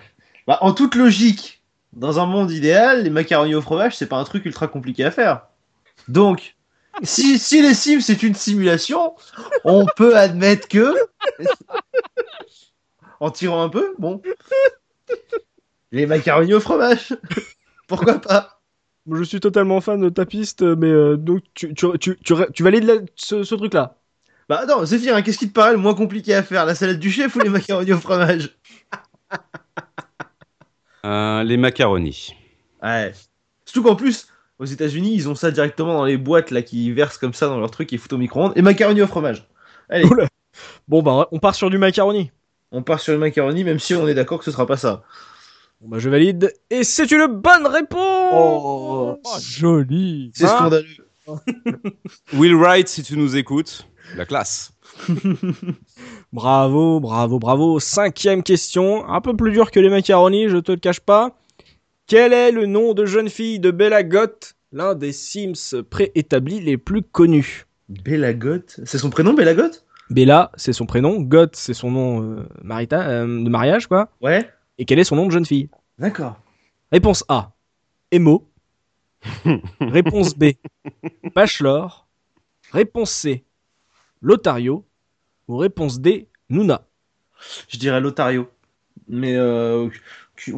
[SPEAKER 5] bah, en toute logique, dans un monde idéal, les macaronis au fromage, c'est pas un truc ultra compliqué à faire. Donc, si, si les Sims, c'est une simulation, on peut admettre que. En tirant un peu, bon. Les macaronis au fromage. Pourquoi pas
[SPEAKER 1] Je suis totalement fan de ta piste, mais euh, donc tu, tu, tu, tu, tu valides la- ce, ce truc-là.
[SPEAKER 5] Bah attends, Zéphirin, qu'est-ce qui te paraît le moins compliqué à faire La salade du chef ou les macaronis au fromage
[SPEAKER 4] Euh, les macaronis.
[SPEAKER 5] Ouais. Surtout qu'en plus, aux États-Unis, ils ont ça directement dans les boîtes là qui versent comme ça dans leur truc et foutent au micro-ondes. Et macaroni au fromage. Allez,
[SPEAKER 1] Oula. Bon, bah, on part sur du macaroni.
[SPEAKER 5] on part sur le macaroni, même si on est d'accord que ce sera pas ça.
[SPEAKER 1] Bon, bah, je valide. Et c'est une bonne réponse
[SPEAKER 3] Oh, joli.
[SPEAKER 5] C'est
[SPEAKER 1] Hein
[SPEAKER 5] scandaleux.
[SPEAKER 4] Will Wright, si tu nous écoutes, la classe.
[SPEAKER 1] Bravo, bravo, bravo. Cinquième question, un peu plus dure que les macaronis, je te le cache pas. Quel est le nom de jeune fille de Bella Goth, l'un des Sims préétablis les plus connus
[SPEAKER 5] Bélagotte C'est son prénom, Bélagotte
[SPEAKER 1] Bella, c'est son prénom, Goth, c'est son nom euh, marita- euh, de mariage, quoi.
[SPEAKER 5] Ouais.
[SPEAKER 1] Et quel est son nom de jeune fille
[SPEAKER 5] D'accord.
[SPEAKER 1] Réponse A, Emo. Réponse B, Bachelor. Réponse C, Lotario. Ou réponse D, Nuna.
[SPEAKER 5] Je dirais l'Otario. Mais euh. je-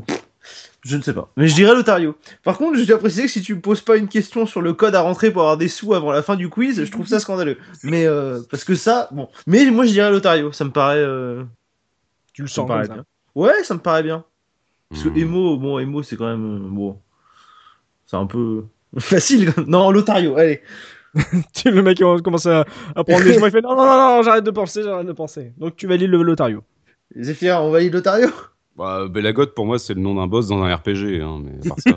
[SPEAKER 5] Je ne sais pas. Mais je dirais l'Otario. Par contre, je dois préciser que si tu me poses pas une question sur le code à rentrer pour avoir des sous avant la fin du quiz, je trouve ça scandaleux. Mais euh, parce que ça, bon. Mais moi, je dirais l'Otario. Ça me paraît. euh,
[SPEAKER 1] Tu le
[SPEAKER 5] ça me
[SPEAKER 1] sens
[SPEAKER 5] paraît
[SPEAKER 1] comme ça.
[SPEAKER 5] bien. Ouais, ça me paraît bien. Parce que
[SPEAKER 4] Hmm.
[SPEAKER 5] Emo, bon, Emo, c'est quand même euh, bon. C'est un peu facile. non, l'Otario. Allez.
[SPEAKER 1] Tu- le mec on commence à, à prendre les cheveux, il fait non, non, non, non, j'arrête de penser, j'arrête de penser. Donc tu valides le Lotario.
[SPEAKER 5] Zéphyr, on valide l'Otario.
[SPEAKER 4] Bah, Bellagotte, pour moi, c'est le nom d'un boss dans un RPG. Hein, mais à part ça.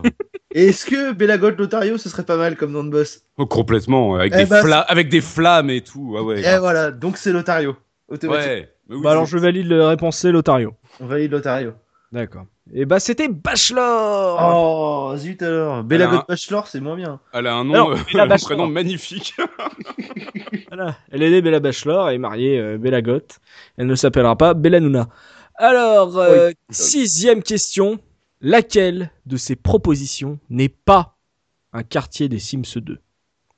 [SPEAKER 5] Est-ce que Bellagotte l'Otario, ce serait pas mal comme nom de boss
[SPEAKER 4] Oh, complètement, avec,
[SPEAKER 5] Eh
[SPEAKER 4] des
[SPEAKER 5] bah,
[SPEAKER 4] fla- avec des flammes et tout. Ah ouais.
[SPEAKER 5] Et voilà. Donc c'est l'Otario. Automatiquement.
[SPEAKER 4] ouais. Mais oui,
[SPEAKER 1] bah alors
[SPEAKER 4] c'est-
[SPEAKER 1] je valide la réponse C, Lotario.
[SPEAKER 5] On valide l'Otario.
[SPEAKER 1] D'accord. Et bah c'était Bachelor
[SPEAKER 5] Oh, zut alors.
[SPEAKER 4] Ah
[SPEAKER 5] Bella
[SPEAKER 4] Alors, hein.
[SPEAKER 5] God Bachelor, c'est moins bien.
[SPEAKER 4] Elle a un
[SPEAKER 1] Alors,
[SPEAKER 4] nom, euh,
[SPEAKER 1] Bella
[SPEAKER 4] un
[SPEAKER 1] Bachelor.
[SPEAKER 4] prénom magnifique.
[SPEAKER 1] Voilà. Elle est née Bella Bachelor, elle est mariée euh, Bella Goth. Elle ne s'appellera pas Bella Nuna. Alors, euh, sixième question. Laquelle de ces propositions n'est pas un quartier des Sims 2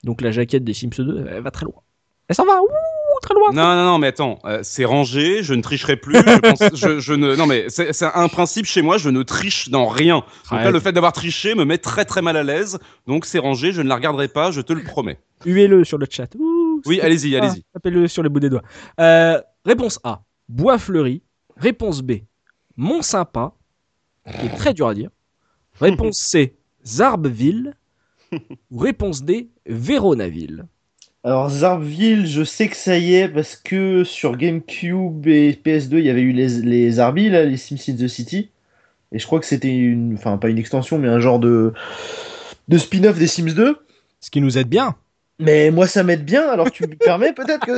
[SPEAKER 1] Donc la jaquette des Sims 2, elle va très loin. Elle s'en va, ouh, très loin.
[SPEAKER 4] Non, non, non, mais attends, euh, c'est rangé, je ne tricherai plus. Je pense- je- je ne, non, mais c'est c'est un principe chez moi, je ne triche dans rien. Donc là,
[SPEAKER 1] Ouais.
[SPEAKER 4] le fait d'avoir triché me met très très mal à l'aise. Donc c'est rangé, je ne la regarderai pas, je te le promets.
[SPEAKER 1] Huez-le sur le chat. Ouh,
[SPEAKER 4] Oui,
[SPEAKER 1] c'est-
[SPEAKER 4] allez-y,
[SPEAKER 1] Ah,
[SPEAKER 4] allez-y.
[SPEAKER 1] Tapez-le sur les bouts des doigts. Euh, réponse A, Bois Fleuri. Réponse B, Mont Sympa, qui est très dur à dire. Réponse C, Zarbeville. Ou réponse D, Véronaville.
[SPEAKER 5] Alors, Zarville, je sais que ça y est, parce que sur GameCube et PS2, il y avait eu les, les Zarbi, là, les Sims in the City. Et je crois que c'était une. Enfin, pas une extension, mais un genre de. de spin-off des Sims 2.
[SPEAKER 1] Ce qui nous aide bien.
[SPEAKER 5] Mais moi, ça m'aide bien, alors tu me permets peut-être que.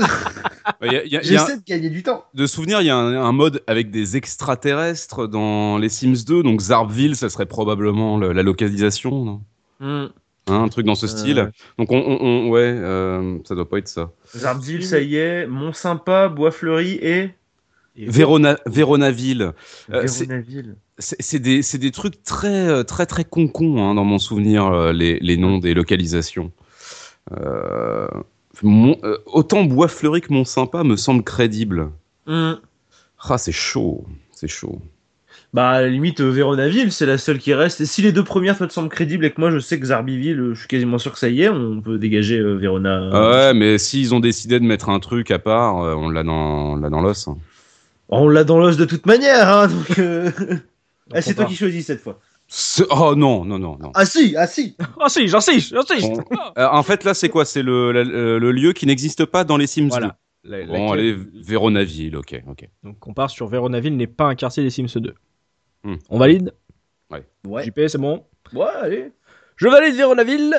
[SPEAKER 4] Il y a- il y a- il y a un-
[SPEAKER 5] J'essaie de gagner du temps.
[SPEAKER 4] de souvenir, il y a un, un mode avec des extraterrestres dans les Sims 2. Donc Zarbville, ça serait probablement le- la localisation. non Hein, un truc dans ce style.
[SPEAKER 5] Euh.
[SPEAKER 4] Donc on, on- on- ouais, euh, ça doit pas être ça.
[SPEAKER 5] Zarville, ça y est. Mont Sympa, Bois Fleuri et.
[SPEAKER 4] Vérona, Véronaville. Euh, c'est-
[SPEAKER 5] Véronaville.
[SPEAKER 4] C'est c'est des, c'est des trucs très, euh, très, très concons hein, dans mon souvenir, euh, les, les noms des localisations. Euh, mon- euh, autant Bois Fleuri que Mont Sympa me semble crédible.
[SPEAKER 5] Hmm.
[SPEAKER 4] Ah, c'est chaud, c'est chaud.
[SPEAKER 5] Bah, à la limite, euh, Véronaville, c'est la seule qui reste. Et si les deux premières te semblent crédibles et que moi je sais que Zarbiville, euh, je suis quasiment sûr que ça y est, on peut dégager euh, Vérona.
[SPEAKER 4] Ah ouais, mais s'ils ont décidé de mettre un truc à part, euh, on l'a dans, on l'a dans l'os. hein.
[SPEAKER 5] On l'a dans l'os de toute manière, hein, donc. euh, ah, c'est
[SPEAKER 1] faut
[SPEAKER 5] toi
[SPEAKER 1] pas.
[SPEAKER 5] qui choisis cette fois.
[SPEAKER 4] C'est- Oh non, non, non, non.
[SPEAKER 5] Ah si, ah si
[SPEAKER 1] Oh si, j'insiste, j'insiste.
[SPEAKER 4] On- Euh, en fait, là, c'est quoi C'est le, la- euh, le lieu qui n'existe pas dans les Sims
[SPEAKER 1] Voilà.
[SPEAKER 4] 2. Bon, allez, Véronaville, ok, ok.
[SPEAKER 1] Donc on part sur Véronaville n'est pas un quartier des Sims 2.
[SPEAKER 4] Hmm.
[SPEAKER 1] On valide
[SPEAKER 5] Ouais,
[SPEAKER 1] JP, c'est bon
[SPEAKER 5] ouais, allez.
[SPEAKER 1] Je valide Véronaville.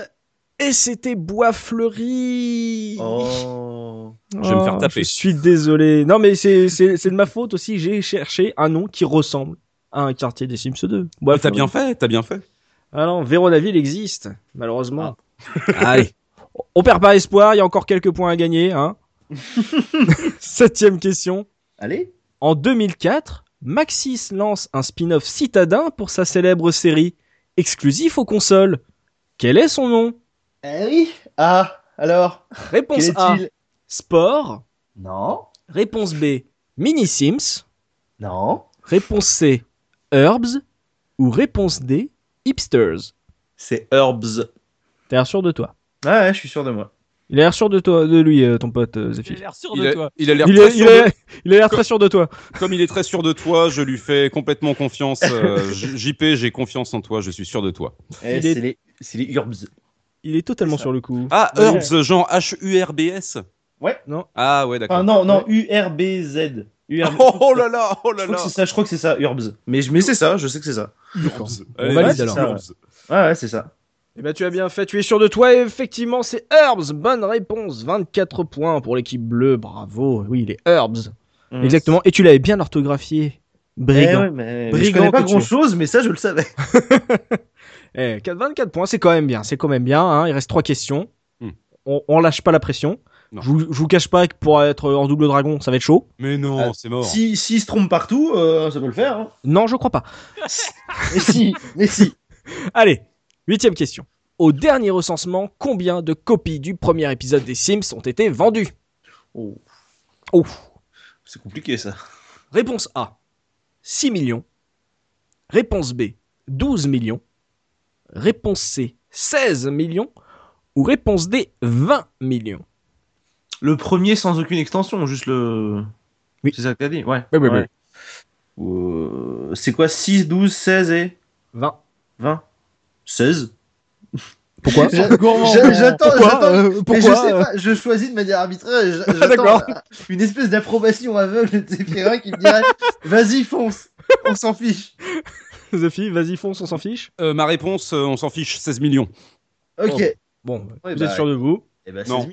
[SPEAKER 1] Et c'était Bois Fleuri.
[SPEAKER 5] Oh.
[SPEAKER 1] Je
[SPEAKER 4] vais me faire taper.
[SPEAKER 1] Je suis désolé. Non, mais c'est c'est- c'est de ma faute aussi. J'ai cherché un nom qui ressemble à un quartier des Sims 2. Bois
[SPEAKER 4] Ah, t'as
[SPEAKER 1] Fleuri.
[SPEAKER 4] bien fait, t'as bien fait.
[SPEAKER 1] Ah non, Véronaville existe, malheureusement. Allez, On perd pas espoir, il y a encore quelques points à gagner. Hein. Septième question.
[SPEAKER 5] Allez
[SPEAKER 1] En 2004, Maxis lance un spin-off citadin pour sa célèbre série, exclusif aux consoles. Quel est son nom
[SPEAKER 5] Eh oui Ah, alors
[SPEAKER 1] Réponse
[SPEAKER 5] Quel
[SPEAKER 1] A,
[SPEAKER 5] est-il
[SPEAKER 1] Sport.
[SPEAKER 5] Non,
[SPEAKER 1] Réponse B, Mini Sims.
[SPEAKER 5] non,
[SPEAKER 1] Réponse C, Herbs. Ou réponse D, Hipsters.
[SPEAKER 5] c'est Herbs.
[SPEAKER 1] T'as l'air sûr de toi.
[SPEAKER 5] Ouais, ouais, je suis sûr de moi.
[SPEAKER 1] Il a l'air sûr de toi, de lui, euh, ton pote euh,
[SPEAKER 3] J'ai
[SPEAKER 1] Zephy.
[SPEAKER 3] l'air sûr
[SPEAKER 4] Il
[SPEAKER 3] de
[SPEAKER 4] a
[SPEAKER 3] toi.
[SPEAKER 4] il a l'air
[SPEAKER 1] Il
[SPEAKER 4] très
[SPEAKER 1] est- il
[SPEAKER 4] sûr
[SPEAKER 1] est- il a l'air très sûr de toi.
[SPEAKER 4] de- Comme il est très sûr de toi, je lui fais complètement confiance. euh, J- JP, j'ai confiance en toi, je suis sûr de toi.
[SPEAKER 5] Eh,
[SPEAKER 1] Il
[SPEAKER 5] c'est
[SPEAKER 1] est-
[SPEAKER 5] les, c'est les Herbs.
[SPEAKER 1] Il est totalement
[SPEAKER 5] C'est ça.
[SPEAKER 1] sur le coup.
[SPEAKER 4] Ah,
[SPEAKER 5] Ouais.
[SPEAKER 4] Herbs, genre H-U-R-B-S
[SPEAKER 5] Ouais.
[SPEAKER 1] Non.
[SPEAKER 4] Ah ouais,
[SPEAKER 5] Enfin,
[SPEAKER 4] d'accord.
[SPEAKER 5] non, non, U-R-B-Z. URB.
[SPEAKER 4] Oh, oh là là, oh
[SPEAKER 5] Ah, je
[SPEAKER 4] là là.
[SPEAKER 5] crois que c'est ça, je crois que c'est ça, Herbs. Mais, je- mais c'est ça, je sais que c'est ça.
[SPEAKER 1] D'accord. On
[SPEAKER 4] Allez,
[SPEAKER 1] valide
[SPEAKER 4] c'est
[SPEAKER 1] alors.
[SPEAKER 4] ça,
[SPEAKER 5] Herbs. Ouais, ouais, c'est ça.
[SPEAKER 1] Eh ben, tu as bien fait, tu es sûr de toi, et effectivement, c'est Herbs. Bonne réponse, 24 points pour l'équipe bleue, bravo. Oui, il est Herbs.
[SPEAKER 5] Mm.
[SPEAKER 1] Exactement, et tu l'avais bien orthographié.
[SPEAKER 5] Eh ouais,
[SPEAKER 1] Brigand.
[SPEAKER 5] mais, mais je
[SPEAKER 1] Brigand
[SPEAKER 5] connais pas
[SPEAKER 1] que tu
[SPEAKER 5] grand chose, mais ça, je le savais.
[SPEAKER 1] Eh, 4 24 points, c'est quand même bien, c'est quand même bien. hein. Il reste trois questions.
[SPEAKER 4] Hmm.
[SPEAKER 1] On, on lâche pas la pression. Je
[SPEAKER 4] Non.
[SPEAKER 1] vous, je vous cache pas que pour être en double dragon, ça va être chaud.
[SPEAKER 4] Mais non, c'est mort.
[SPEAKER 5] Si, si se trompe partout, euh, ça peut le faire. hein.
[SPEAKER 1] Non, je crois pas.
[SPEAKER 5] Mais si, mais si.
[SPEAKER 1] Allez, huitième question. Au dernier recensement, combien de copies du premier épisode des Sims ont été vendues
[SPEAKER 5] Oh,
[SPEAKER 1] Oh.
[SPEAKER 5] c'est compliqué ça.
[SPEAKER 1] Réponse A 6 millions. Réponse B 12 millions. Réponse C 16 millions. Ou réponse D 20 millions.
[SPEAKER 5] Le premier sans aucune extension, juste le.
[SPEAKER 1] Oui.
[SPEAKER 5] C'est ça que t'as dit Ouais.
[SPEAKER 1] Oui, oui,
[SPEAKER 5] ouais. Euh, c'est quoi 6, 12, 16 et
[SPEAKER 1] 20.
[SPEAKER 5] 20 16
[SPEAKER 1] Pourquoi
[SPEAKER 5] J'a-
[SPEAKER 7] Gourmand,
[SPEAKER 5] j'a-
[SPEAKER 7] gourmand.
[SPEAKER 5] J'attends,
[SPEAKER 1] Pourquoi,
[SPEAKER 5] j'attends.
[SPEAKER 1] euh,
[SPEAKER 5] Mais
[SPEAKER 1] pourquoi,
[SPEAKER 5] je sais
[SPEAKER 1] euh,
[SPEAKER 5] pas, je choisis de manière arbitraire et j'a-
[SPEAKER 1] Ah, d'accord.
[SPEAKER 5] j'attends euh, une espèce d'approbation aveugle de Zéphirin qui me dirait vas-y fonce, on s'en fiche.
[SPEAKER 1] Sophie, vas-y, fonce, on s'en fiche.
[SPEAKER 4] Euh, ma réponse, euh, on s'en fiche, 16 millions.
[SPEAKER 5] Ok.
[SPEAKER 1] Oh. Bon,
[SPEAKER 5] Ouais,
[SPEAKER 1] vous
[SPEAKER 5] bah,
[SPEAKER 1] êtes sûr de vous.
[SPEAKER 5] Eh ben,
[SPEAKER 4] Non.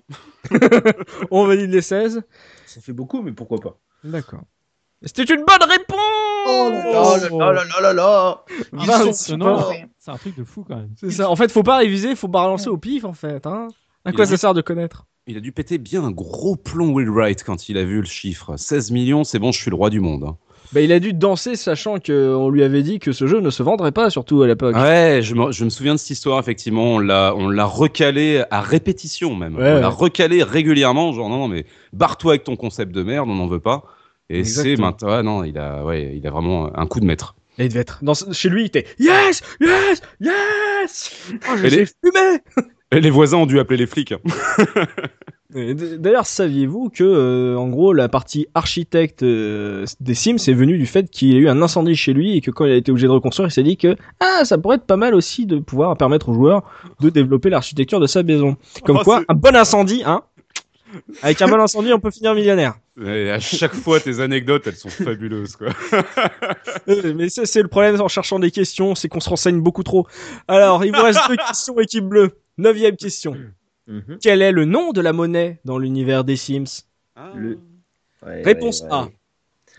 [SPEAKER 5] 16 000,
[SPEAKER 1] On valide les 16.
[SPEAKER 5] ça fait beaucoup, mais pourquoi pas
[SPEAKER 1] D'accord. C'était une bonne réponse
[SPEAKER 5] Oh là là là là là là Ils
[SPEAKER 1] Ah,
[SPEAKER 5] sont
[SPEAKER 3] c'est- non,
[SPEAKER 5] forts.
[SPEAKER 2] ouais.
[SPEAKER 3] C'est un truc de fou quand même.
[SPEAKER 1] C'est ça. En fait, faut pas réviser, faut balancer au pif, en fait. Hein à
[SPEAKER 4] Il
[SPEAKER 1] quoi
[SPEAKER 4] a
[SPEAKER 1] ça
[SPEAKER 4] dit-
[SPEAKER 1] sert de connaître
[SPEAKER 4] Il a dû péter bien un gros plomb Will Wright quand il a vu le chiffre. 16 millions, c'est bon, je suis le roi du monde. hein.
[SPEAKER 1] bah, Il a dû danser, sachant qu'on lui avait dit que ce jeu ne se vendrait pas, surtout à l'époque.
[SPEAKER 4] Ouais, je me, je me souviens de cette histoire, effectivement. On l'a, on l'a recalé à répétition, même.
[SPEAKER 1] Ouais,
[SPEAKER 4] on l'a
[SPEAKER 1] ouais.
[SPEAKER 4] recalé régulièrement, genre, non, non, mais barre-toi avec ton concept de merde, on n'en veut pas. Et c'est
[SPEAKER 1] Exactement.
[SPEAKER 4] maintenant, ah, non, il a, ouais, il a vraiment un coup de maître.
[SPEAKER 1] Et il devait être dans ce- chez lui, il était Yes, yes, yes. Oh, je
[SPEAKER 4] Elle
[SPEAKER 1] l'ai
[SPEAKER 4] est-
[SPEAKER 1] fumé.
[SPEAKER 4] Et les voisins ont dû appeler les flics. hein.
[SPEAKER 1] Et d- D'ailleurs, saviez-vous que euh, en gros la partie architecte euh, des Sims est venue du fait qu'il y a eu un incendie chez lui et que quand il a été obligé de reconstruire, il s'est dit que ah ça pourrait être pas mal aussi de pouvoir permettre aux joueurs de développer l'architecture de sa maison. Comme
[SPEAKER 4] Oh,
[SPEAKER 1] quoi,
[SPEAKER 4] c'est-
[SPEAKER 1] un bon incendie, hein. Avec un bon incendie, on peut finir millionnaire.
[SPEAKER 4] Et à chaque fois, tes anecdotes, elles sont fabuleuses, quoi.
[SPEAKER 1] Euh, Mais ça, c'est le problème en cherchant des questions, c'est qu'on se renseigne beaucoup trop. Alors, il vous reste deux questions, équipe bleue. Neuvième question.
[SPEAKER 5] Mhm.
[SPEAKER 1] Quel est le nom de la monnaie dans l'univers des Sims
[SPEAKER 5] Le- Ouais,
[SPEAKER 1] Réponse
[SPEAKER 5] ouais, ouais.
[SPEAKER 1] A.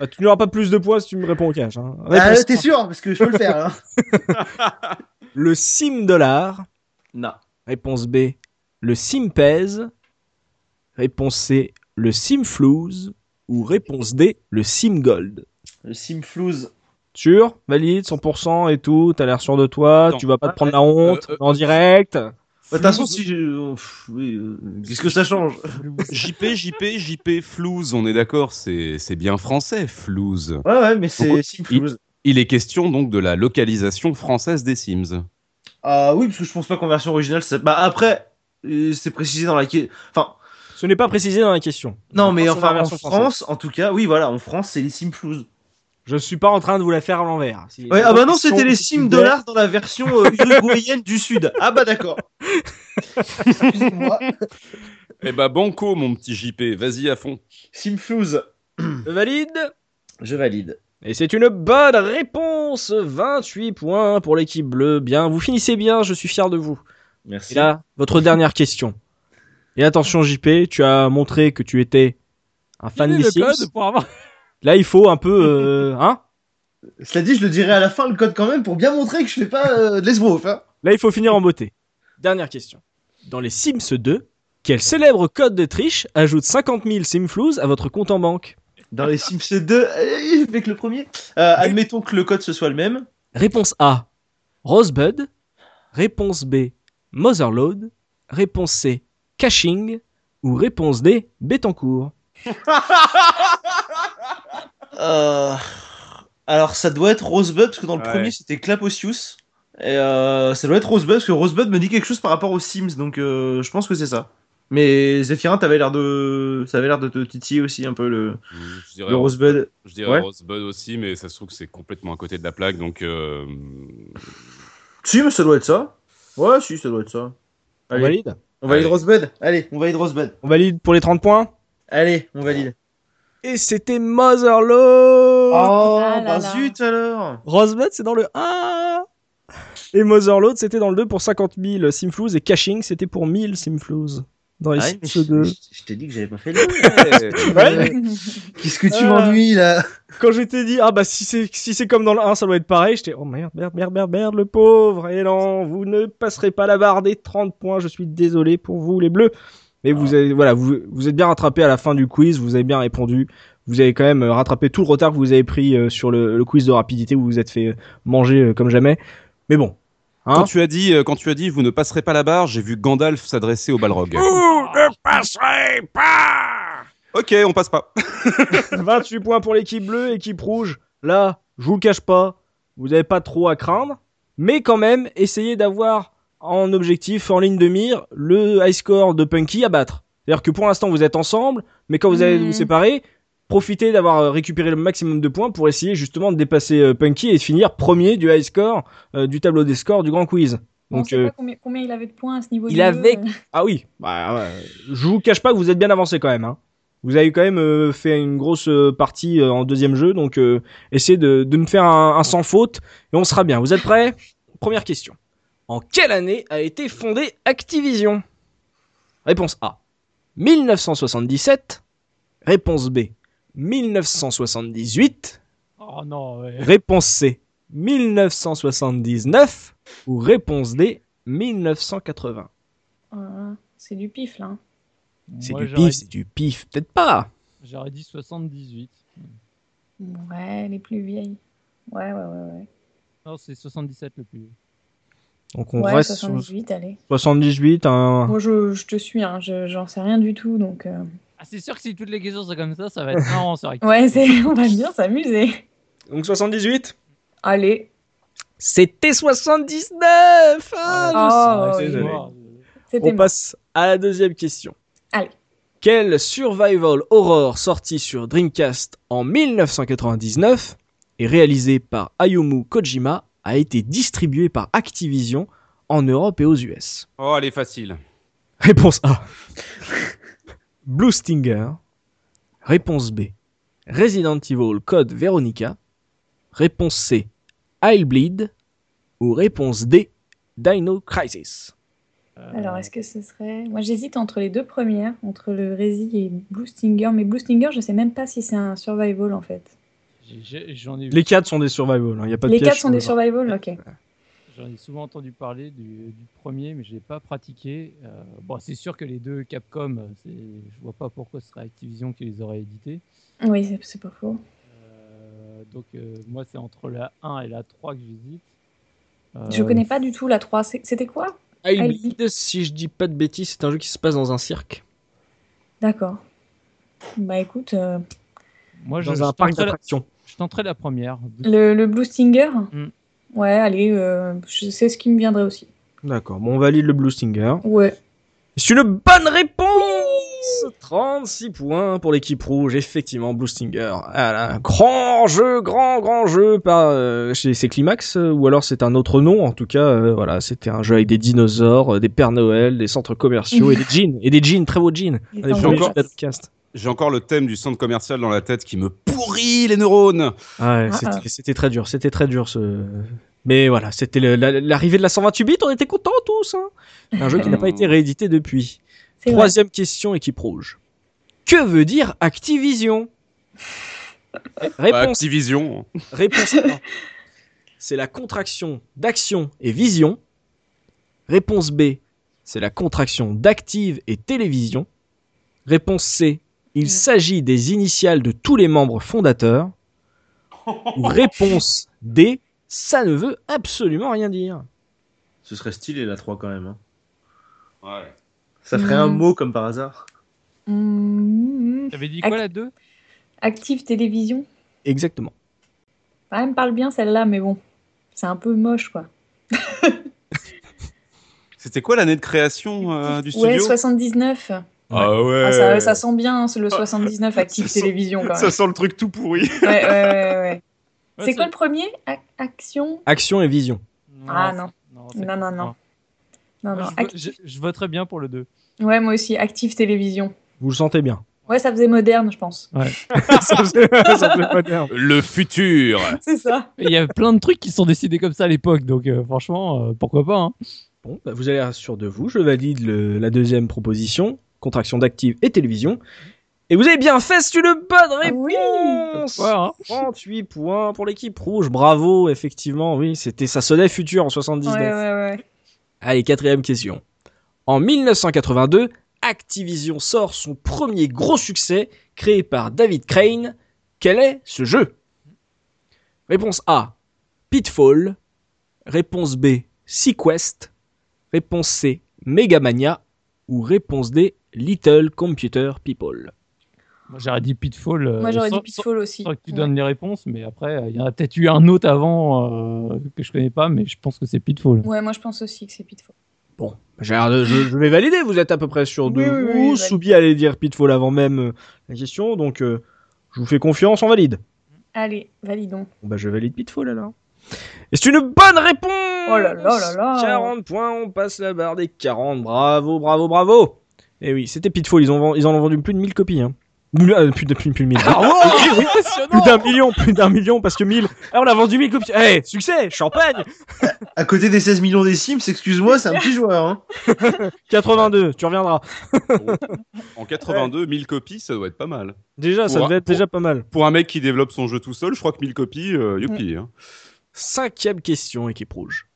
[SPEAKER 1] Ah, tu n'auras pas plus de points si tu me réponds au cash. hein.
[SPEAKER 5] Ah,
[SPEAKER 1] Réponse
[SPEAKER 5] t'es sûr Parce que je peux le faire. Hein.
[SPEAKER 1] A, le sim dollar.
[SPEAKER 5] non.
[SPEAKER 1] Réponse B, le sim pèse. Réponse C, le sim flouze. Ou réponse D, le sim gold.
[SPEAKER 5] Le Simflouz.
[SPEAKER 1] Sûr, valide, 100% et tout, t'as l'air sûr de toi,
[SPEAKER 4] Attends.
[SPEAKER 1] tu vas pas te
[SPEAKER 5] Ah,
[SPEAKER 1] prendre la honte
[SPEAKER 4] Euh, euh,
[SPEAKER 1] en direct.
[SPEAKER 5] Bah, De toute façon, si je. pff, oui, euh, Qu'est-ce que ça change
[SPEAKER 4] JP, JP, JP, flouze, on est d'accord, c'est c'est bien français, flouze.
[SPEAKER 5] Ouais, ouais, mais c'est
[SPEAKER 4] Pourquoi
[SPEAKER 5] Simflouz.
[SPEAKER 4] Il est question donc de la localisation française des Sims.
[SPEAKER 5] Ah oui, parce que je pense pas qu'en version originale, ça... bah après, euh, c'est précisé dans la. qui- Enfin,
[SPEAKER 1] Ce n'est pas précisé dans la question.
[SPEAKER 5] non, mais
[SPEAKER 1] Attention à
[SPEAKER 5] enfin,
[SPEAKER 1] la
[SPEAKER 5] en
[SPEAKER 1] version française.
[SPEAKER 5] France, en tout cas, oui, voilà, en France, c'est les Simflouz.
[SPEAKER 1] Je suis pas en train de vous la faire à l'envers. Si-
[SPEAKER 5] Ouais, ah bah non,
[SPEAKER 1] Question-
[SPEAKER 5] c'était les Sim dollars dans la version euh, uruguayenne du Sud. Ah bah d'accord. Excuse-moi.
[SPEAKER 4] Eh bah banco, mon petit JP, vas-y à fond.
[SPEAKER 5] Simflouz,
[SPEAKER 1] Euh, Valide
[SPEAKER 5] je valide.
[SPEAKER 1] Et c'est une bonne réponse 28 points pour l'équipe bleue. Bien, vous finissez bien, je suis fier de vous. Et
[SPEAKER 5] Merci.
[SPEAKER 1] là, votre dernière question. Et attention JP, tu as montré que tu étais un fan
[SPEAKER 3] Quel est
[SPEAKER 1] des
[SPEAKER 3] le
[SPEAKER 1] Sims.
[SPEAKER 3] code pour avoir
[SPEAKER 1] Là, il faut un peu... euh, hein
[SPEAKER 5] Cela dit, je le dirai à la fin le code quand même pour bien montrer que je fais pas euh, de l'esbrouf. Hein.
[SPEAKER 1] Là, il faut finir en beauté. Dernière question. Dans les Sims 2, quel célèbre code de triche ajoute 50 000 Simflouz à votre compte en banque
[SPEAKER 5] Dans les Sims 2, euh, avec le premier. Euh, admettons que le code ce soit le même.
[SPEAKER 1] Réponse A. Rosebud. Réponse B. Motherload. Réponse C. Caching. Ou réponse D. Betancourt.
[SPEAKER 5] Euh, Alors, ça doit être Rosebud, parce que dans le
[SPEAKER 4] Ouais.
[SPEAKER 5] premier, c'était Claposius. Et euh, ça doit être Rosebud, parce que Rosebud me dit quelque chose par rapport aux Sims, donc euh, je pense que c'est ça. Mais Zéphirin, t'avais l'air de... ça avait l'air de te titiller aussi un peu le,
[SPEAKER 4] Je dirais,
[SPEAKER 5] le Rosebud.
[SPEAKER 4] je dirais
[SPEAKER 5] ouais.
[SPEAKER 4] Rosebud aussi, mais ça se trouve que c'est complètement à côté de la plaque, donc euh,
[SPEAKER 5] Si, mais ça doit être ça. Ouais, si, ça doit être ça. Allez,
[SPEAKER 1] On valide
[SPEAKER 5] on valide
[SPEAKER 4] Allez.
[SPEAKER 5] Rosebud Allez, on valide Rosebud.
[SPEAKER 1] On valide pour les 30 points
[SPEAKER 5] Allez, on valide.
[SPEAKER 1] Et c'était Motherload
[SPEAKER 5] Oh,
[SPEAKER 2] Ah
[SPEAKER 5] bah
[SPEAKER 2] là là.
[SPEAKER 5] zut alors
[SPEAKER 1] Rosebud, c'est dans le 1 Et Motherload, c'était dans le 2 pour 50 000 Simflouz et Caching, c'était pour 1000 Simflouz. Dans les
[SPEAKER 5] Ouais, Ah, mais
[SPEAKER 1] Sims 2.
[SPEAKER 5] je t'ai dit que j'avais pas fait le.
[SPEAKER 1] Ouais.
[SPEAKER 5] Qu'est-ce que tu
[SPEAKER 1] Ah.
[SPEAKER 5] m'ennuies là
[SPEAKER 1] Quand je t'ai dit, ah bah si c'est si c'est comme dans le 1, ça doit être pareil, j'étais, oh merde, merde, merde, merde, merde, le pauvre. Et non, vous ne passerez pas la barre des 30 points, je suis désolé pour vous, les bleus. Mais vous avez, voilà, vous, vous êtes bien rattrapé à la fin du quiz, vous avez bien répondu. Vous avez quand même euh, rattrapé tout le retard que vous avez pris euh, sur le, le quiz de rapidité où vous vous êtes fait euh, manger euh, comme jamais. Mais bon. Hein
[SPEAKER 4] quand tu as dit, euh, quand tu as dit, vous ne passerez pas la barre, j'ai vu Gandalf s'adresser au Balrog. Ok, on passe pas.
[SPEAKER 1] 28 points pour l'équipe bleue, équipe rouge. Là, je vous le cache pas, vous n'avez pas trop à craindre. Mais quand même, essayez d'avoir en objectif, en ligne de mire, le high score de Punky à battre. C'est-à-dire que pour l'instant, vous êtes ensemble, mais quand vous allez
[SPEAKER 2] Mm.
[SPEAKER 1] vous séparer, profitez d'avoir euh, récupéré le maximum de points pour essayer justement de dépasser euh, Punky et de finir premier du high score, euh, du tableau des scores du grand quiz.
[SPEAKER 2] On
[SPEAKER 1] Donc,
[SPEAKER 2] sait
[SPEAKER 1] euh,
[SPEAKER 2] pas combien, combien il avait de points à ce niveau
[SPEAKER 1] il
[SPEAKER 2] du jeu.
[SPEAKER 1] avait- ah oui, bah, ouais. je vous cache pas que vous êtes bien avancé quand même. hein. Vous avez quand même euh, fait une grosse euh, partie euh, en deuxième jeu, donc euh, essayez de, de me faire un, un sans faute et on sera bien. Vous êtes prêts Première question. En quelle année a été fondée Activision Réponse A. 1977. Réponse B. 1978.
[SPEAKER 3] Oh non, ouais.
[SPEAKER 1] Réponse C. 1979. Ou réponse D. 1980.
[SPEAKER 2] Euh, c'est du pif là.
[SPEAKER 1] C'est
[SPEAKER 3] Moi,
[SPEAKER 1] du
[SPEAKER 3] j'aurais-
[SPEAKER 1] pif, c'est du pif. Peut-être pas.
[SPEAKER 3] J'aurais dit 78.
[SPEAKER 2] Ouais, les plus vieilles. Ouais, ouais, ouais. ouais.
[SPEAKER 3] Non, c'est 77 le plus.
[SPEAKER 1] Donc on
[SPEAKER 2] ouais,
[SPEAKER 1] reste sur
[SPEAKER 2] 78, allez.
[SPEAKER 1] 78. Hein.
[SPEAKER 2] Moi, je, je te suis, hein, je- j'en sais rien du tout, donc. euh,
[SPEAKER 3] Ah, c'est sûr que si toutes les questions sont comme ça, ça va être marrant sur Active.
[SPEAKER 2] Ouais, c'est- on va bien s'amuser.
[SPEAKER 1] Donc 78
[SPEAKER 2] Allez,
[SPEAKER 1] C'était 79 ah,
[SPEAKER 2] Ah,
[SPEAKER 1] je
[SPEAKER 2] oui.
[SPEAKER 1] sais, désolé.
[SPEAKER 3] Wow.
[SPEAKER 2] c'était
[SPEAKER 1] On
[SPEAKER 2] moi.
[SPEAKER 1] passe à la deuxième question.
[SPEAKER 2] Allez.
[SPEAKER 1] Quel survival horror sorti sur Dreamcast en 1999 et réalisé par Ayumu Kojima a été distribué par Activision en Europe et aux US
[SPEAKER 4] Oh, elle est facile.
[SPEAKER 1] Réponse A. Blue Stinger. Réponse B. Resident Evil Code Veronica. Réponse C. I'll Bleed. Ou réponse D. Dino Crisis.
[SPEAKER 3] Euh,
[SPEAKER 2] Alors, est-ce que ce serait. Moi, j'hésite entre les deux premières, entre le Resi et Blue Stinger, mais Blue Stinger, je sais même pas si c'est un survival en fait.
[SPEAKER 3] j'ai- j'ai- J'en ai,
[SPEAKER 1] Les quatre sont des survival, il n'y a pas de
[SPEAKER 2] les
[SPEAKER 1] piège
[SPEAKER 2] quatre sont
[SPEAKER 1] sur
[SPEAKER 2] des
[SPEAKER 1] le-
[SPEAKER 2] survival, ok.
[SPEAKER 3] j'en ai souvent entendu parler du, du premier, mais je l'ai pas pratiqué. Euh, bon, c'est sûr que les deux Capcom, euh, c'est- je vois pas pourquoi ce serait Activision qui les aurait édités.
[SPEAKER 2] Oui, c'est- c'est pas faux.
[SPEAKER 3] Euh, donc, euh, moi, c'est entre la 1 et la 3 que j'hésite.
[SPEAKER 2] Je
[SPEAKER 3] Euh,
[SPEAKER 2] connais pas du tout la 3. C'est- C'était quoi
[SPEAKER 1] I'll
[SPEAKER 2] I'll Bleed.
[SPEAKER 1] Bleed, si je dis pas de bêtises, c'est un jeu qui se passe dans un cirque.
[SPEAKER 2] D'accord. Bah écoute, euh,
[SPEAKER 3] Moi, je,
[SPEAKER 1] Dans
[SPEAKER 3] je
[SPEAKER 1] un parc
[SPEAKER 3] tenterai la-
[SPEAKER 1] d'attractions.
[SPEAKER 3] je tenterai la première.
[SPEAKER 2] le, le Blue Stinger
[SPEAKER 3] Mm.
[SPEAKER 2] Ouais, allez, euh, je sais ce qui me viendrait aussi.
[SPEAKER 1] D'accord, bon, on valide le Blue Stinger.
[SPEAKER 2] Ouais.
[SPEAKER 1] C'est une bonne réponse 36 points pour l'équipe rouge, effectivement, Blue Stinger. Ah là, grand jeu, grand, grand jeu par, euh, chez c'est Climax, euh, ou alors c'est un autre nom, en tout cas, euh, voilà, c'était un jeu avec des dinosaures, euh, des Pères Noël, des centres commerciaux et des jeans, et des jeans, très beaux jeans.
[SPEAKER 2] Les
[SPEAKER 1] Un des
[SPEAKER 2] temps
[SPEAKER 1] premiers
[SPEAKER 2] de
[SPEAKER 4] encore-
[SPEAKER 1] jeux
[SPEAKER 2] chasse.
[SPEAKER 1] d'Adcast.
[SPEAKER 4] J'ai encore le thème du centre commercial dans la tête qui me pourrit les neurones.
[SPEAKER 1] Ouais,
[SPEAKER 2] Ah,
[SPEAKER 1] c'était- c'était très dur, c'était très dur ce... Mais voilà, c'était le- la- l'arrivée de la 128 bits, on était contents tous, hein. Un jeu qui n'a pas été réédité depuis.
[SPEAKER 2] C'est vrai.
[SPEAKER 1] Troisième question, équipe rouge. Que veut dire Activision
[SPEAKER 4] Bah,
[SPEAKER 1] Réponse,
[SPEAKER 4] Activision.
[SPEAKER 1] réponse A. C'est la contraction d'action et vision. Réponse B. C'est la contraction d'active et télévision. Réponse C. Il
[SPEAKER 2] Ouais.
[SPEAKER 1] s'agit des initiales de tous les membres fondateurs. Ou réponse D. Ça ne veut absolument rien dire.
[SPEAKER 5] Ce serait stylé la 3 quand même. hein.
[SPEAKER 4] Ouais.
[SPEAKER 5] Ça ferait un
[SPEAKER 2] Mm.
[SPEAKER 5] mot comme par hasard.
[SPEAKER 2] Mmh.
[SPEAKER 3] T'avais dit
[SPEAKER 2] quoi,
[SPEAKER 3] quoi
[SPEAKER 2] Ac-
[SPEAKER 3] la 2
[SPEAKER 2] Active télévision.
[SPEAKER 1] Exactement.
[SPEAKER 2] Enfin, Elle me parle bien celle-là, mais bon, c'est un peu moche quoi.
[SPEAKER 4] C'était quoi l'année de création euh, du
[SPEAKER 2] Ouais,
[SPEAKER 4] studio
[SPEAKER 2] 79.
[SPEAKER 4] Ah ouais.
[SPEAKER 2] Ah,
[SPEAKER 1] euh,
[SPEAKER 2] ça, ça sent bien hein, le
[SPEAKER 4] Ah,
[SPEAKER 2] 79 Active
[SPEAKER 4] ça sent-
[SPEAKER 2] télévision quand
[SPEAKER 4] Ça
[SPEAKER 2] même.
[SPEAKER 4] sent le truc tout pourri.
[SPEAKER 2] Ouais, ouais, ouais, ouais. C'est quoi le premier Ac- Action
[SPEAKER 1] Action et vision.
[SPEAKER 2] Ah, non.
[SPEAKER 3] c'est-
[SPEAKER 2] Non, non, non. Non, non.
[SPEAKER 3] Moi, je, vo-
[SPEAKER 2] Ac-
[SPEAKER 3] je, je voterais bien pour le 2.
[SPEAKER 2] Ouais, moi aussi, Active télévision.
[SPEAKER 1] Vous le sentez bien.
[SPEAKER 2] Ouais, ça faisait moderne, je pense.
[SPEAKER 1] Ça faisait- ça faisait pas dire.
[SPEAKER 4] Le futur.
[SPEAKER 2] C'est ça.
[SPEAKER 3] Il y a plein de trucs qui sont décidés comme ça à l'époque, donc euh, franchement, euh, pourquoi pas. hein.
[SPEAKER 1] Bon, bah, vous allez sûr de vous. Je valide le- la deuxième proposition. Contraction d'active et télévision. Et vous avez bien fait, c'est une bonne
[SPEAKER 2] Ah Oui.
[SPEAKER 1] réponse
[SPEAKER 3] Ouais, hein.
[SPEAKER 1] 38 points pour l'équipe rouge, bravo, effectivement, oui, c'était ça sonnait futur en
[SPEAKER 2] Ouais,
[SPEAKER 1] 79.
[SPEAKER 2] ouais, ouais.
[SPEAKER 1] Allez, quatrième question. En 1982, Activision sort son premier gros succès, créé par David Crane. Quel est ce jeu Réponse A, Pitfall. Réponse B, Sequest. Réponse C, Megamania. Ou réponse D, Little Computer People.
[SPEAKER 3] Moi, j'aurais dit Pitfall. euh,
[SPEAKER 2] Moi, j'aurais
[SPEAKER 3] sans-
[SPEAKER 2] dit Pitfall aussi.
[SPEAKER 3] sans- sans que tu
[SPEAKER 2] Ouais.
[SPEAKER 3] donnes les réponses, mais après, euh, il y en a peut-être eu un autre avant euh, que je connais pas, mais je pense que c'est Pitfall.
[SPEAKER 2] Ouais, moi, je pense aussi que c'est Pitfall.
[SPEAKER 1] Bon, j'ai l'air de- je, je vais valider, vous êtes à peu près sûr de
[SPEAKER 2] Oui, oui,
[SPEAKER 1] vous.
[SPEAKER 2] oui, je valide.
[SPEAKER 1] Soubi allait dire Pitfall avant même euh, la question, donc euh, je vous fais confiance, on valide.
[SPEAKER 2] Allez, validons.
[SPEAKER 1] Bon, bah je valide Pitfall alors. Et c'est une bonne réponse
[SPEAKER 2] Oh là là là là.
[SPEAKER 1] 40 points, on passe la barre des 40, bravo, bravo, bravo Et oui, c'était Pitfall, ils, ont, ven- ils en ont vendu plus de 1000 copies. Hein. Mille- euh, plus de plus de- plus de 1000.
[SPEAKER 2] Ah
[SPEAKER 1] plus d'un million, plus d'un million, parce que 1000. Ah, on a vendu 1000 copies. Eh, succès, champagne
[SPEAKER 5] À côté des 16 millions des Sims, excuse-moi, c'est un petit joueur. Hein.
[SPEAKER 1] 82, tu reviendras.
[SPEAKER 4] En 82, 1000 copies, ça doit être pas mal.
[SPEAKER 1] Déjà, ça
[SPEAKER 4] Pour-
[SPEAKER 1] devait être
[SPEAKER 4] pour-
[SPEAKER 1] déjà pas mal.
[SPEAKER 4] Pour un mec qui développe son jeu tout seul, je crois que 1000 copies, euh, youpi. hein.
[SPEAKER 1] Cinquième question, équipe rouge.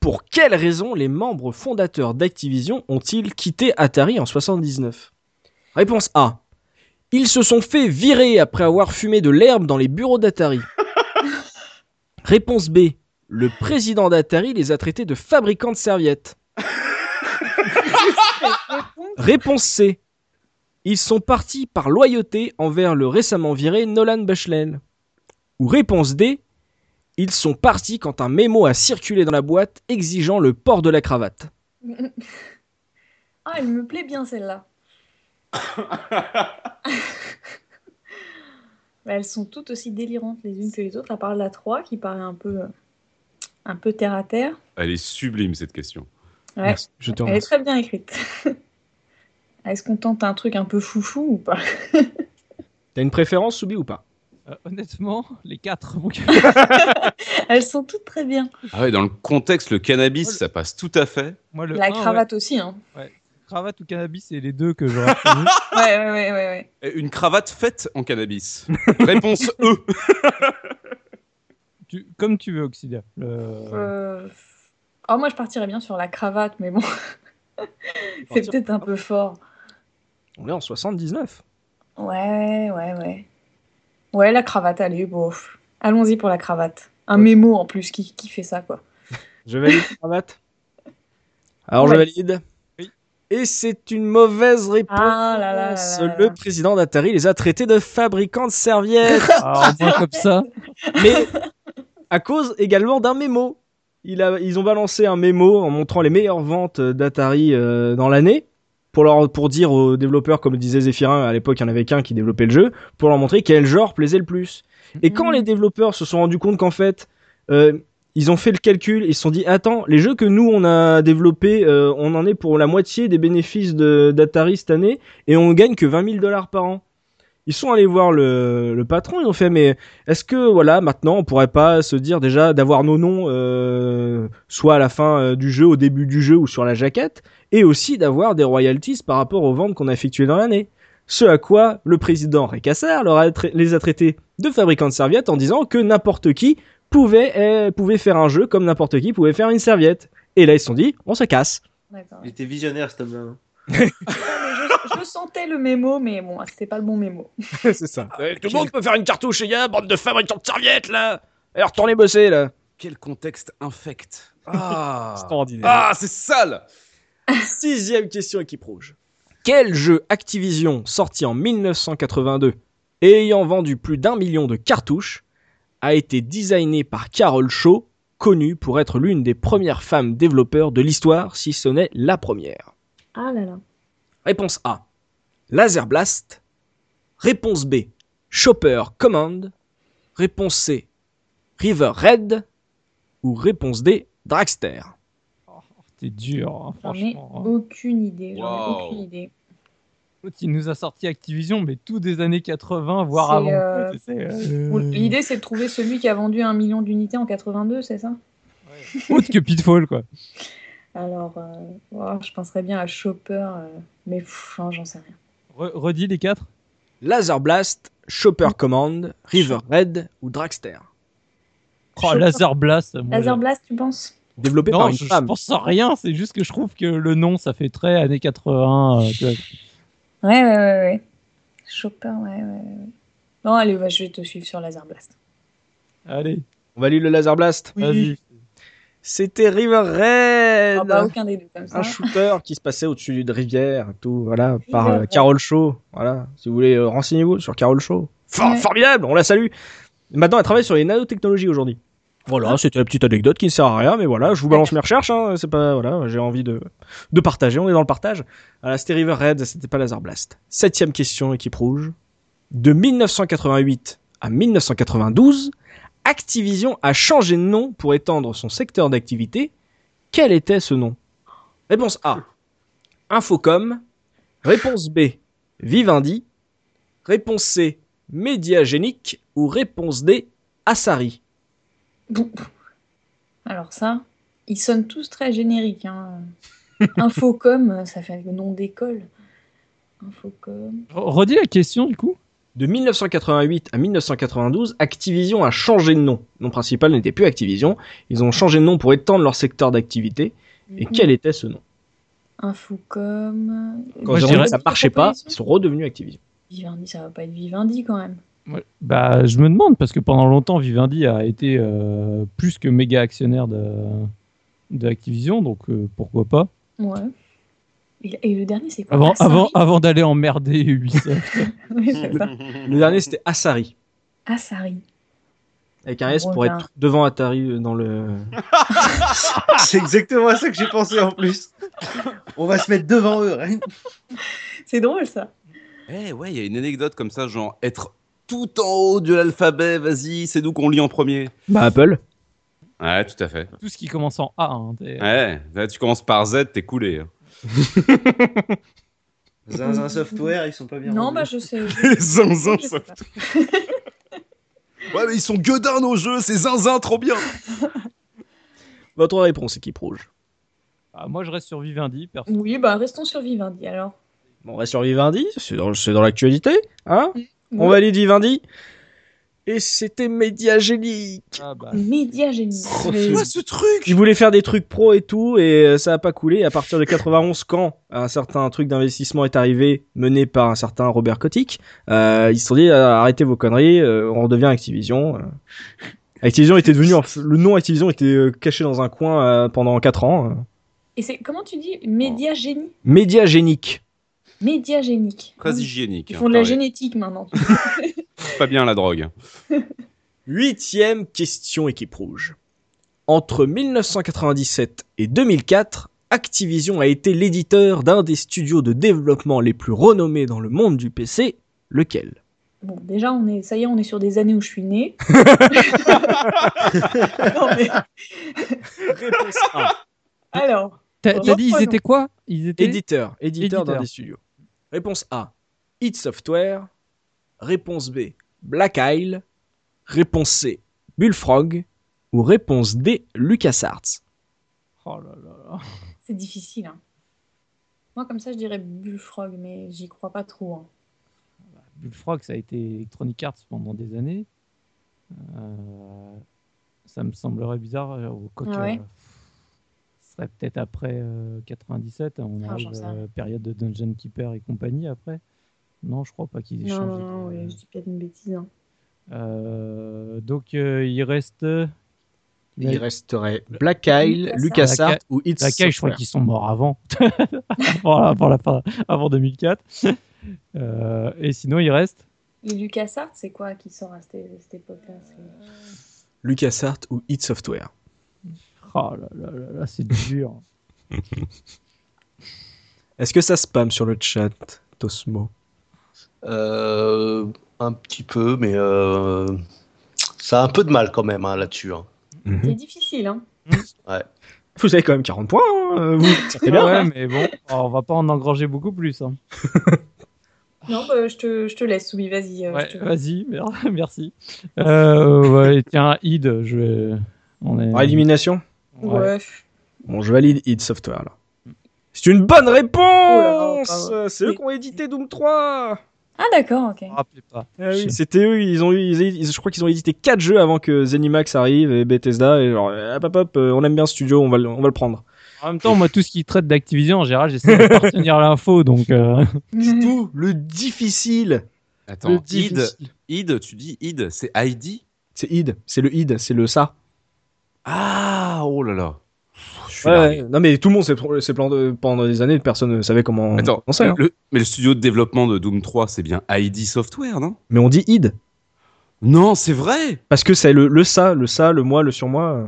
[SPEAKER 1] Pour quelles raisons les membres fondateurs d'Activision ont-ils quitté Atari en 79 Réponse A. Ils se sont fait virer après avoir fumé de l'herbe dans les bureaux d'Atari. Réponse B. Le président d'Atari les a traités de fabricants de serviettes. Réponse C. Ils sont partis par loyauté envers le récemment viré Nolan Bushnell. Ou réponse D. Ils sont partis quand un mémo a circulé dans la boîte exigeant le port de la cravate.
[SPEAKER 2] Ah, elle me plaît bien celle-là. Bah, elles sont toutes aussi délirantes les unes que les autres, à part la 3 qui paraît un peu, euh, un peu terre à terre.
[SPEAKER 4] Elle est sublime cette question.
[SPEAKER 2] Ouais.
[SPEAKER 1] Merci, je te
[SPEAKER 2] Elle est
[SPEAKER 1] remercie.
[SPEAKER 2] très bien écrite. Est-ce qu'on tente un truc un peu foufou ou pas
[SPEAKER 1] T'as une préférence, Soubi, ou pas
[SPEAKER 3] Euh, honnêtement, les 4, mon gars.
[SPEAKER 2] Elles sont toutes très bien.
[SPEAKER 4] Ah ouais, dans le contexte, le cannabis,
[SPEAKER 3] Oh, le-
[SPEAKER 4] ça passe tout à fait.
[SPEAKER 3] Moi, le
[SPEAKER 2] La
[SPEAKER 3] un, Ah ouais.
[SPEAKER 2] cravate aussi. Hein.
[SPEAKER 3] Cravate ou cannabis, c'est les deux que j'aurais choisi.
[SPEAKER 2] Ouais, ouais, ouais, ouais, ouais.
[SPEAKER 4] Et Une cravate faite en cannabis. Réponse E.
[SPEAKER 3] Tu- Comme tu veux, Oxida. Le-
[SPEAKER 2] Euh, Oh, moi je partirais bien sur la cravate, mais bon, c'est peut-être un peu fort.
[SPEAKER 1] On est en 79.
[SPEAKER 2] Ouais, ouais, ouais. Ouais, la cravate, allez, bof. Allons-y pour la cravate. Un mémo en plus, qui, qui fait ça, quoi
[SPEAKER 1] Je valide la cravate. Alors, je
[SPEAKER 2] Ouais.
[SPEAKER 1] valide.
[SPEAKER 3] Oui.
[SPEAKER 1] Et c'est une mauvaise réponse.
[SPEAKER 2] Ah là là là là là.
[SPEAKER 1] Le président d'Atari les a traités de fabricants de serviettes,
[SPEAKER 3] Ah, au moins comme ça.
[SPEAKER 1] mais à cause également d'un mémo. Il a- ils ont balancé un mémo en montrant les meilleures ventes d'Atari euh, dans l'année pour, leur- pour dire aux développeurs, comme disait Zéphirin, à l'époque il y en avait qu'un qui développait le jeu, pour leur montrer quel genre plaisait le plus. Et quand
[SPEAKER 2] Mhm.
[SPEAKER 1] les développeurs se sont rendus compte qu'en fait, euh, ils ont fait le calcul, ils se sont dit, attends, les jeux que nous on a développés, euh, on en est pour la moitié des bénéfices de- d'Atari cette année, et on gagne que 20 000 dollars par an. Ils sont allés voir le, le patron, ils ont fait, mais est-ce que voilà, maintenant on pourrait pas se dire déjà d'avoir nos noms, euh, soit à la fin euh, du jeu, au début du jeu ou sur la jaquette, et aussi d'avoir des royalties par rapport aux ventes qu'on a effectuées dans l'année. Ce à quoi le président Récassar leur a trai- les a traités de fabricants de serviettes en disant que n'importe qui pouvait, euh, pouvait faire un jeu comme n'importe qui pouvait faire une serviette. Et là, ils se sont dit, on se casse.
[SPEAKER 2] D'accord.
[SPEAKER 5] Il était visionnaire cet homme-là. hein.
[SPEAKER 2] Je, je sentais le mémo, mais bon, c'était pas le bon mémo.
[SPEAKER 1] c'est ça. tout le monde peut faire une cartouche, les gars, bande de fabricants de serviettes, là Et retournez bosser, là
[SPEAKER 4] Quel contexte infect. Ah,
[SPEAKER 3] Extraordinaire.
[SPEAKER 4] ah c'est sale
[SPEAKER 1] Sixième question, équipe rouge. Quel jeu Activision, sorti en 1982 et ayant vendu plus d'un million de cartouches, a été designé par Carol Shaw, connue pour être l'une des premières femmes développeurs de l'histoire, si ce n'est la première
[SPEAKER 2] Ah là là.
[SPEAKER 1] Réponse A. Laser Blast. Réponse B. Chopper Command. Réponse C. River Red. Ou réponse D. Dragster.
[SPEAKER 3] C'était dur, hein,
[SPEAKER 2] J'en ai
[SPEAKER 3] franchement.
[SPEAKER 2] aucune idée. J'en ai
[SPEAKER 4] Wow.
[SPEAKER 2] aucune idée.
[SPEAKER 3] L'autre, Il nous a sorti Activision, mais tout des années 80, voire
[SPEAKER 2] C'est,
[SPEAKER 3] avant.
[SPEAKER 2] euh,
[SPEAKER 3] Tu sais, euh,
[SPEAKER 2] Bon, L'idée, c'est de trouver celui qui a vendu un million d'unités en 82, c'est ça
[SPEAKER 3] euh, Autre que Pitfall, quoi.
[SPEAKER 2] Alors, euh, oh, je penserais bien à Chopper, euh, mais pff, non, j'en sais rien.
[SPEAKER 3] Re- redis les quatre.
[SPEAKER 1] Laser Blast, Chopper Command, River Red ou Dragster.
[SPEAKER 3] Oh,
[SPEAKER 2] Chopper.
[SPEAKER 3] Laser Blast. moi,
[SPEAKER 2] Laser
[SPEAKER 3] j'ai-
[SPEAKER 2] Blast, tu penses
[SPEAKER 1] Développé
[SPEAKER 3] Non,
[SPEAKER 1] par une
[SPEAKER 3] je, je
[SPEAKER 1] femme.
[SPEAKER 3] pense à rien, c'est juste que je trouve que le nom, ça fait très années 80. euh, tu vois.
[SPEAKER 2] Ouais, ouais, ouais, ouais. Chopper, ouais, ouais, ouais. Non, allez, va, je vais te suivre sur Laser Blast.
[SPEAKER 3] Allez,
[SPEAKER 1] On valide le Laser Blast.
[SPEAKER 3] vas-y.
[SPEAKER 1] C'était River Red.
[SPEAKER 2] Ah, bah, aucun des deux comme ça.
[SPEAKER 1] un shooter qui se passait au-dessus d'une rivière, et tout, voilà, par
[SPEAKER 2] River
[SPEAKER 1] euh,
[SPEAKER 2] Red.
[SPEAKER 1] Carole Shaw. Voilà, si vous voulez, euh, renseignez-vous sur Carole Shaw. For-
[SPEAKER 2] Ouais.
[SPEAKER 1] Formidable, on la salue. Maintenant, elle travaille sur les nanotechnologies aujourd'hui. Voilà, c'était la petite anecdote qui ne sert à rien, mais voilà, je vous balance mes recherches. hein, c'est pas voilà, j'ai envie de, de partager. On est dans le partage. Voilà, c'était River Red, c'était pas Laser Blast. Septième question, équipe rouge. De 1988 à 1992, Activision a changé de nom pour étendre son secteur d'activité. Quel était ce nom Réponse A. Infocom. Réponse B. Vivendi. Réponse C. Médiagénique. Ou réponse D. Asari.
[SPEAKER 2] Bon. Alors ça, ils sonnent tous très génériques. Hein. Infocom, ça fait le nom d'école. Infocom.
[SPEAKER 3] Re- Redis la question, du coup.
[SPEAKER 1] De 1988 à 1992, Activision a changé de nom. Le nom principal n'était plus Activision. Ils ont changé de nom pour étendre leur secteur d'activité. Et quel était ce nom
[SPEAKER 2] Infocom.
[SPEAKER 1] Quand
[SPEAKER 3] Moi,
[SPEAKER 1] ils
[SPEAKER 3] je
[SPEAKER 1] ont dit
[SPEAKER 3] dirais-
[SPEAKER 1] que ça marchait pas,
[SPEAKER 2] Proposition
[SPEAKER 1] ils sont redevenus Activision.
[SPEAKER 2] Vivendi, ça va pas être Vivendi quand même.
[SPEAKER 3] Ouais. Bah, je me demande, parce que pendant longtemps, Vivendi a été euh, plus que méga actionnaire de, de Activision, donc euh, pourquoi pas.
[SPEAKER 2] Ouais. Et, et le dernier, c'est quoi
[SPEAKER 3] Avant,
[SPEAKER 2] Asari
[SPEAKER 3] avant, avant d'aller emmerder Ubisoft.
[SPEAKER 2] Oui, c'est ça. Ah,
[SPEAKER 1] Le dernier, c'était Asari.
[SPEAKER 2] Asari.
[SPEAKER 1] Avec un S pour
[SPEAKER 2] Romain.
[SPEAKER 1] être devant Atari euh, dans le.
[SPEAKER 5] Ah, C'est exactement à ça que j'ai pensé en plus. On va se mettre devant eux. rien que-
[SPEAKER 2] C'est drôle ça.
[SPEAKER 4] Eh ouais, il y a une anecdote comme ça, genre être tout en haut de l'alphabet, vas-y, c'est nous qu'on lit en premier.
[SPEAKER 1] Bah, Apple.
[SPEAKER 4] Ouais, tout à fait.
[SPEAKER 3] Tout ce qui commence en A. hein, t'es-
[SPEAKER 4] Ouais, là, tu commences par Z, t'es coulé. hein.
[SPEAKER 5] Zinzin Software, ils sont pas bien.
[SPEAKER 2] Non,
[SPEAKER 5] rendus.
[SPEAKER 2] bah je sais.
[SPEAKER 4] Les zinzins,
[SPEAKER 2] Je sais
[SPEAKER 4] ça-
[SPEAKER 2] pas.
[SPEAKER 4] Ouais, mais ils sont gueudins nos jeux, c'est zinzin, trop bien.
[SPEAKER 1] Votre réponse, équipe rouge.
[SPEAKER 3] Ah, moi, je reste sur Vivendi. perso.
[SPEAKER 2] Oui, bah restons sur Vivendi alors.
[SPEAKER 1] Bon, on va sur Vivendi, c'est dans, c'est dans l'actualité, hein On
[SPEAKER 2] Oui.
[SPEAKER 1] valide Vivendi. Et c'était médiagénique.
[SPEAKER 3] Ah, bah,
[SPEAKER 2] Média génie.
[SPEAKER 4] C'est quoi ce truc
[SPEAKER 1] Ils voulaient faire des trucs pro et tout, et euh, ça a pas coulé. À partir de 91, quand un certain truc d'investissement est arrivé, mené par un certain Robert Kotick, euh, ils se sont dit Ah, arrêtez vos conneries, euh, on redevient Activision. euh. Activision était devenu en f- le nom Activision était euh, caché dans un coin euh, pendant 4 ans. euh.
[SPEAKER 2] Et c'est comment tu dis Média génie
[SPEAKER 1] Médiagénique.
[SPEAKER 2] Média génique.
[SPEAKER 4] Très hygiénique.
[SPEAKER 2] Ils
[SPEAKER 4] hein,
[SPEAKER 2] font de la
[SPEAKER 4] pareil.
[SPEAKER 2] génétique maintenant.
[SPEAKER 4] Pas bien la drogue.
[SPEAKER 1] Huitième question équipe rouge. Entre 1997 et 2004, Activision a été l'éditeur d'un des studios de développement les plus renommés dans le monde du PC, lequel
[SPEAKER 2] Bon, déjà, on est, ça y est, on est sur des années où je suis née. Non, mais-
[SPEAKER 1] Réponse A.
[SPEAKER 2] alors,
[SPEAKER 3] T'as t'as dit, ils
[SPEAKER 2] Reprenons.
[SPEAKER 3] étaient quoi Ils étaient.
[SPEAKER 1] Éditeur, éditeur d'un
[SPEAKER 3] Éditeur.
[SPEAKER 1] des studios. Réponse A. Hit Software. Réponse B. Black Isle. Réponse C. Bullfrog. Ou réponse D. LucasArts.
[SPEAKER 3] Oh là là là.
[SPEAKER 2] c'est difficile. hein. Moi, comme ça, je dirais Bullfrog, mais j'y crois pas trop. hein.
[SPEAKER 3] Bullfrog, ça a été Electronic Arts pendant des années. Euh, ça me semblerait bizarre. euh, quoique,
[SPEAKER 2] Ah ouais.
[SPEAKER 3] euh, serait peut-être après euh, 97. hein, On
[SPEAKER 2] Ah,
[SPEAKER 3] arrive
[SPEAKER 2] j'en sais
[SPEAKER 3] à
[SPEAKER 2] rien.
[SPEAKER 3] la période de Dungeon Keeper et compagnie après. Non, je crois pas qu'ils aient
[SPEAKER 2] Non,
[SPEAKER 3] changé.
[SPEAKER 2] non, non,
[SPEAKER 3] de-
[SPEAKER 2] ouais, je dis peut-être une bêtise. hein.
[SPEAKER 3] Euh, donc euh, il reste euh,
[SPEAKER 8] Il
[SPEAKER 3] la-
[SPEAKER 8] resterait Black Isle, LucasArts
[SPEAKER 3] Lacaille-
[SPEAKER 8] ou It's
[SPEAKER 3] la caille, je crois
[SPEAKER 8] Software.
[SPEAKER 3] qu'ils sont morts avant, avant, la- avant la fin- avant 2004. Euh, et sinon, il reste
[SPEAKER 2] Et LucasArts, c'est quoi qui sort à cette, cette époque-là c'est-
[SPEAKER 1] LucasArts ou It Software.
[SPEAKER 3] Oh là là là là, c'est dur.
[SPEAKER 1] Est-ce que ça spam sur le chat, Tosmo
[SPEAKER 6] Euh, un petit peu, mais euh, ça a un peu de mal quand même hein, là-dessus. hein.
[SPEAKER 1] Mhm. Hmm.
[SPEAKER 2] C'est difficile, hein
[SPEAKER 1] Vous avez quand même 40 points, hein, euh, vous. C'est bien.
[SPEAKER 3] ouais, mais bon, on va pas en engranger beaucoup plus. hein.
[SPEAKER 2] Non, bah, je, te, je te laisse, Soubi, vas-y. euh,
[SPEAKER 3] Ouais,
[SPEAKER 2] je te-
[SPEAKER 3] vas-y, mer- merci. Euh, ouais, tiens, Id, je vais. On est...
[SPEAKER 1] En élimination
[SPEAKER 3] Ouais.
[SPEAKER 2] Ouais.
[SPEAKER 1] Bon, je valide It Software, là. C'est une bonne
[SPEAKER 2] Oh
[SPEAKER 1] réponse
[SPEAKER 2] là
[SPEAKER 1] C'est eux qui ont édité Doom 3
[SPEAKER 2] Ah, d'accord, ok.
[SPEAKER 3] Je me rappelais pas.
[SPEAKER 1] Ah
[SPEAKER 3] Je-
[SPEAKER 1] oui, c'était eux, ils ont eu, ils- ils- je crois qu'ils ont édité 4 jeux avant que Zenimax arrive et Bethesda, et genre, hop hop hop, euh, on aime bien ce studio, on va, le- on va le prendre.
[SPEAKER 3] En même temps, moi, tout ce qui traite d'Activision, en général, j'essaie d'appartenir à l'info, donc. euh,
[SPEAKER 1] Tout le difficile
[SPEAKER 4] Attends,
[SPEAKER 1] Le
[SPEAKER 4] id,
[SPEAKER 1] difficile.
[SPEAKER 4] id, tu dis id, c'est ID
[SPEAKER 1] C'est id, c'est le id, c'est le ça.
[SPEAKER 4] Ah, oh là là. Pff, Je suis
[SPEAKER 1] Ouais,
[SPEAKER 4] largué.
[SPEAKER 1] ouais. non mais tout le monde s'est pro- s'est planté pendant des années, personne ne savait comment
[SPEAKER 4] Attends,
[SPEAKER 1] on sait, hein.
[SPEAKER 4] le- mais le studio de développement de Doom 3, c'est bien ID Software, non
[SPEAKER 1] Mais on dit id,
[SPEAKER 4] Non, c'est vrai
[SPEAKER 1] parce que c'est le, le ça, le ça, le moi, le surmoi. euh.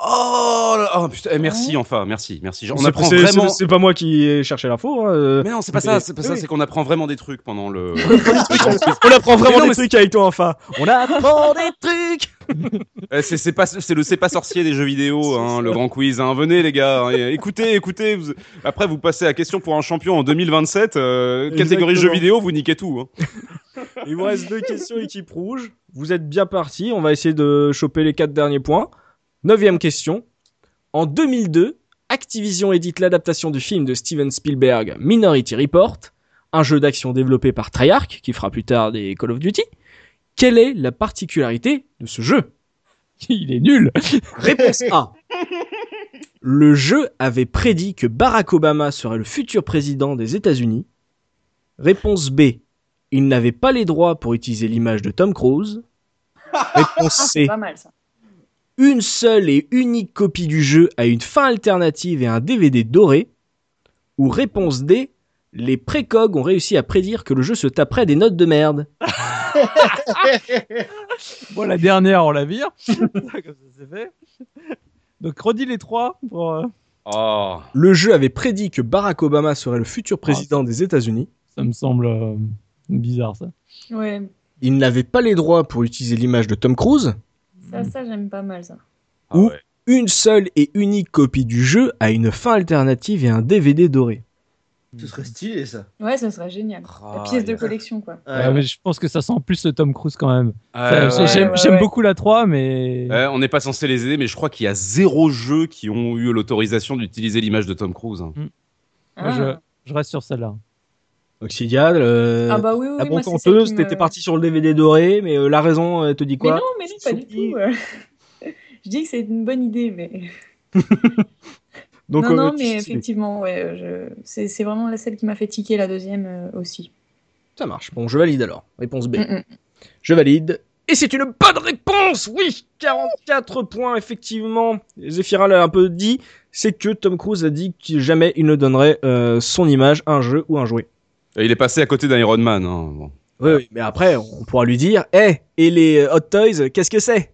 [SPEAKER 4] Oh là là, oh, putain, eh, merci enfin, merci, merci. Genre, On
[SPEAKER 1] C'est-
[SPEAKER 4] apprend
[SPEAKER 1] c'est-
[SPEAKER 4] vraiment.
[SPEAKER 1] c'est- C'est pas moi qui ai cherché l'info. hein, euh.
[SPEAKER 4] Mais non, c'est pas
[SPEAKER 1] Mais-
[SPEAKER 4] ça, c'est pas ça,
[SPEAKER 1] oui.
[SPEAKER 4] c'est qu'on apprend vraiment des trucs pendant le.
[SPEAKER 1] On apprend vraiment
[SPEAKER 4] Mais non,
[SPEAKER 1] des
[SPEAKER 4] mais
[SPEAKER 1] trucs avec toi, enfin. On apprend des trucs.
[SPEAKER 4] Eh, c'est c'est pas c'est le c'est pas sorcier des jeux vidéo, hein, le grand quiz. hein. Venez les gars, hein, et écoutez, écoutez. vous- Après, vous passez à question pour un champion en 2027. euh, catégorie
[SPEAKER 1] Exactement.
[SPEAKER 4] jeux vidéo, vous niquez tout. hein.
[SPEAKER 1] Il vous reste deux questions équipe rouge. Vous êtes bien partis. On va essayer de choper les quatre derniers points. Neuvième question. En 2002, Activision édite l'adaptation du film de Steven Spielberg Minority Report, un jeu d'action développé par Treyarch qui fera plus tard des Call of Duty. Quelle est la particularité de ce jeu
[SPEAKER 3] il est nul.
[SPEAKER 1] Réponse A. Le jeu avait prédit que Barack Obama serait le futur président des États-Unis. Réponse B. Il n'avait pas les droits pour utiliser l'image de Tom Cruise. Réponse
[SPEAKER 2] Ah,
[SPEAKER 1] C.
[SPEAKER 2] c'est pas mal ça.
[SPEAKER 1] Une seule et unique copie du jeu a une fin alternative et un DVD doré. Ou réponse D. Les précogs ont réussi à prédire que le jeu se taperait des notes de merde.
[SPEAKER 3] Bon, la dernière, on la vire. Comme ça, c'est fait. Donc, redis les trois pour. euh,
[SPEAKER 4] Oh.
[SPEAKER 1] Le jeu avait prédit que Barack Obama serait le futur président des États-Unis.
[SPEAKER 3] Ça me semble euh, bizarre, ça.
[SPEAKER 2] Ouais,
[SPEAKER 1] il n'avait pas les droits pour utiliser l'image de Tom Cruise,
[SPEAKER 2] ça,
[SPEAKER 3] Hmm.
[SPEAKER 2] ça j'aime pas mal ça.
[SPEAKER 4] Ah
[SPEAKER 1] Ou-
[SPEAKER 4] ouais.
[SPEAKER 1] une seule et unique copie du jeu a une fin alternative et un DVD doré.
[SPEAKER 5] Ce serait stylé ça. Euh,
[SPEAKER 2] Ouais, ça serait génial. La
[SPEAKER 4] Ah,
[SPEAKER 2] pièce de
[SPEAKER 4] yeah.
[SPEAKER 2] collection, quoi.
[SPEAKER 5] Ouais.
[SPEAKER 3] Ouais, mais je pense que ça sent plus le Tom Cruise quand même.
[SPEAKER 4] Euh,
[SPEAKER 3] Ça,
[SPEAKER 2] ouais,
[SPEAKER 3] J'aime
[SPEAKER 2] ouais,
[SPEAKER 3] j'aime
[SPEAKER 2] ouais.
[SPEAKER 3] beaucoup la 3, mais.
[SPEAKER 4] Euh, on n'est pas censé les aider, mais je crois qu'il y a zéro jeu qui ont eu l'autorisation d'utiliser l'image de Tom Cruise. hein.
[SPEAKER 3] Moi, je, je reste sur celle-là.
[SPEAKER 1] Oxidial, euh,
[SPEAKER 2] Ah bah oui, oui,
[SPEAKER 1] la bonne
[SPEAKER 2] oui, moi, c'est celle qui
[SPEAKER 1] conteuse,
[SPEAKER 2] me-
[SPEAKER 1] t'étais parti sur le DVD doré, mais euh, la raison euh, te dit
[SPEAKER 2] Mais
[SPEAKER 1] quoi
[SPEAKER 2] non, mais non, pas du tout. euh. je dis que c'est une bonne idée, mais...
[SPEAKER 1] Donc,
[SPEAKER 2] non,
[SPEAKER 1] euh,
[SPEAKER 2] non,
[SPEAKER 1] tu-
[SPEAKER 2] mais
[SPEAKER 1] tu-
[SPEAKER 2] effectivement, ouais, euh, je... c'est c'est vraiment la celle qui m'a fait tiquer, la deuxième euh, aussi.
[SPEAKER 1] ça marche. Bon, je valide alors. Réponse B.
[SPEAKER 2] Mm, mm.
[SPEAKER 1] Je valide. Et c'est une bonne réponse, oui 44 points, effectivement. Zephyra l'a un peu dit, c'est que Tom Cruise a dit que jamais il ne donnerait euh, son image à un jeu ou un jouet.
[SPEAKER 4] Et il est passé à côté d'Iron Man. hein, bon.
[SPEAKER 1] Oui, oui, mais après, on pourra lui dire, hé, et les euh, Hot Toys, qu'est-ce que c'est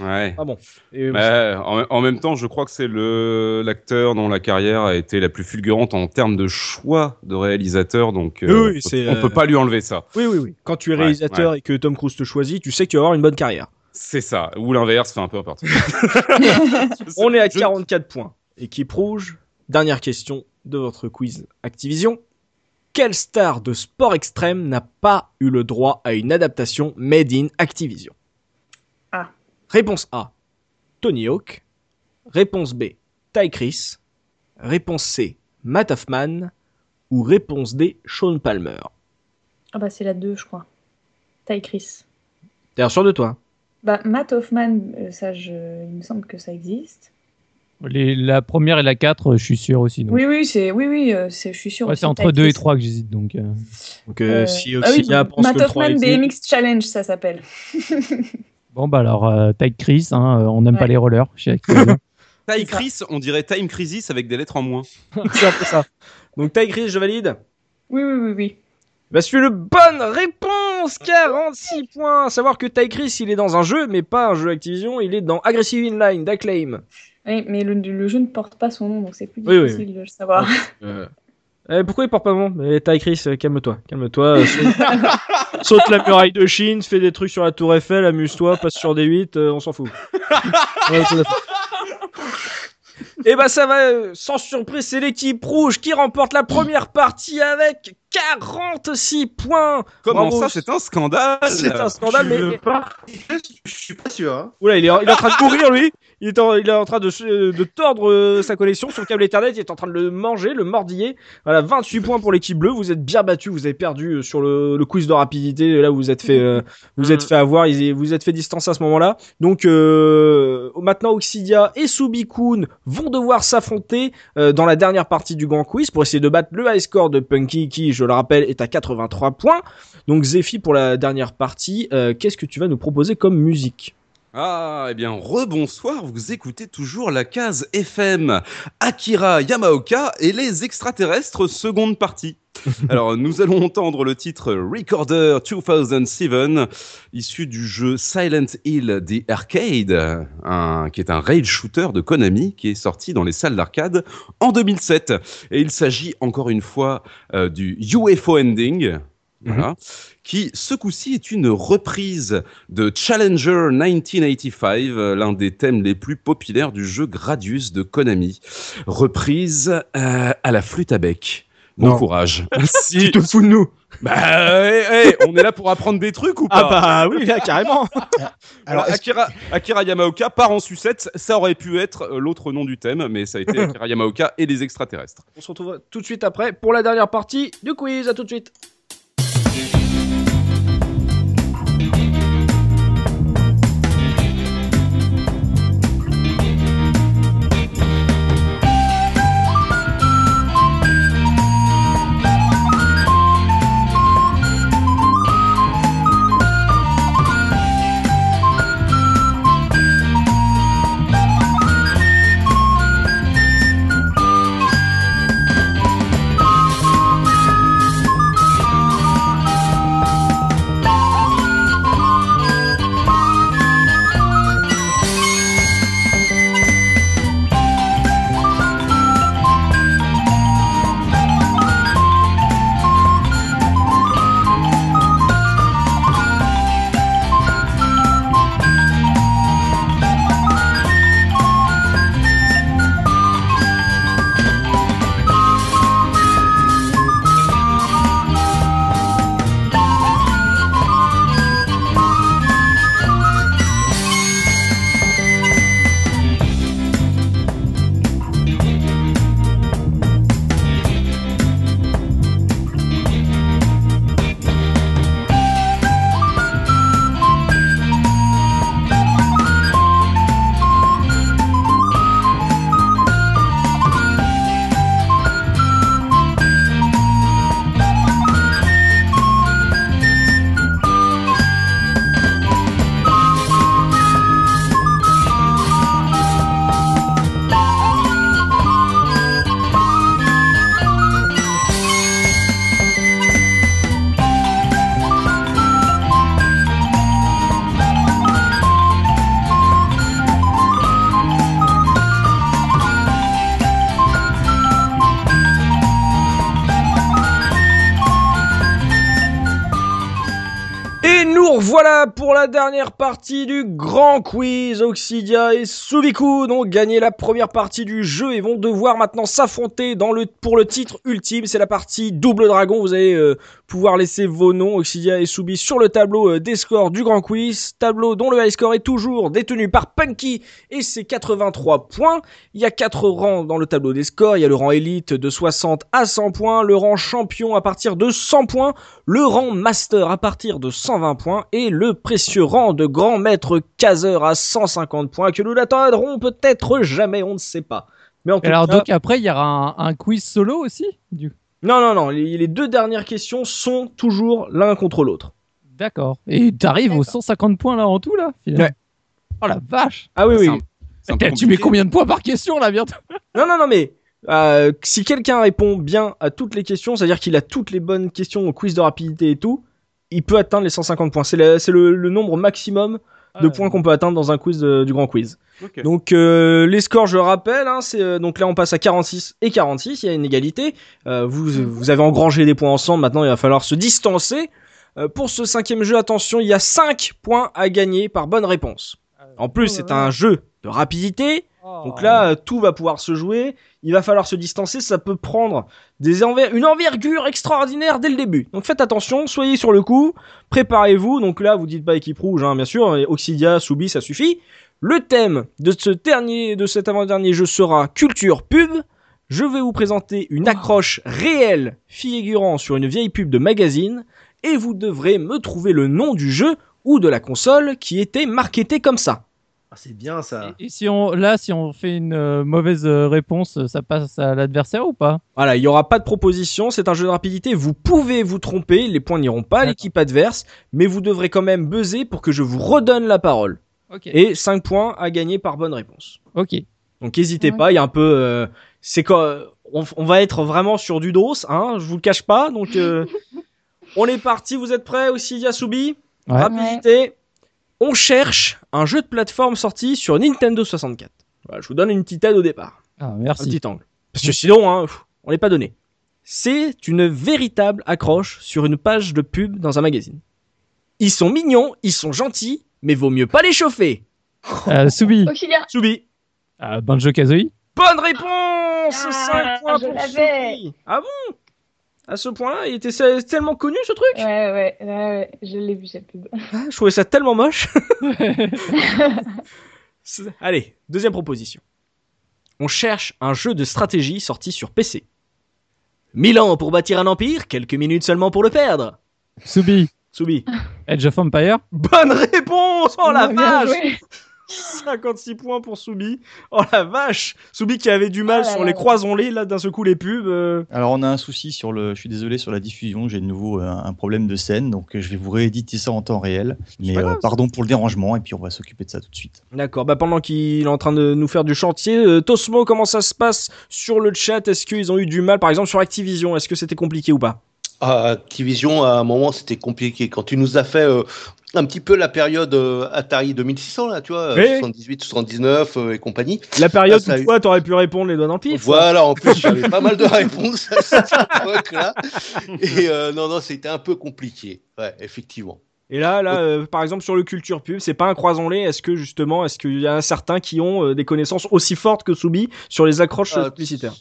[SPEAKER 4] Ouais.
[SPEAKER 1] Ah bon. Et, euh,
[SPEAKER 4] Ouais, en, en même temps, je crois que c'est le l'acteur dont la carrière a été la plus fulgurante en termes de choix de réalisateur, donc
[SPEAKER 1] Oui, oui,
[SPEAKER 4] on peut-
[SPEAKER 1] c'est,
[SPEAKER 4] on
[SPEAKER 1] euh,
[SPEAKER 4] peut pas lui enlever ça.
[SPEAKER 1] Oui, oui, oui. Quand tu es
[SPEAKER 4] Ouais,
[SPEAKER 1] réalisateur et que Tom Cruise te choisit, tu sais que tu vas avoir une bonne carrière.
[SPEAKER 4] C'est ça, ou l'inverse, enfin peu importe. Je sais-
[SPEAKER 1] On est à
[SPEAKER 4] je-
[SPEAKER 1] 44 points. Équipe rouge, dernière question de votre quiz Activision. Quelle star de sport extrême n'a pas eu le droit à une adaptation made in Activision
[SPEAKER 2] Ah.
[SPEAKER 1] Réponse A. Tony Hawk. Réponse B. Ty Chris. Réponse C. Matt Hoffman. Ou réponse D. Sean Palmer.
[SPEAKER 2] Ah bah c'est la deux, je crois. Ty Chris.
[SPEAKER 1] T'es sûr de toi
[SPEAKER 2] Bah, Matt Hoffman, euh, ça, je... il me semble que ça existe.
[SPEAKER 3] Les- la première et la 4, je suis sûr aussi. donc.
[SPEAKER 2] Oui, oui, c'est, oui, oui, euh, c'est, je suis sûr.
[SPEAKER 3] Ouais, c'est entre 2 et 3 que j'hésite. Donc, euh.
[SPEAKER 1] Donc, euh,
[SPEAKER 2] Euh,
[SPEAKER 1] si
[SPEAKER 2] Ah oui,
[SPEAKER 1] Oxilia pense
[SPEAKER 2] Matt
[SPEAKER 1] que le 3
[SPEAKER 2] Hoffman
[SPEAKER 1] existe-
[SPEAKER 2] BMX Challenge, ça s'appelle.
[SPEAKER 3] Bon, bah alors, euh, Tide Chris, hein, euh, on n'aime
[SPEAKER 2] Ouais.
[SPEAKER 3] pas les rollers chez Activision.
[SPEAKER 4] Time
[SPEAKER 2] C'est ça.
[SPEAKER 4] Chris, on dirait Time Crisis avec des lettres en moins.
[SPEAKER 1] c'est un peu ça. Donc Tigris, je valide.
[SPEAKER 2] Oui, oui, oui, oui.
[SPEAKER 1] Bah, c'est une bonne réponse 46 points À savoir que Tigris, il est dans un jeu, mais pas un jeu Activision, il est dans Aggressive Inline d'Acclaim.
[SPEAKER 2] Oui, mais le, le jeu ne porte pas son nom, donc c'est plus
[SPEAKER 1] Oui, oui,
[SPEAKER 2] difficile de le savoir.
[SPEAKER 1] Euh, pourquoi il porte pas bon Mais Tigris, euh, calme-toi, calme-toi. euh, saute... saute la muraille de Chine, fais des trucs sur la tour Eiffel, amuse-toi, passe sur des 8, euh, on s'en fout. Ouais, tout à fait. Et bah ça va, euh, sans surprise, c'est l'équipe rouge qui remporte la première partie avec 46 points.
[SPEAKER 4] Comment
[SPEAKER 1] Bravo.
[SPEAKER 4] ça, c'est un scandale
[SPEAKER 1] C'est un scandale, mais
[SPEAKER 5] Je, pas- je suis pas sûr. hein.
[SPEAKER 1] Oula, il est, il est en train de mourir, lui. Il est en, il est en train de, se- de tordre euh, sa connexion. Son câble Ethernet, il est en train de le manger, le mordiller. Voilà, 28 points pour l'équipe bleue. Vous êtes bien battu. Vous avez perdu euh, sur le, le quiz de rapidité. Là, vous vous êtes fait, euh, vous vous êtes fait avoir. Ils- Vous vous êtes fait distance à ce moment-là. Donc, euh, maintenant, Oxidia et Subikun vont devoir s'affronter euh, dans la dernière partie du grand quiz pour essayer de battre le high score de Punky, qui, je le rappelle, est à 83 points. Donc, Zephy, pour la dernière partie, euh, qu'est-ce que tu vas nous proposer comme musique
[SPEAKER 4] Ah, eh bien, rebonsoir, vous écoutez toujours la case FM, Akira Yamaoka et les extraterrestres, seconde partie. Alors, nous allons entendre le titre Recorder 2007, issu du jeu Silent Hill The Arcade, un- qui est un rail shooter de Konami qui est sorti dans les salles d'arcade en 2007. Et il s'agit encore une fois euh, du UFO Ending.
[SPEAKER 1] Mhm.
[SPEAKER 4] Voilà, qui ce coup-ci est une reprise de Challenger 1985, euh, l'un des thèmes les plus populaires du jeu Gradius de Konami, reprise euh, à la flûte à bec. Bon
[SPEAKER 1] Non.
[SPEAKER 4] courage.
[SPEAKER 1] Tu
[SPEAKER 4] si.
[SPEAKER 1] te fous de nous
[SPEAKER 4] Bah, hey, hey, on est là pour apprendre des trucs ou pas
[SPEAKER 1] bah oui, là, carrément
[SPEAKER 4] Voilà,
[SPEAKER 7] Alors, est-ce
[SPEAKER 4] Akira, Akira Yamaoka part en sucette. Ça aurait pu être euh, l'autre nom du thème, mais ça a été Akira Yamaoka et les extraterrestres.
[SPEAKER 1] On se retrouve tout de suite après pour la dernière partie du quiz. À tout de suite Et nous revoilà pour la dernière partie du grand quiz. Oxidia et Suvikun ont gagné la première partie du jeu et vont devoir maintenant s'affronter dans le, pour le titre ultime. C'est la partie double dragon. Vous allez euh, pouvoir laisser vos noms, Oxidia et Subi, sur le tableau euh, des scores du grand quiz. Tableau dont le high score est toujours détenu par Punky et ses 83 points. Il y a quatre rangs dans le tableau des scores. Il y a le rang élite de 60 à 100 points, le rang champion à partir de 100 points le rang master à partir de 120 points et et le précieux rang de grand maître Kazer à 150 points que nous n'atteindrons peut-être jamais, on ne sait pas. Mais en
[SPEAKER 3] Et
[SPEAKER 1] tout
[SPEAKER 3] alors,
[SPEAKER 1] cas,
[SPEAKER 3] donc après, il y aura un, un quiz solo aussi du...
[SPEAKER 1] non, non, non, les, les deux dernières questions sont toujours l'un contre l'autre.
[SPEAKER 3] D'accord. Et t'arrives aux 150 points là en tout là finalement.
[SPEAKER 1] Ouais.
[SPEAKER 3] Oh la vache
[SPEAKER 1] Ah oui,
[SPEAKER 4] C'est
[SPEAKER 1] oui.
[SPEAKER 4] un- c'est un peu
[SPEAKER 3] T'as- Tu mets
[SPEAKER 4] compliqué.
[SPEAKER 3] combien de points par question là bientôt
[SPEAKER 1] Non, non, non, mais euh, si quelqu'un répond bien à toutes les questions, c'est-à-dire qu'il a toutes les bonnes questions au quiz de rapidité et tout, il peut atteindre les 150 points. C'est la- c'est le, le nombre maximum
[SPEAKER 2] Ah
[SPEAKER 1] de points qu'on peut atteindre dans un quiz de- du grand quiz.
[SPEAKER 4] Ok.
[SPEAKER 1] Donc euh, les scores, je le rappelle, hein, c'est euh, donc là on passe à 46 et 46, il y a une égalité. Euh, vous, vous avez engrangé des points ensemble, maintenant il va falloir se distancer. Euh, pour ce cinquième jeu, attention, il y a 5 points à gagner par bonne réponse.
[SPEAKER 3] Ah,
[SPEAKER 1] En plus,
[SPEAKER 2] Oh là
[SPEAKER 1] c'est
[SPEAKER 2] là.
[SPEAKER 1] un jeu de rapidité, donc là, euh, tout va pouvoir se jouer. Il va falloir se distancer. Ça peut prendre des enver- une envergure extraordinaire dès le début. Donc faites attention, soyez sur le coup, préparez-vous. Donc là, vous dites pas équipe rouge, hein, bien sûr. et Oxidia, Soubi, ça suffit. Le thème de ce dernier, de cet avant-dernier jeu sera culture pub. Je vais vous présenter une accroche réelle figurant sur une vieille pub de magazine et vous devrez me trouver le nom du jeu ou de la console qui était marketé comme ça.
[SPEAKER 5] Ah, c'est bien ça.
[SPEAKER 3] Et, et si on là, si on fait une euh, mauvaise euh, réponse, euh, ça passe à l'adversaire ou pas
[SPEAKER 1] Voilà, il n'y aura pas de proposition, c'est un jeu de rapidité, vous pouvez vous tromper, les points n'iront pas à
[SPEAKER 3] D'accord.
[SPEAKER 1] l'équipe adverse, mais vous devrez quand même buzzer pour que je vous redonne la parole.
[SPEAKER 3] Ok.
[SPEAKER 1] Et 5 points à gagner par bonne réponse.
[SPEAKER 3] Ok.
[SPEAKER 1] Donc n'hésitez
[SPEAKER 2] Ouais.
[SPEAKER 1] pas, il y a un peu... euh, c'est quoi on, on va être vraiment sur du dos, hein, je vous le cache pas, donc... euh, on est parti, vous êtes prêts aussi, Yasubi
[SPEAKER 3] Ouais.
[SPEAKER 1] Rapidité. On cherche un jeu de plateforme sorti sur Nintendo 64. Voilà, je vous donne une petite aide au départ
[SPEAKER 3] Ah,
[SPEAKER 1] un
[SPEAKER 3] merci.
[SPEAKER 1] petit angle. Parce que sinon, hein, pff, on l'est pas donné. C'est une véritable accroche sur une page de pub dans un magazine. Ils sont mignons, ils sont gentils, mais vaut mieux pas les chauffer.
[SPEAKER 3] Euh, Soubi,
[SPEAKER 2] Auxilia.
[SPEAKER 1] Soubi.
[SPEAKER 3] euh, Banjo Kazooie.
[SPEAKER 1] Bonne réponse 5 points
[SPEAKER 2] Ah, je
[SPEAKER 1] pour
[SPEAKER 2] l'avais.
[SPEAKER 1] Soubi. Ah bon À ce point-là, il était se- tellement connu ce truc
[SPEAKER 2] Ouais, ouais, ouais, ouais, je l'ai vu cette pub.
[SPEAKER 1] Ah, Je trouvais ça tellement moche. C'est- Allez, deuxième proposition. On cherche un jeu de stratégie sorti sur PC. Mille ans pour bâtir un empire, quelques minutes seulement pour le perdre.
[SPEAKER 3] Soubi,
[SPEAKER 1] Soubi.
[SPEAKER 3] Edge of Empire.
[SPEAKER 1] Bonne réponse Oh la
[SPEAKER 2] Ouais, bien
[SPEAKER 1] vache
[SPEAKER 2] joué.
[SPEAKER 1] 56 points pour Soubi. Oh la vache Soubi qui avait du mal
[SPEAKER 2] Oh là
[SPEAKER 1] sur
[SPEAKER 2] là
[SPEAKER 1] les
[SPEAKER 2] là.
[SPEAKER 1] croisons-les, là d'un seul coup les pubs. euh.
[SPEAKER 7] Alors on a un souci sur le, je suis désolé sur la diffusion, j'ai de nouveau euh, un problème de scène, donc euh, je vais vous rééditer ça en temps réel. Mais
[SPEAKER 1] pas
[SPEAKER 7] euh,
[SPEAKER 1] grave, ça.
[SPEAKER 7] pardon pour le dérangement et puis on va s'occuper de ça tout de suite.
[SPEAKER 1] D'accord, bah pendant qu'il est en train de nous faire du chantier, euh, Tosmo, comment ça se passe sur le chat Est-ce qu'ils ont eu du mal, par exemple sur Activision Est-ce que c'était compliqué ou pas
[SPEAKER 6] À Activision, à un moment, c'était compliqué. Quand tu nous as fait euh, un petit peu la période euh, Atari 2600, là, tu vois,
[SPEAKER 1] Oui.
[SPEAKER 6] 78, 79 euh, et compagnie.
[SPEAKER 1] La période
[SPEAKER 6] Ah, ça a
[SPEAKER 1] où
[SPEAKER 6] eu-
[SPEAKER 1] toi t'aurais pu répondre les doigts dans le pif. hein.
[SPEAKER 6] Voilà, en plus, j'avais pas mal de réponses à cette époque-là. Et euh, non, non, c'était un peu compliqué. Ouais, effectivement.
[SPEAKER 1] Et là, là, euh, par exemple sur le culture pub, c'est pas un croisons-les. Est-ce que justement, est-ce qu'il y a certains qui ont euh, des connaissances aussi fortes que Soubi sur les accroches
[SPEAKER 6] Ah,
[SPEAKER 1] publicitaires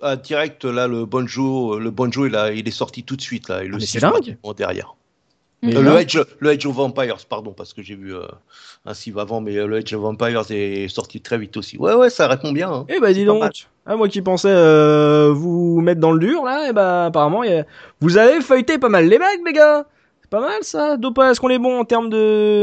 [SPEAKER 6] Ah, direct, là, le Bonjo, le Bonjo, il, a- il est sorti tout de suite, là. Et le
[SPEAKER 1] Ah, mais c'est
[SPEAKER 6] six,
[SPEAKER 1] dingue.
[SPEAKER 6] pratiquement derrière.
[SPEAKER 2] Mais
[SPEAKER 6] Euh,
[SPEAKER 2] non.
[SPEAKER 6] le, Edge, le Edge of Vampires, pardon, parce que j'ai vu euh, un civ avant, mais euh, le Edge of Vampires est sorti très vite aussi. Ouais, ouais, ça répond bien. hein.
[SPEAKER 1] Eh bah dis
[SPEAKER 6] C'est pas
[SPEAKER 1] donc,
[SPEAKER 6] mal.
[SPEAKER 1] ah, moi qui pensais euh, vous mettre dans le dur là, eh bah apparemment il y a- vous avez feuilleté pas mal les mecs les gars. C'est pas mal ça. Dopa, est-ce qu'on est bon en termes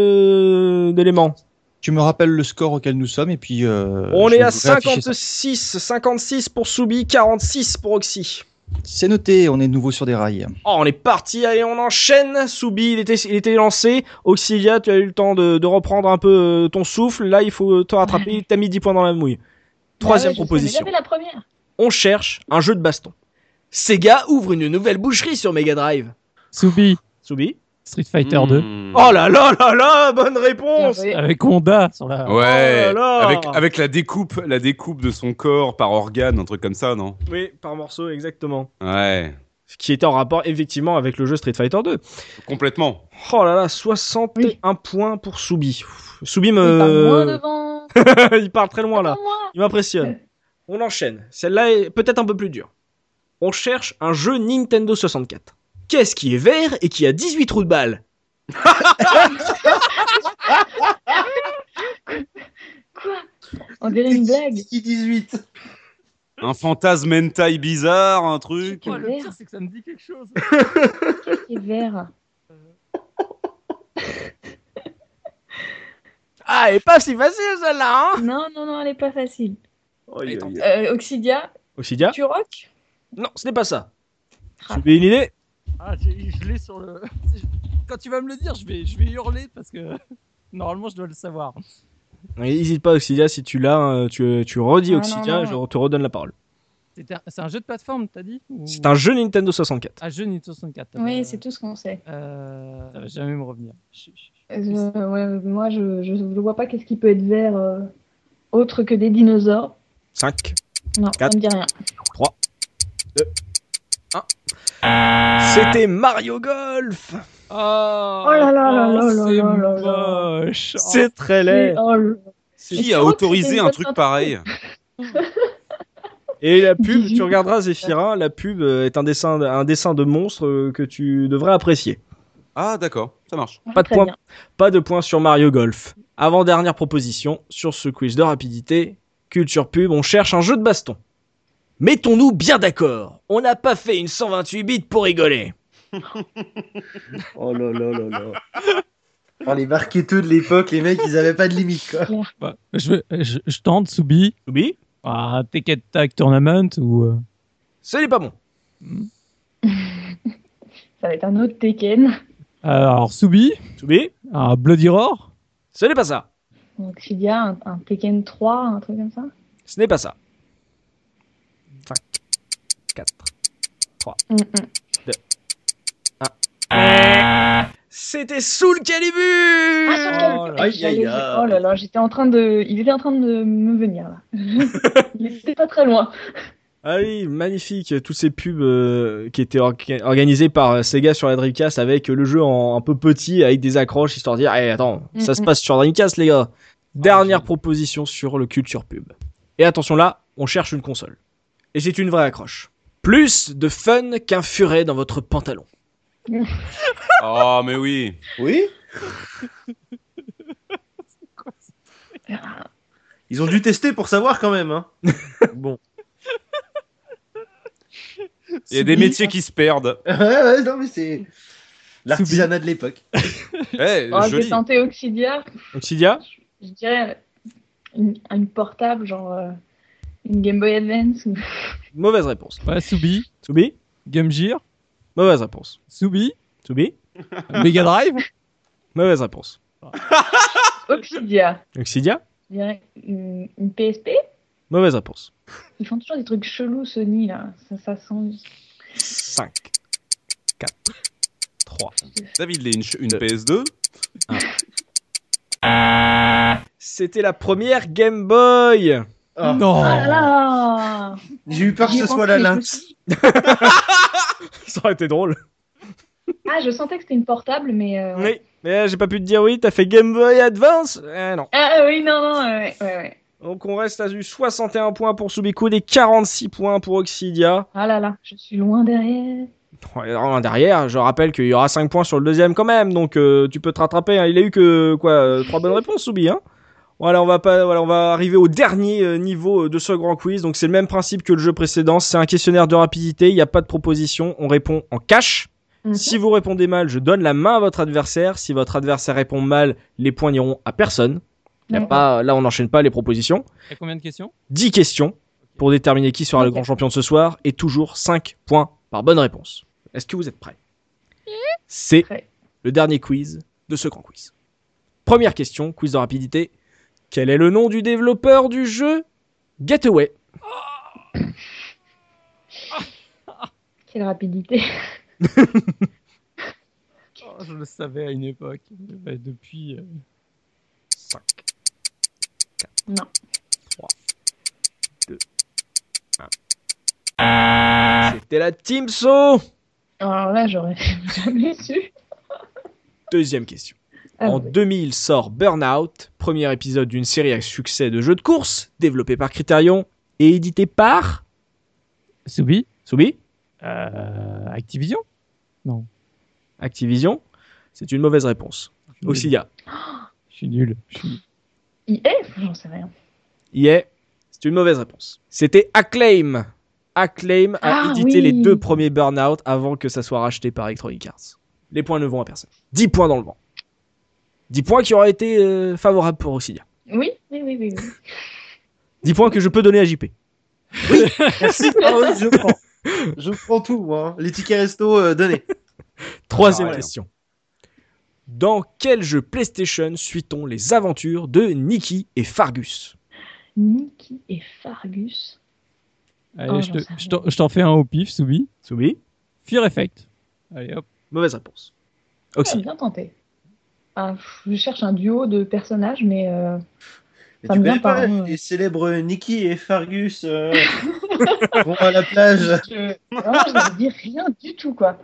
[SPEAKER 1] de d'éléments
[SPEAKER 7] Tu me rappelles le score auquel nous sommes et puis. euh,
[SPEAKER 1] On
[SPEAKER 7] je
[SPEAKER 1] est
[SPEAKER 7] vais
[SPEAKER 1] à
[SPEAKER 7] vous réafficher ça.
[SPEAKER 1] 56, 56 pour Soubi, 46 pour Oxy.
[SPEAKER 7] C'est noté, on est de nouveau sur des rails.
[SPEAKER 1] Oh, on est parti, allez, on enchaîne. Soubi, il était, il était lancé. Auxilia, tu as eu le temps de, de reprendre un peu euh, ton souffle. Là, il faut te rattraper. T'as mis 10 points dans la mouille. Troisième
[SPEAKER 2] Ah Bah ouais, je savais
[SPEAKER 1] proposition.
[SPEAKER 2] jamais la première.
[SPEAKER 1] On cherche un jeu de baston. Sega ouvre une nouvelle boucherie sur Mega Drive.
[SPEAKER 3] Soubi,
[SPEAKER 1] Soubi.
[SPEAKER 3] Street Fighter 2.
[SPEAKER 4] Hmm.
[SPEAKER 1] Oh là là là là, bonne réponse.
[SPEAKER 2] Bien joué.
[SPEAKER 3] Avec Honda sur la.
[SPEAKER 1] là
[SPEAKER 4] Ouais,
[SPEAKER 2] Oh
[SPEAKER 1] là.
[SPEAKER 4] avec, avec la découpe, la découpe de son corps par organe, un truc comme ça, non
[SPEAKER 1] Oui, par morceau, exactement.
[SPEAKER 4] Ouais,
[SPEAKER 1] Ce qui était en rapport effectivement avec le jeu Street Fighter 2.
[SPEAKER 4] complètement.
[SPEAKER 1] Oh là là, 61 points pour Soubi. Ouf. Soubi
[SPEAKER 2] Il part loin
[SPEAKER 1] me.
[SPEAKER 2] devant.
[SPEAKER 1] il part très loin là.
[SPEAKER 2] Attends, moi.
[SPEAKER 1] Il m'impressionne.
[SPEAKER 2] Ouais.
[SPEAKER 1] On enchaîne. Celle-là est peut-être un peu plus dure. On cherche un jeu Nintendo 64. Qu'est-ce qui est vert et qui a 18 trous de balle
[SPEAKER 2] Quoi On dirait une blague.
[SPEAKER 5] Qui 18
[SPEAKER 4] Un fantasme hentai bizarre, un truc.
[SPEAKER 3] Oh,
[SPEAKER 2] Ouais, le pire,
[SPEAKER 3] c'est que ça me dit quelque chose.
[SPEAKER 2] C'est vert.
[SPEAKER 1] Ah, elle est pas si facile celle-là, hein
[SPEAKER 2] Non, non, non, elle est pas facile.
[SPEAKER 5] Oh,
[SPEAKER 1] Aïe, aïe, aïe.
[SPEAKER 2] Euh, Oxidia,
[SPEAKER 1] Oxidia
[SPEAKER 2] tu rock
[SPEAKER 1] Non, ce n'est pas ça.
[SPEAKER 2] Ah.
[SPEAKER 1] Vous avez une idée
[SPEAKER 3] Ah, j'ai- je l'ai sur le. Quand tu vas me le dire, je vais, je vais hurler parce que normalement je dois le savoir.
[SPEAKER 1] N'hésite pas, Oxidia, si tu l'as, hein, tu, tu redis
[SPEAKER 2] Non,
[SPEAKER 1] Oxidia,
[SPEAKER 2] non, non.
[SPEAKER 1] je te redonne la parole.
[SPEAKER 3] C'est un, c'est un jeu de plateforme, t'as dit Ou-
[SPEAKER 1] C'est un jeu Nintendo 64.
[SPEAKER 3] Un jeu Nintendo 64.
[SPEAKER 2] Oui, c'est tout ce qu'on sait.
[SPEAKER 3] Euh... Ça va jamais me revenir. Chut, chut.
[SPEAKER 2] Euh, ouais, moi, je, je, je vois pas qu'est-ce qui peut être vert euh, autre que des dinosaures.
[SPEAKER 1] 5.
[SPEAKER 2] Non,
[SPEAKER 1] Quatre.
[SPEAKER 2] ça me dit rien.
[SPEAKER 1] C'était Mario Golf
[SPEAKER 3] Oh, oh
[SPEAKER 2] là là là là là
[SPEAKER 3] c'est
[SPEAKER 2] là là là.
[SPEAKER 3] moche. Oh,
[SPEAKER 1] C'est très laid
[SPEAKER 2] Mais, oh, le- Mais
[SPEAKER 4] Qui
[SPEAKER 2] je
[SPEAKER 4] a
[SPEAKER 2] crois que
[SPEAKER 4] autorisé
[SPEAKER 2] c'était une
[SPEAKER 4] un
[SPEAKER 2] bonne
[SPEAKER 4] truc
[SPEAKER 2] intro.
[SPEAKER 4] pareil
[SPEAKER 2] oh.
[SPEAKER 1] Et la pub, tu
[SPEAKER 2] Dis-lui.
[SPEAKER 1] regarderas Zéphira, la pub euh, est un dessin, un dessin de monstre euh, que tu devrais apprécier.
[SPEAKER 4] Ah, d'accord, ça marche.
[SPEAKER 1] Pas de
[SPEAKER 2] Très
[SPEAKER 1] point.
[SPEAKER 2] bien.
[SPEAKER 1] Pas de points sur Mario Golf. Avant-dernière proposition, sur ce quiz de rapidité, culture pub, on cherche un jeu de baston. Mettons-nous bien d'accord, on n'a pas fait une 128 bits pour rigoler.
[SPEAKER 5] Oh là là là là. Oh, les marketeux de l'époque, les mecs, ils avaient pas de limite quoi.
[SPEAKER 3] bah, je, vais- je, je tente, Soubi.
[SPEAKER 1] Oui,
[SPEAKER 3] Ah, Tekken Tag Tournament ou. euh,
[SPEAKER 1] ce n'est pas bon.
[SPEAKER 2] Ça va être un autre Tekken.
[SPEAKER 3] Alors, Soubi,
[SPEAKER 1] Soubi,
[SPEAKER 3] un Bloody Roar.
[SPEAKER 1] ce n'est pas ça.
[SPEAKER 2] Oxidia, un, un Tekken 3, un truc comme ça.
[SPEAKER 1] Ce n'est pas ça. 5, 4.
[SPEAKER 2] Mm, mm.
[SPEAKER 1] C'était Soul Calibur
[SPEAKER 2] Ah, sur
[SPEAKER 3] là
[SPEAKER 2] quel-
[SPEAKER 3] là.
[SPEAKER 2] Aïe, j'allais- oh là là, j'étais en train de, il était en train de me venir là. il était pas très loin.
[SPEAKER 1] Ah oui, magnifique, tous ces pubs euh, qui étaient orga- organisées par euh, Sega sur la Dreamcast avec euh, le jeu en, un peu petit, avec des accroches, histoire de dire, Eh, attends, ça se
[SPEAKER 2] Mhm.
[SPEAKER 1] passe sur Dreamcast les gars. Dernière
[SPEAKER 3] j'ai-
[SPEAKER 1] proposition sur le culture pub. Et attention là, on cherche une console. Et c'est une vraie accroche. Plus de fun qu'un furet dans votre pantalon.
[SPEAKER 4] Ah, mais oui.
[SPEAKER 5] Oui Ils ont dû tester pour savoir quand même. Hein.
[SPEAKER 1] Bon.
[SPEAKER 4] Il y a des métiers qui se perdent.
[SPEAKER 5] ouais, ouais, non mais c'est l'artisanat de l'époque.
[SPEAKER 4] Eh,
[SPEAKER 2] Oh, je vais
[SPEAKER 4] joli.
[SPEAKER 2] tenter Oxidia.
[SPEAKER 1] Oxidia
[SPEAKER 2] Je dirais une, une portable, genre euh, une Game Boy Advance. ou-
[SPEAKER 1] Mauvaise réponse.
[SPEAKER 3] Ouais, Soubi,
[SPEAKER 1] Soubi
[SPEAKER 3] Game Gear.
[SPEAKER 1] Mauvaise réponse.
[SPEAKER 3] Soubi,
[SPEAKER 1] Soubi
[SPEAKER 3] Mega Drive.
[SPEAKER 1] Mauvaise réponse.
[SPEAKER 2] Oxidia.
[SPEAKER 1] Oxidia
[SPEAKER 2] Je dirais une, une PSP.
[SPEAKER 1] Mauvaise réponse.
[SPEAKER 2] Ils font toujours des trucs chelous, Sony, là. Ça, ça sent.
[SPEAKER 1] 5, 4, 3,
[SPEAKER 4] David Lynch,
[SPEAKER 1] Euh,
[SPEAKER 4] une PS2.
[SPEAKER 1] C'était la première Game Boy.
[SPEAKER 5] Ah,
[SPEAKER 3] Non.
[SPEAKER 2] Oh là là
[SPEAKER 5] J'ai eu peur que
[SPEAKER 2] J'y ai
[SPEAKER 5] ce soit la
[SPEAKER 2] pensé, je me
[SPEAKER 5] lynx.
[SPEAKER 2] suis dit-
[SPEAKER 1] Ça aurait été drôle.
[SPEAKER 2] Ah, je sentais que c'était une portable, mais. euh, ouais.
[SPEAKER 1] Oui. Mais j'ai pas pu te dire oui, t'as fait Game Boy Advance Eh non.
[SPEAKER 2] Ah ah, oui, non, non, ouais, ouais, ouais.
[SPEAKER 1] Donc on reste à du 61 points pour Subicoud et 46 points pour Oxidia.
[SPEAKER 2] Ah là là, je suis loin derrière.
[SPEAKER 1] Oh, et en Derrière, je rappelle qu'il y aura 5 points sur le deuxième quand même, donc euh, tu peux te rattraper. hein. Il a eu que quoi euh, trois bonnes réponses, Soubi. Hein voilà, on va pas, voilà, on va arriver au dernier euh, niveau euh, de ce grand quiz. Donc c'est le même principe que le jeu précédent. C'est un questionnaire de rapidité. Il n'y a pas de proposition. On répond en cash.
[SPEAKER 2] Mhm.
[SPEAKER 1] Si vous répondez mal, je donne la main à votre adversaire. Si votre adversaire répond mal, les points n'iront à personne. Il y a
[SPEAKER 2] Ouais.
[SPEAKER 1] pas, là, on n'enchaîne pas les propositions.
[SPEAKER 3] Il y a combien de questions
[SPEAKER 1] 10 questions pour déterminer qui sera le
[SPEAKER 2] Ok.
[SPEAKER 1] grand champion de ce soir et toujours 5 points par bonne réponse. Est-ce que vous êtes prêts C'est
[SPEAKER 2] Prêt.
[SPEAKER 1] le dernier quiz de ce grand quiz. Première question, quiz de rapidité. Quel est le nom du développeur du jeu Getaway
[SPEAKER 2] Quelle rapidité.
[SPEAKER 3] Oh, Je le savais à une époque. Mais depuis. euh,
[SPEAKER 2] Non.
[SPEAKER 1] C'était la Team So
[SPEAKER 2] Alors là, j'aurais jamais su.
[SPEAKER 1] Deuxième question.
[SPEAKER 2] Ah,
[SPEAKER 1] en
[SPEAKER 2] ouais.
[SPEAKER 1] 2000 sort Burnout, premier épisode d'une série à succès de jeux de course, développé par Criterion et édité par
[SPEAKER 3] Soubi,
[SPEAKER 1] Soubi
[SPEAKER 3] euh, Activision.
[SPEAKER 1] Activision. C'est une mauvaise réponse. Oxidia.
[SPEAKER 3] Je suis nul. Je suis nul.
[SPEAKER 2] IF J'en sais rien.
[SPEAKER 1] Yeah, c'est une mauvaise réponse. C'était Acclaim. Acclaim a
[SPEAKER 2] Ah,
[SPEAKER 1] édité
[SPEAKER 2] oui.
[SPEAKER 1] les deux premiers Burnout avant que ça soit racheté par Electronic Arts. Les points ne vont à personne. 10 points dans le vent. 10 points qui auraient été euh, favorables pour Auxilia.
[SPEAKER 2] Oui, oui, oui, oui. oui.
[SPEAKER 1] 10 points que je peux donner à JP.
[SPEAKER 5] Merci. Ah oui, je prends. Je prends tout, moi. hein. Les tickets resto euh, donnés.
[SPEAKER 1] Troisième
[SPEAKER 4] ouais.
[SPEAKER 1] question. Dans quel jeu PlayStation suit-on les aventures de Nikki et Fargus
[SPEAKER 2] Nikki et Fargus.
[SPEAKER 3] Allez,
[SPEAKER 2] Oh,
[SPEAKER 3] je
[SPEAKER 2] j'en
[SPEAKER 3] te-
[SPEAKER 2] sais rien.
[SPEAKER 3] je t'en- je t'en fais un au pif, Soubi.
[SPEAKER 1] Soubi
[SPEAKER 3] Fear Effect. Allez hop.
[SPEAKER 1] Mauvaise réponse.
[SPEAKER 2] Ah,
[SPEAKER 1] Oxy.
[SPEAKER 2] bien tenté. Ah, pff, je cherche un duo de personnages, mais euh,
[SPEAKER 5] Mais
[SPEAKER 2] Ça
[SPEAKER 5] tu
[SPEAKER 2] me vient hein.
[SPEAKER 5] connais pas
[SPEAKER 2] par où,
[SPEAKER 5] les célèbres Nicky et Fargus euh, vont à la plage.
[SPEAKER 2] je- vraiment, je ne dis rien du tout, quoi.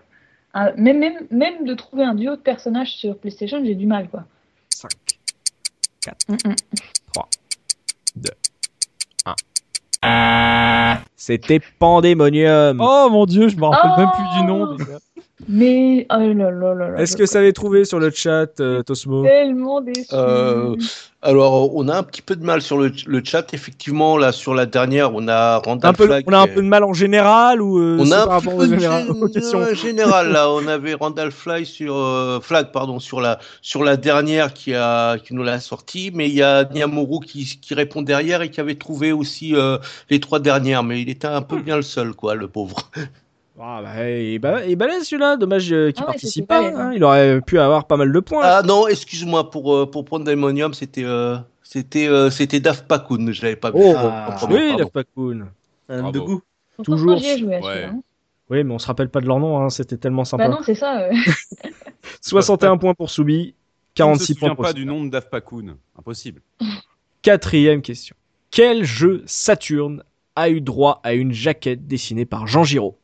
[SPEAKER 2] Ah, même, même, même de trouver un duo de personnages sur PlayStation, j'ai du mal, quoi.
[SPEAKER 1] 5,
[SPEAKER 2] Mm-mm.
[SPEAKER 1] 1. C'était Pandemonium.
[SPEAKER 3] Oh mon dieu, je me rappelle
[SPEAKER 2] Oh
[SPEAKER 3] même plus du nom. déjà.
[SPEAKER 2] Mais, oh là là là là.
[SPEAKER 1] Est-ce
[SPEAKER 2] je-
[SPEAKER 1] que ça avait trouvé sur le chat, euh, Tosmo
[SPEAKER 2] Tellement déçu.
[SPEAKER 6] Euh, Alors, on a un petit peu de mal sur le, le chat. Effectivement, là, sur la dernière, on a Randall
[SPEAKER 1] un peu,
[SPEAKER 6] Flagg.
[SPEAKER 1] On a un peu de mal en général ou euh,
[SPEAKER 6] On
[SPEAKER 1] c'est
[SPEAKER 6] a
[SPEAKER 1] par
[SPEAKER 6] un petit
[SPEAKER 1] rapport aux,
[SPEAKER 6] peu de
[SPEAKER 1] général- aux questions
[SPEAKER 6] gén- général là. On avait Randall Fly sur euh, Flag, pardon, sur la sur la dernière qui a qui nous l'a sortie, mais il y a Niamoru qui qui répond derrière et qui avait trouvé aussi euh, les trois dernières, mais il était un
[SPEAKER 1] Hmm.
[SPEAKER 6] peu bien le seul quoi, le pauvre.
[SPEAKER 1] Ah bah, et, bah, et balèze celui-là, dommage euh, qu'il
[SPEAKER 2] Ah ouais,
[SPEAKER 1] participe
[SPEAKER 2] c'était
[SPEAKER 1] pas.
[SPEAKER 2] balèze, hein.
[SPEAKER 1] hein. Il aurait pu avoir pas mal de points.
[SPEAKER 6] Ah non, excuse-moi pour euh, pour prendre Daimonium, c'était euh, c'était euh, c'était Daft Pakun, je l'avais pas vu.
[SPEAKER 1] Oh,
[SPEAKER 5] Ah,
[SPEAKER 6] en premier,
[SPEAKER 1] oui,
[SPEAKER 6] pardon.
[SPEAKER 1] Daft Punk Moon.
[SPEAKER 5] Un
[SPEAKER 4] Bravo.
[SPEAKER 5] Ah, de goût.
[SPEAKER 2] Pourtant,
[SPEAKER 1] toujours-
[SPEAKER 2] moi, j'y ai joué à
[SPEAKER 4] Ouais.
[SPEAKER 2] celui-là, hein.
[SPEAKER 1] Oui, mais on se rappelle pas de leur nom, hein, c'était tellement sympa.
[SPEAKER 2] Bah non, c'est ça. euh.
[SPEAKER 1] 61 points pour Soubi,
[SPEAKER 4] On
[SPEAKER 1] 46
[SPEAKER 4] ne se souvient
[SPEAKER 1] points
[SPEAKER 4] pas
[SPEAKER 1] pour
[SPEAKER 4] du nom de Daft Pakun. Impossible.
[SPEAKER 1] Quatrième question. Quel jeu Saturn a eu droit à une jaquette dessinée par Jean Giraud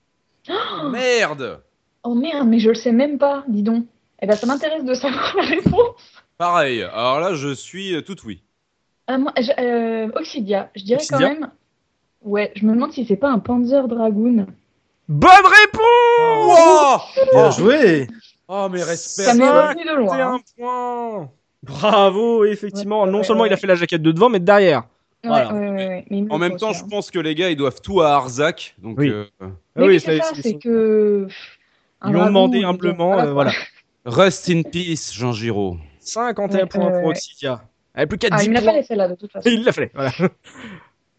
[SPEAKER 4] Merde
[SPEAKER 2] Oh merde, mais je le sais même pas, dis donc. Eh ben, ça m'intéresse de savoir la réponse.
[SPEAKER 4] Pareil. Alors là, je suis euh, tout oui.
[SPEAKER 2] Ah, moi, je- euh, Oxidia, je dirais
[SPEAKER 1] Oxidia.
[SPEAKER 2] quand même. Ouais, je me demande si c'est pas un Panzer Dragoon.
[SPEAKER 1] Bonne réponse
[SPEAKER 4] Oh,
[SPEAKER 5] Bien joué.
[SPEAKER 4] Oh, mais
[SPEAKER 2] Ça
[SPEAKER 4] respect.
[SPEAKER 2] m'est
[SPEAKER 1] Cinq,
[SPEAKER 2] revenu de loin. hein.
[SPEAKER 1] 21 points Bravo, effectivement.
[SPEAKER 2] Ouais,
[SPEAKER 1] non
[SPEAKER 2] ouais,
[SPEAKER 1] seulement
[SPEAKER 2] ouais.
[SPEAKER 1] il a fait la jaquette de devant, mais de derrière.
[SPEAKER 2] Ouais,
[SPEAKER 1] Voilà.
[SPEAKER 2] ouais, ouais, ouais, Oh, mais il me
[SPEAKER 4] En
[SPEAKER 2] le
[SPEAKER 4] même
[SPEAKER 2] faut,
[SPEAKER 4] temps, je
[SPEAKER 2] celui-là.
[SPEAKER 4] pense que les gars, ils doivent tout à Arzac. Donc,
[SPEAKER 1] Oui.
[SPEAKER 4] euh,
[SPEAKER 1] Ah
[SPEAKER 2] Mais
[SPEAKER 1] oui,
[SPEAKER 2] oui, c'est ça, c'est que.
[SPEAKER 1] Ils lui ont demandé humblement, euh, voilà.
[SPEAKER 4] rest in peace, Jean Giraud.
[SPEAKER 1] 51
[SPEAKER 2] Ouais,
[SPEAKER 1] points
[SPEAKER 2] ouais,
[SPEAKER 1] pour
[SPEAKER 2] ouais.
[SPEAKER 1] Oxidia. Elle a plus qu'à
[SPEAKER 2] Ah,
[SPEAKER 1] 10
[SPEAKER 2] il me l'a
[SPEAKER 1] points.
[SPEAKER 2] fallu celle-là, de toute façon.
[SPEAKER 1] Il l'a fait, voilà.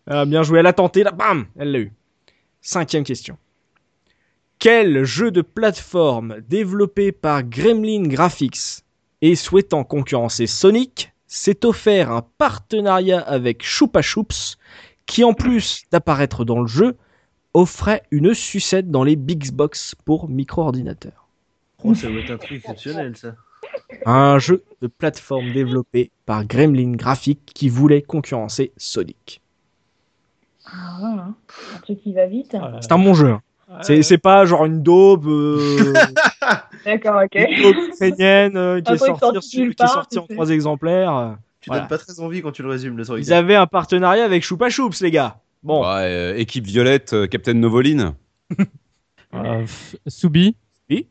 [SPEAKER 1] Ah, bien joué, elle a tenté, là, bam, elle l'a eu. Cinquième question. Quel jeu de plateforme développé par Gremlin Graphics et souhaitant concurrencer Sonic s'est offert un partenariat avec Choupa Choups qui, en plus d'apparaître dans le jeu, offrait une sucette dans les Big Box pour micro-ordinateur.
[SPEAKER 5] Oh, ça doit être un truc exceptionnel, ça.
[SPEAKER 1] Un jeu de plateforme développé par Gremlin Graphics qui voulait concurrencer Sonic.
[SPEAKER 2] Ah, voilà. Un truc qui va vite.
[SPEAKER 3] Voilà.
[SPEAKER 1] C'est un bon jeu. hein. C'est, c'est pas genre une daube euh,
[SPEAKER 2] D'accord, ok.
[SPEAKER 1] une daube ukrainienne euh, qui,
[SPEAKER 2] Un
[SPEAKER 1] est
[SPEAKER 2] truc
[SPEAKER 1] sortie,
[SPEAKER 2] sorti de nulle
[SPEAKER 1] qui est
[SPEAKER 2] part,
[SPEAKER 1] sortie
[SPEAKER 2] tu
[SPEAKER 1] en
[SPEAKER 2] sais.
[SPEAKER 1] trois exemplaires. euh.
[SPEAKER 5] Tu
[SPEAKER 1] Voilà.
[SPEAKER 5] donnes pas très envie quand tu le résumes, le truc.
[SPEAKER 1] Ils avaient un partenariat avec Choupa Choups, les gars. Bon,
[SPEAKER 4] Ouais, euh, équipe violette, euh, Captain Novoline.
[SPEAKER 3] Euh, pff, Soubi.
[SPEAKER 1] Oui.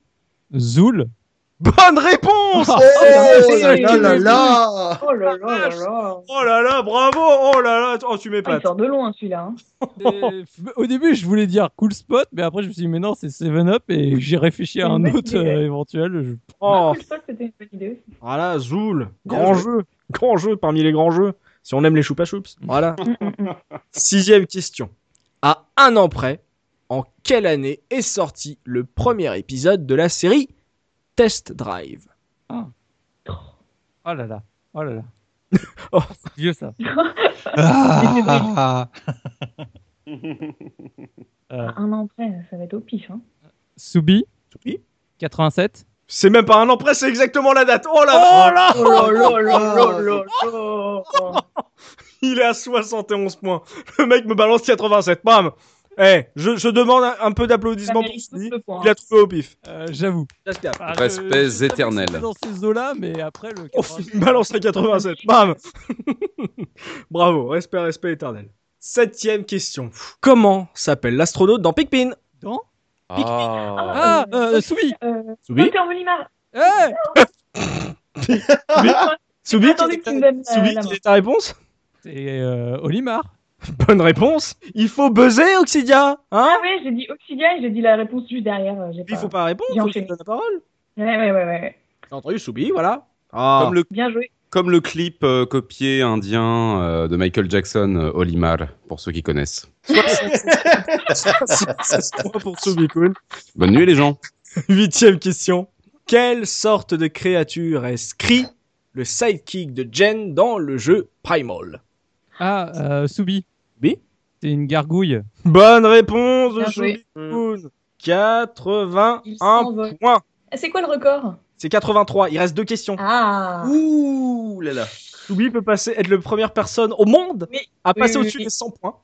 [SPEAKER 3] Zoul.
[SPEAKER 1] bonne réponse
[SPEAKER 3] Oh,
[SPEAKER 5] Oh là
[SPEAKER 2] c'est-
[SPEAKER 5] là là là
[SPEAKER 2] Oh là là là là.
[SPEAKER 1] Oh là là, bravo Oh là là, oh, tu
[SPEAKER 2] Ah, il
[SPEAKER 1] m'épates.
[SPEAKER 2] sort de loin, celui-là. hein.
[SPEAKER 3] Et, pff, Au début, je voulais dire Cool Spot, mais après, je me suis dit, mais non, c'est Seven Up, et j'ai réfléchi à
[SPEAKER 2] C'est
[SPEAKER 3] un
[SPEAKER 2] une bonne
[SPEAKER 3] autre
[SPEAKER 2] idée.
[SPEAKER 3] euh, éventuel. Je-
[SPEAKER 1] Oh,
[SPEAKER 2] Je crois que c'était une bonne idée aussi.
[SPEAKER 1] voilà, Zoul,
[SPEAKER 5] Bien
[SPEAKER 1] grand
[SPEAKER 5] joué.
[SPEAKER 1] jeu, grand jeu parmi les grands jeux, si on aime les Choupa Choups. Voilà. Sixième question. À un an près, en quelle année est sorti le premier épisode de la série Test Drive
[SPEAKER 3] Oh là là. Oh là là.
[SPEAKER 1] Oh.
[SPEAKER 3] C'est vieux ça.
[SPEAKER 7] Ah,
[SPEAKER 3] Euh,
[SPEAKER 2] Un an après, ça va être au pif. Hein.
[SPEAKER 3] Soubi.
[SPEAKER 1] Soubi.
[SPEAKER 3] 87.
[SPEAKER 1] C'est même pas un an près, c'est exactement la date. Oh là là
[SPEAKER 2] Oh là là là là là là
[SPEAKER 1] Il est à 71 points. Le mec me balance 87. Bam Eh, je, je demande un, un peu
[SPEAKER 2] Ça
[SPEAKER 1] d'applaudissements pour
[SPEAKER 2] mérite
[SPEAKER 1] Sylvie.
[SPEAKER 2] tous le point.
[SPEAKER 1] Il a trouvé au pif.
[SPEAKER 3] Euh, J'avoue. Ah, je-
[SPEAKER 4] Respects
[SPEAKER 3] je savais que
[SPEAKER 4] éternels.
[SPEAKER 3] c'était dans ces eaux-là, mais après, le.
[SPEAKER 1] Oh, il me balance à 87. Bam Bravo, respect, respect éternel. Septième question. Comment s'appelle l'astronaute dans Pikmin
[SPEAKER 3] Dans
[SPEAKER 4] Ah.
[SPEAKER 3] Ah, euh, Soubi.
[SPEAKER 2] Euh,
[SPEAKER 1] Soubi
[SPEAKER 2] Peter Molinard.
[SPEAKER 3] Eh
[SPEAKER 1] Soubi,
[SPEAKER 2] Attendez que tu me donnes euh,
[SPEAKER 1] Soubi,
[SPEAKER 2] la main.
[SPEAKER 1] quelle est ta réponse
[SPEAKER 3] C'est euh, Olimar.
[SPEAKER 1] Bonne réponse. Il faut buzzer, Oxidia Hein
[SPEAKER 2] Ah ouais, j'ai dit Oxidia et j'ai dit la réponse juste derrière. euh, J'ai
[SPEAKER 1] Il
[SPEAKER 2] pas...
[SPEAKER 1] faut pas répondre,
[SPEAKER 2] J'ai
[SPEAKER 1] faut que
[SPEAKER 2] enchaîné.
[SPEAKER 1] tu donnes la parole.
[SPEAKER 2] Ouais, ouais, ouais, ouais.
[SPEAKER 1] T'as entendu Soubi, voilà. Ah.
[SPEAKER 4] Comme, le,
[SPEAKER 2] Bien joué.
[SPEAKER 4] comme le clip euh, copié indien euh, de Michael Jackson, euh, Olimar, pour ceux qui connaissent.
[SPEAKER 1] pour Subicune.
[SPEAKER 4] Bonne nuit les gens.
[SPEAKER 1] Huitième question. Quelle sorte de créature est Kree, le sidekick de Jen dans le jeu Primal
[SPEAKER 3] Ah, euh, Soubi.
[SPEAKER 1] Oui.
[SPEAKER 3] C'est une gargouille.
[SPEAKER 1] Bonne réponse de
[SPEAKER 2] Bien joué.
[SPEAKER 1] Subicune.
[SPEAKER 2] Il
[SPEAKER 1] 81
[SPEAKER 2] s'envole.
[SPEAKER 1] points.
[SPEAKER 2] Ah, C'est quoi le record
[SPEAKER 1] C'est 83. Il reste deux questions.
[SPEAKER 2] Ah
[SPEAKER 5] Ouh là là.
[SPEAKER 1] Soubi peut passer, être la première personne au monde
[SPEAKER 2] Mais-
[SPEAKER 1] à passer
[SPEAKER 2] oui,
[SPEAKER 1] au-dessus
[SPEAKER 2] oui.
[SPEAKER 1] des 100 points.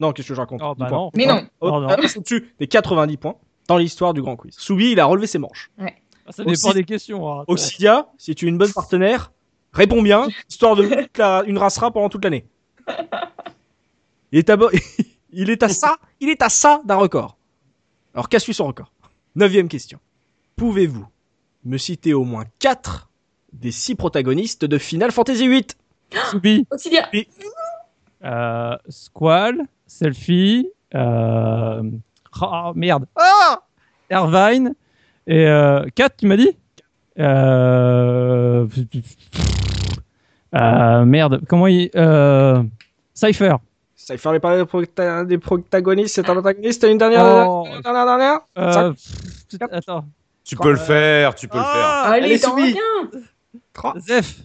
[SPEAKER 1] Non, qu'est-ce que je raconte
[SPEAKER 3] Oh,
[SPEAKER 1] Dix
[SPEAKER 3] bah
[SPEAKER 1] points.
[SPEAKER 3] non.
[SPEAKER 2] Mais non.
[SPEAKER 1] Oh,
[SPEAKER 3] Oh, non.
[SPEAKER 1] à passer au-dessus des 90 points dans l'histoire du grand quiz. Soubi, il a relevé ses manches.
[SPEAKER 3] Ah, Ça dépend
[SPEAKER 1] Aussi-
[SPEAKER 3] des questions. hein.
[SPEAKER 1] Auxilia, si tu es une bonne partenaire, réponds bien, histoire de toute la- une racera pendant toute l'année. Il est à, bo- il est à ça, il est à ça d'un record. Alors qu'est-ce que son record Neuvième question. Pouvez-vous me citer au moins quatre des six protagonistes de Final Fantasy VIII
[SPEAKER 3] Soubi.
[SPEAKER 2] Auxilia
[SPEAKER 3] Euh, Squall. Selfie. Euh... Oh, merde. Ah Ervine. Et euh, Kat, tu m'as dit euh... euh, Merde. Comment il. Euh... Cypher.
[SPEAKER 1] Ça fait parler des, prota- des protagonistes, c'est un protagoniste, une dernière,
[SPEAKER 3] Oh.
[SPEAKER 1] dernière, dernière, dernière.
[SPEAKER 3] Euh...
[SPEAKER 1] Cinq.
[SPEAKER 3] pff, Attends.
[SPEAKER 4] Tu peux le faire, tu peux le faire.
[SPEAKER 1] Ah,
[SPEAKER 2] Allez,
[SPEAKER 5] allez,
[SPEAKER 2] t'en
[SPEAKER 5] Soubi.
[SPEAKER 2] reviens
[SPEAKER 3] Zef.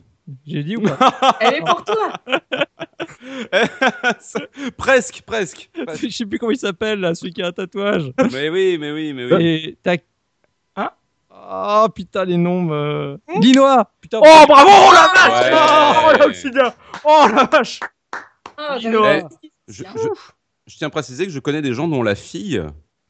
[SPEAKER 3] J'ai dit ou pas
[SPEAKER 2] Elle est pour toi
[SPEAKER 4] presque, presque.
[SPEAKER 3] Je sais plus comment il s'appelle, là, celui qui a un tatouage.
[SPEAKER 4] mais oui, mais oui, mais oui.
[SPEAKER 3] Et tac.
[SPEAKER 1] Hein
[SPEAKER 3] Ah putain, les noms. euh,
[SPEAKER 4] Hein?
[SPEAKER 3] Linois Putain,
[SPEAKER 1] Oh bravo, oh la vache
[SPEAKER 4] Ouais.
[SPEAKER 1] Oh la Auxilia Oh la vache
[SPEAKER 2] Ah,
[SPEAKER 1] Linoa.
[SPEAKER 2] j'adore.
[SPEAKER 4] Je, je- je tiens à préciser que je connais des gens dont la fille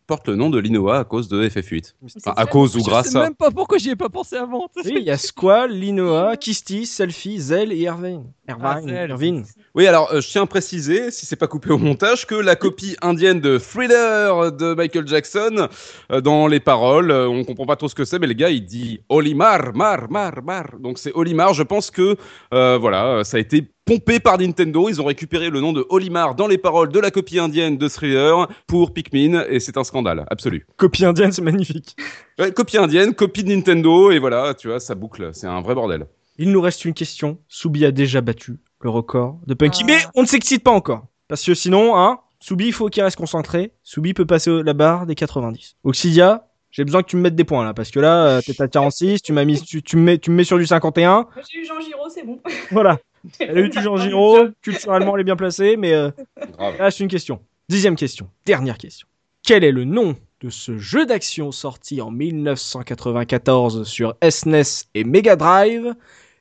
[SPEAKER 4] porte le nom de Linoa à cause de FF8. Enfin, à cause ou
[SPEAKER 3] je
[SPEAKER 4] grâce
[SPEAKER 3] sais
[SPEAKER 4] à.
[SPEAKER 3] même pas pourquoi j'y ai pas pensé avant.
[SPEAKER 1] Oui, il y a Squall, Linoa, Kisti, Selfie, Zell et Irvine.
[SPEAKER 3] Ah,
[SPEAKER 1] Irvine,
[SPEAKER 3] Zell.
[SPEAKER 1] Irvine.
[SPEAKER 4] Oui, alors euh, je tiens à préciser, si c'est pas coupé au montage, que la copie indienne de Thriller de Michael Jackson, euh, dans les paroles, euh, on comprend pas trop ce que c'est, mais le gars il dit Olimar, mar, mar, mar. Donc c'est Olimar. Je pense que euh, voilà, euh, ça a été pompé par Nintendo. Ils ont récupéré le nom de Olimar dans les paroles de la copie indienne de Thriller pour Pikmin, et c'est un scandale absolu.
[SPEAKER 1] Copie indienne, c'est magnifique.
[SPEAKER 4] Ouais, copie indienne, copie de Nintendo, et voilà, tu vois, ça boucle. C'est un vrai bordel.
[SPEAKER 1] Il nous reste une question. Soubi a déjà battu le record de Punky,
[SPEAKER 2] Ah.
[SPEAKER 1] mais on ne s'excite pas encore. Parce que sinon, hein, Soubi, il faut qu'il reste concentré. Soubi peut passer au- la barre des 90. Auxilia, j'ai besoin que tu me mettes des points là, parce que là, euh, t'es à 46, tu m'as mis, tu, tu me mets, tu me mets sur du 51.
[SPEAKER 2] Moi, J'ai eu Jean Giraud, c'est bon.
[SPEAKER 1] Voilà. Elle a eu toujours Giro, culturellement elle est bien placée, mais euh,
[SPEAKER 4] Grave.
[SPEAKER 1] là c'est une question. Dixième question, dernière question. Quel est le nom de ce jeu d'action sorti en 1994 sur SNES et Mega Drive,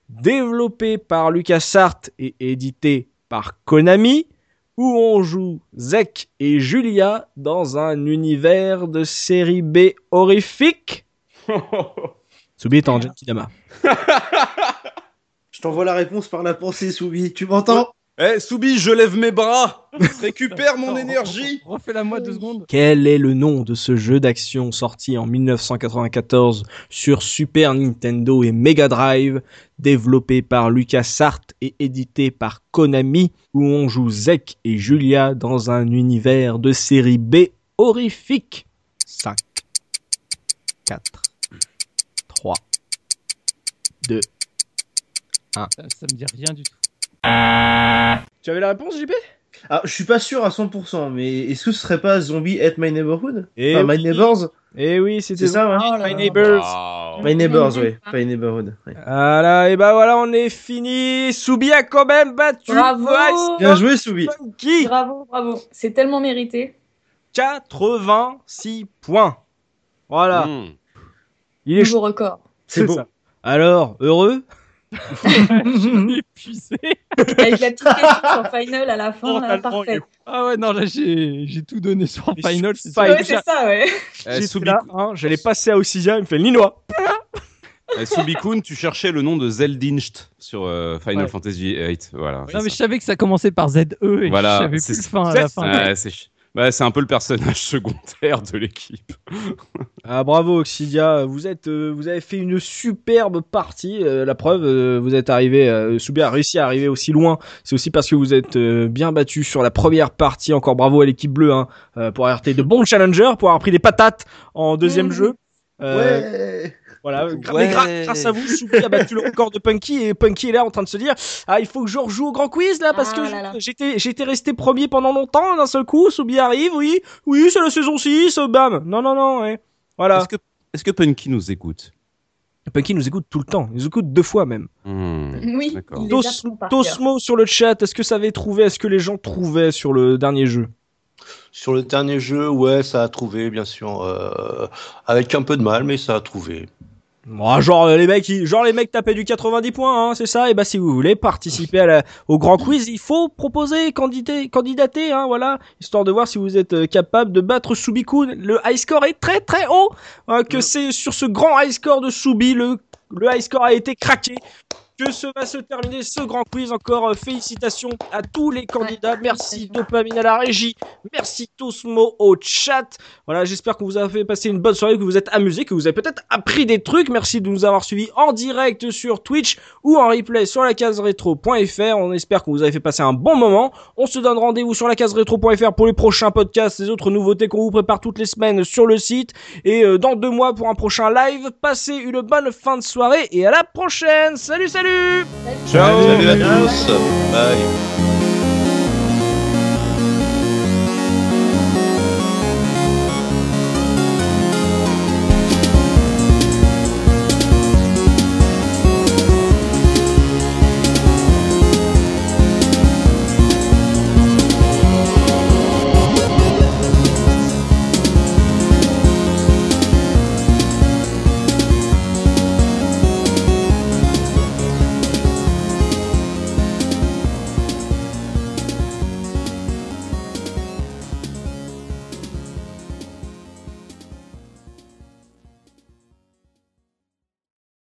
[SPEAKER 1] développé par LucasArts et édité par Konami, où on joue Zek et Julia dans un univers de série B horrifique Soubi est en Genkidama.
[SPEAKER 6] Je t'envoie la réponse par la pensée, Soubi. Tu m'entends
[SPEAKER 4] Eh, Soubi, je lève mes bras, récupère mon
[SPEAKER 3] Attends,
[SPEAKER 4] énergie.
[SPEAKER 3] Refais-la moi deux secondes.
[SPEAKER 1] Quel est le nom de ce jeu d'action sorti en 1994 sur Super Nintendo et Mega Drive, développé par LucasArts et édité par Konami, où on joue Zek et Julia dans un univers de série B horrifique 5, 4, 3,
[SPEAKER 3] Ça, ça me dit rien du tout.
[SPEAKER 1] Tu avais la réponse, JP
[SPEAKER 5] Ah, je suis pas sûr à 100%, mais est-ce que ce serait pas Zombie at My Neighborhood
[SPEAKER 1] Eh
[SPEAKER 5] Enfin,
[SPEAKER 1] oui.
[SPEAKER 5] My Bah, Neighbors
[SPEAKER 1] Eh oui, c'était
[SPEAKER 5] C'est ça, ouais
[SPEAKER 2] Oh là
[SPEAKER 1] My
[SPEAKER 2] là.
[SPEAKER 1] Neighbors.
[SPEAKER 4] Wow.
[SPEAKER 5] My Neighbors,
[SPEAKER 2] Non,
[SPEAKER 5] ouais.
[SPEAKER 2] pas.
[SPEAKER 5] My Neighborhood. ouais.
[SPEAKER 1] Voilà, et bah voilà, on est fini. Soubi a quand même battu.
[SPEAKER 2] Bravo.
[SPEAKER 1] Ice
[SPEAKER 5] Bien joué, Soubi.
[SPEAKER 1] Monkey.
[SPEAKER 2] Bravo, bravo. C'est tellement mérité.
[SPEAKER 1] 86 points. Voilà.
[SPEAKER 4] Mm.
[SPEAKER 1] Il est chaud.
[SPEAKER 2] Nouveau record.
[SPEAKER 5] C'est beau.
[SPEAKER 1] ça. Alors, heureux
[SPEAKER 3] Je suis épuisé.
[SPEAKER 2] Avec la petite question sur Final à la fin, là,
[SPEAKER 3] Mentalement, il est
[SPEAKER 2] parfait.
[SPEAKER 3] où Ah ouais, non, là, j'ai j'ai tout donné sur
[SPEAKER 1] Et
[SPEAKER 3] Final.
[SPEAKER 1] sur
[SPEAKER 3] c'est
[SPEAKER 1] Final.
[SPEAKER 3] sûr.
[SPEAKER 2] Ouais, c'est ça, ouais.
[SPEAKER 4] Eh,
[SPEAKER 1] J'étais
[SPEAKER 4] Soubi-
[SPEAKER 1] là, hein, j'allais passer à Oxidia, il me fait le Ninois.
[SPEAKER 4] eh, Soubikoun, tu cherchais le nom de Zeldincht sur euh, Final
[SPEAKER 3] Ouais.
[SPEAKER 4] Fantasy VIII. Voilà. c'est
[SPEAKER 3] Non, mais je
[SPEAKER 4] ça.
[SPEAKER 3] savais que ça commençait par ZE et
[SPEAKER 4] Voilà,
[SPEAKER 3] je savais
[SPEAKER 4] c'est-
[SPEAKER 3] plus le fin à la fin.
[SPEAKER 4] Ouais, c'est ch- bah, c'est un peu le personnage secondaire de l'équipe.
[SPEAKER 1] Ah bravo Oxidia, vous êtes, euh, vous avez fait une superbe partie. euh, la preuve, euh, vous êtes arrivé, euh, Soubi a réussi à arriver aussi loin. C'est aussi parce que vous êtes euh, bien battu sur la première partie. Encore bravo à l'équipe bleue hein,
[SPEAKER 2] Mm.
[SPEAKER 1] euh, pour avoir été de bons challengers, pour avoir pris des patates en deuxième
[SPEAKER 2] Mhm.
[SPEAKER 1] jeu. Euh,
[SPEAKER 5] Ouais.
[SPEAKER 1] Voilà, gra-
[SPEAKER 4] Ouais.
[SPEAKER 1] mais gra- grâce à vous, Soupy a battu le record de Punky et Punky est là en train de se dire Ah, il faut que je rejoue au grand quiz là parce
[SPEAKER 2] Ah
[SPEAKER 1] que
[SPEAKER 2] là
[SPEAKER 1] je-
[SPEAKER 2] là.
[SPEAKER 1] j'étais j'étais resté premier pendant longtemps. D'un seul coup, Soupy arrive, oui, oui, c'est la saison 6, bam Non, non, non, ouais. Voilà.
[SPEAKER 4] Est-ce que, est-ce que Punky nous écoute
[SPEAKER 1] Punky nous écoute tout le temps, il nous écoute deux fois même.
[SPEAKER 4] Hmm.
[SPEAKER 2] Oui,
[SPEAKER 4] D'accord.
[SPEAKER 2] il les
[SPEAKER 1] Tos-
[SPEAKER 2] apprend par cœur.
[SPEAKER 1] Tosmo sur le chat, est-ce que ça avait trouvé Est-ce que les gens trouvaient sur le dernier jeu
[SPEAKER 6] Sur le dernier jeu, ouais, ça a trouvé, bien sûr. euh, avec un peu de mal, mais ça a trouvé.
[SPEAKER 1] Moi, genre euh, les mecs, ils- genre les mecs tapaient du 90 points, hein, c'est ça. Et bah si vous voulez participer à la- au grand quiz, il faut proposer, candidater, candidater, hein, voilà, histoire de voir si vous êtes euh, capable de battre Subikun. Le high score est très très haut. hein, que c'est sur ce grand high score de Soubi, le le high score a été craqué. Que ce va se terminer ce grand quiz. Encore euh, félicitations à tous les candidats. Merci
[SPEAKER 2] félicitations.
[SPEAKER 1] Dopamine à la régie. Merci Tosmo au chat. Voilà, j'espère qu'on vous a fait passer une bonne soirée, que vous vous êtes amusés, que vous avez peut-être appris des trucs. Merci de nous avoir suivis en direct sur Twitch ou en replay sur la case rétro.fr. On espère que vous avez fait passer un bon moment. On se donne rendez-vous sur la case rétro.fr pour les prochains podcasts, les autres nouveautés qu'on vous prépare toutes les semaines sur le site. Et euh, dans deux mois pour un prochain live. Passez une bonne fin de soirée et à la prochaine. Salut, salut
[SPEAKER 6] Salut à tous. Bye.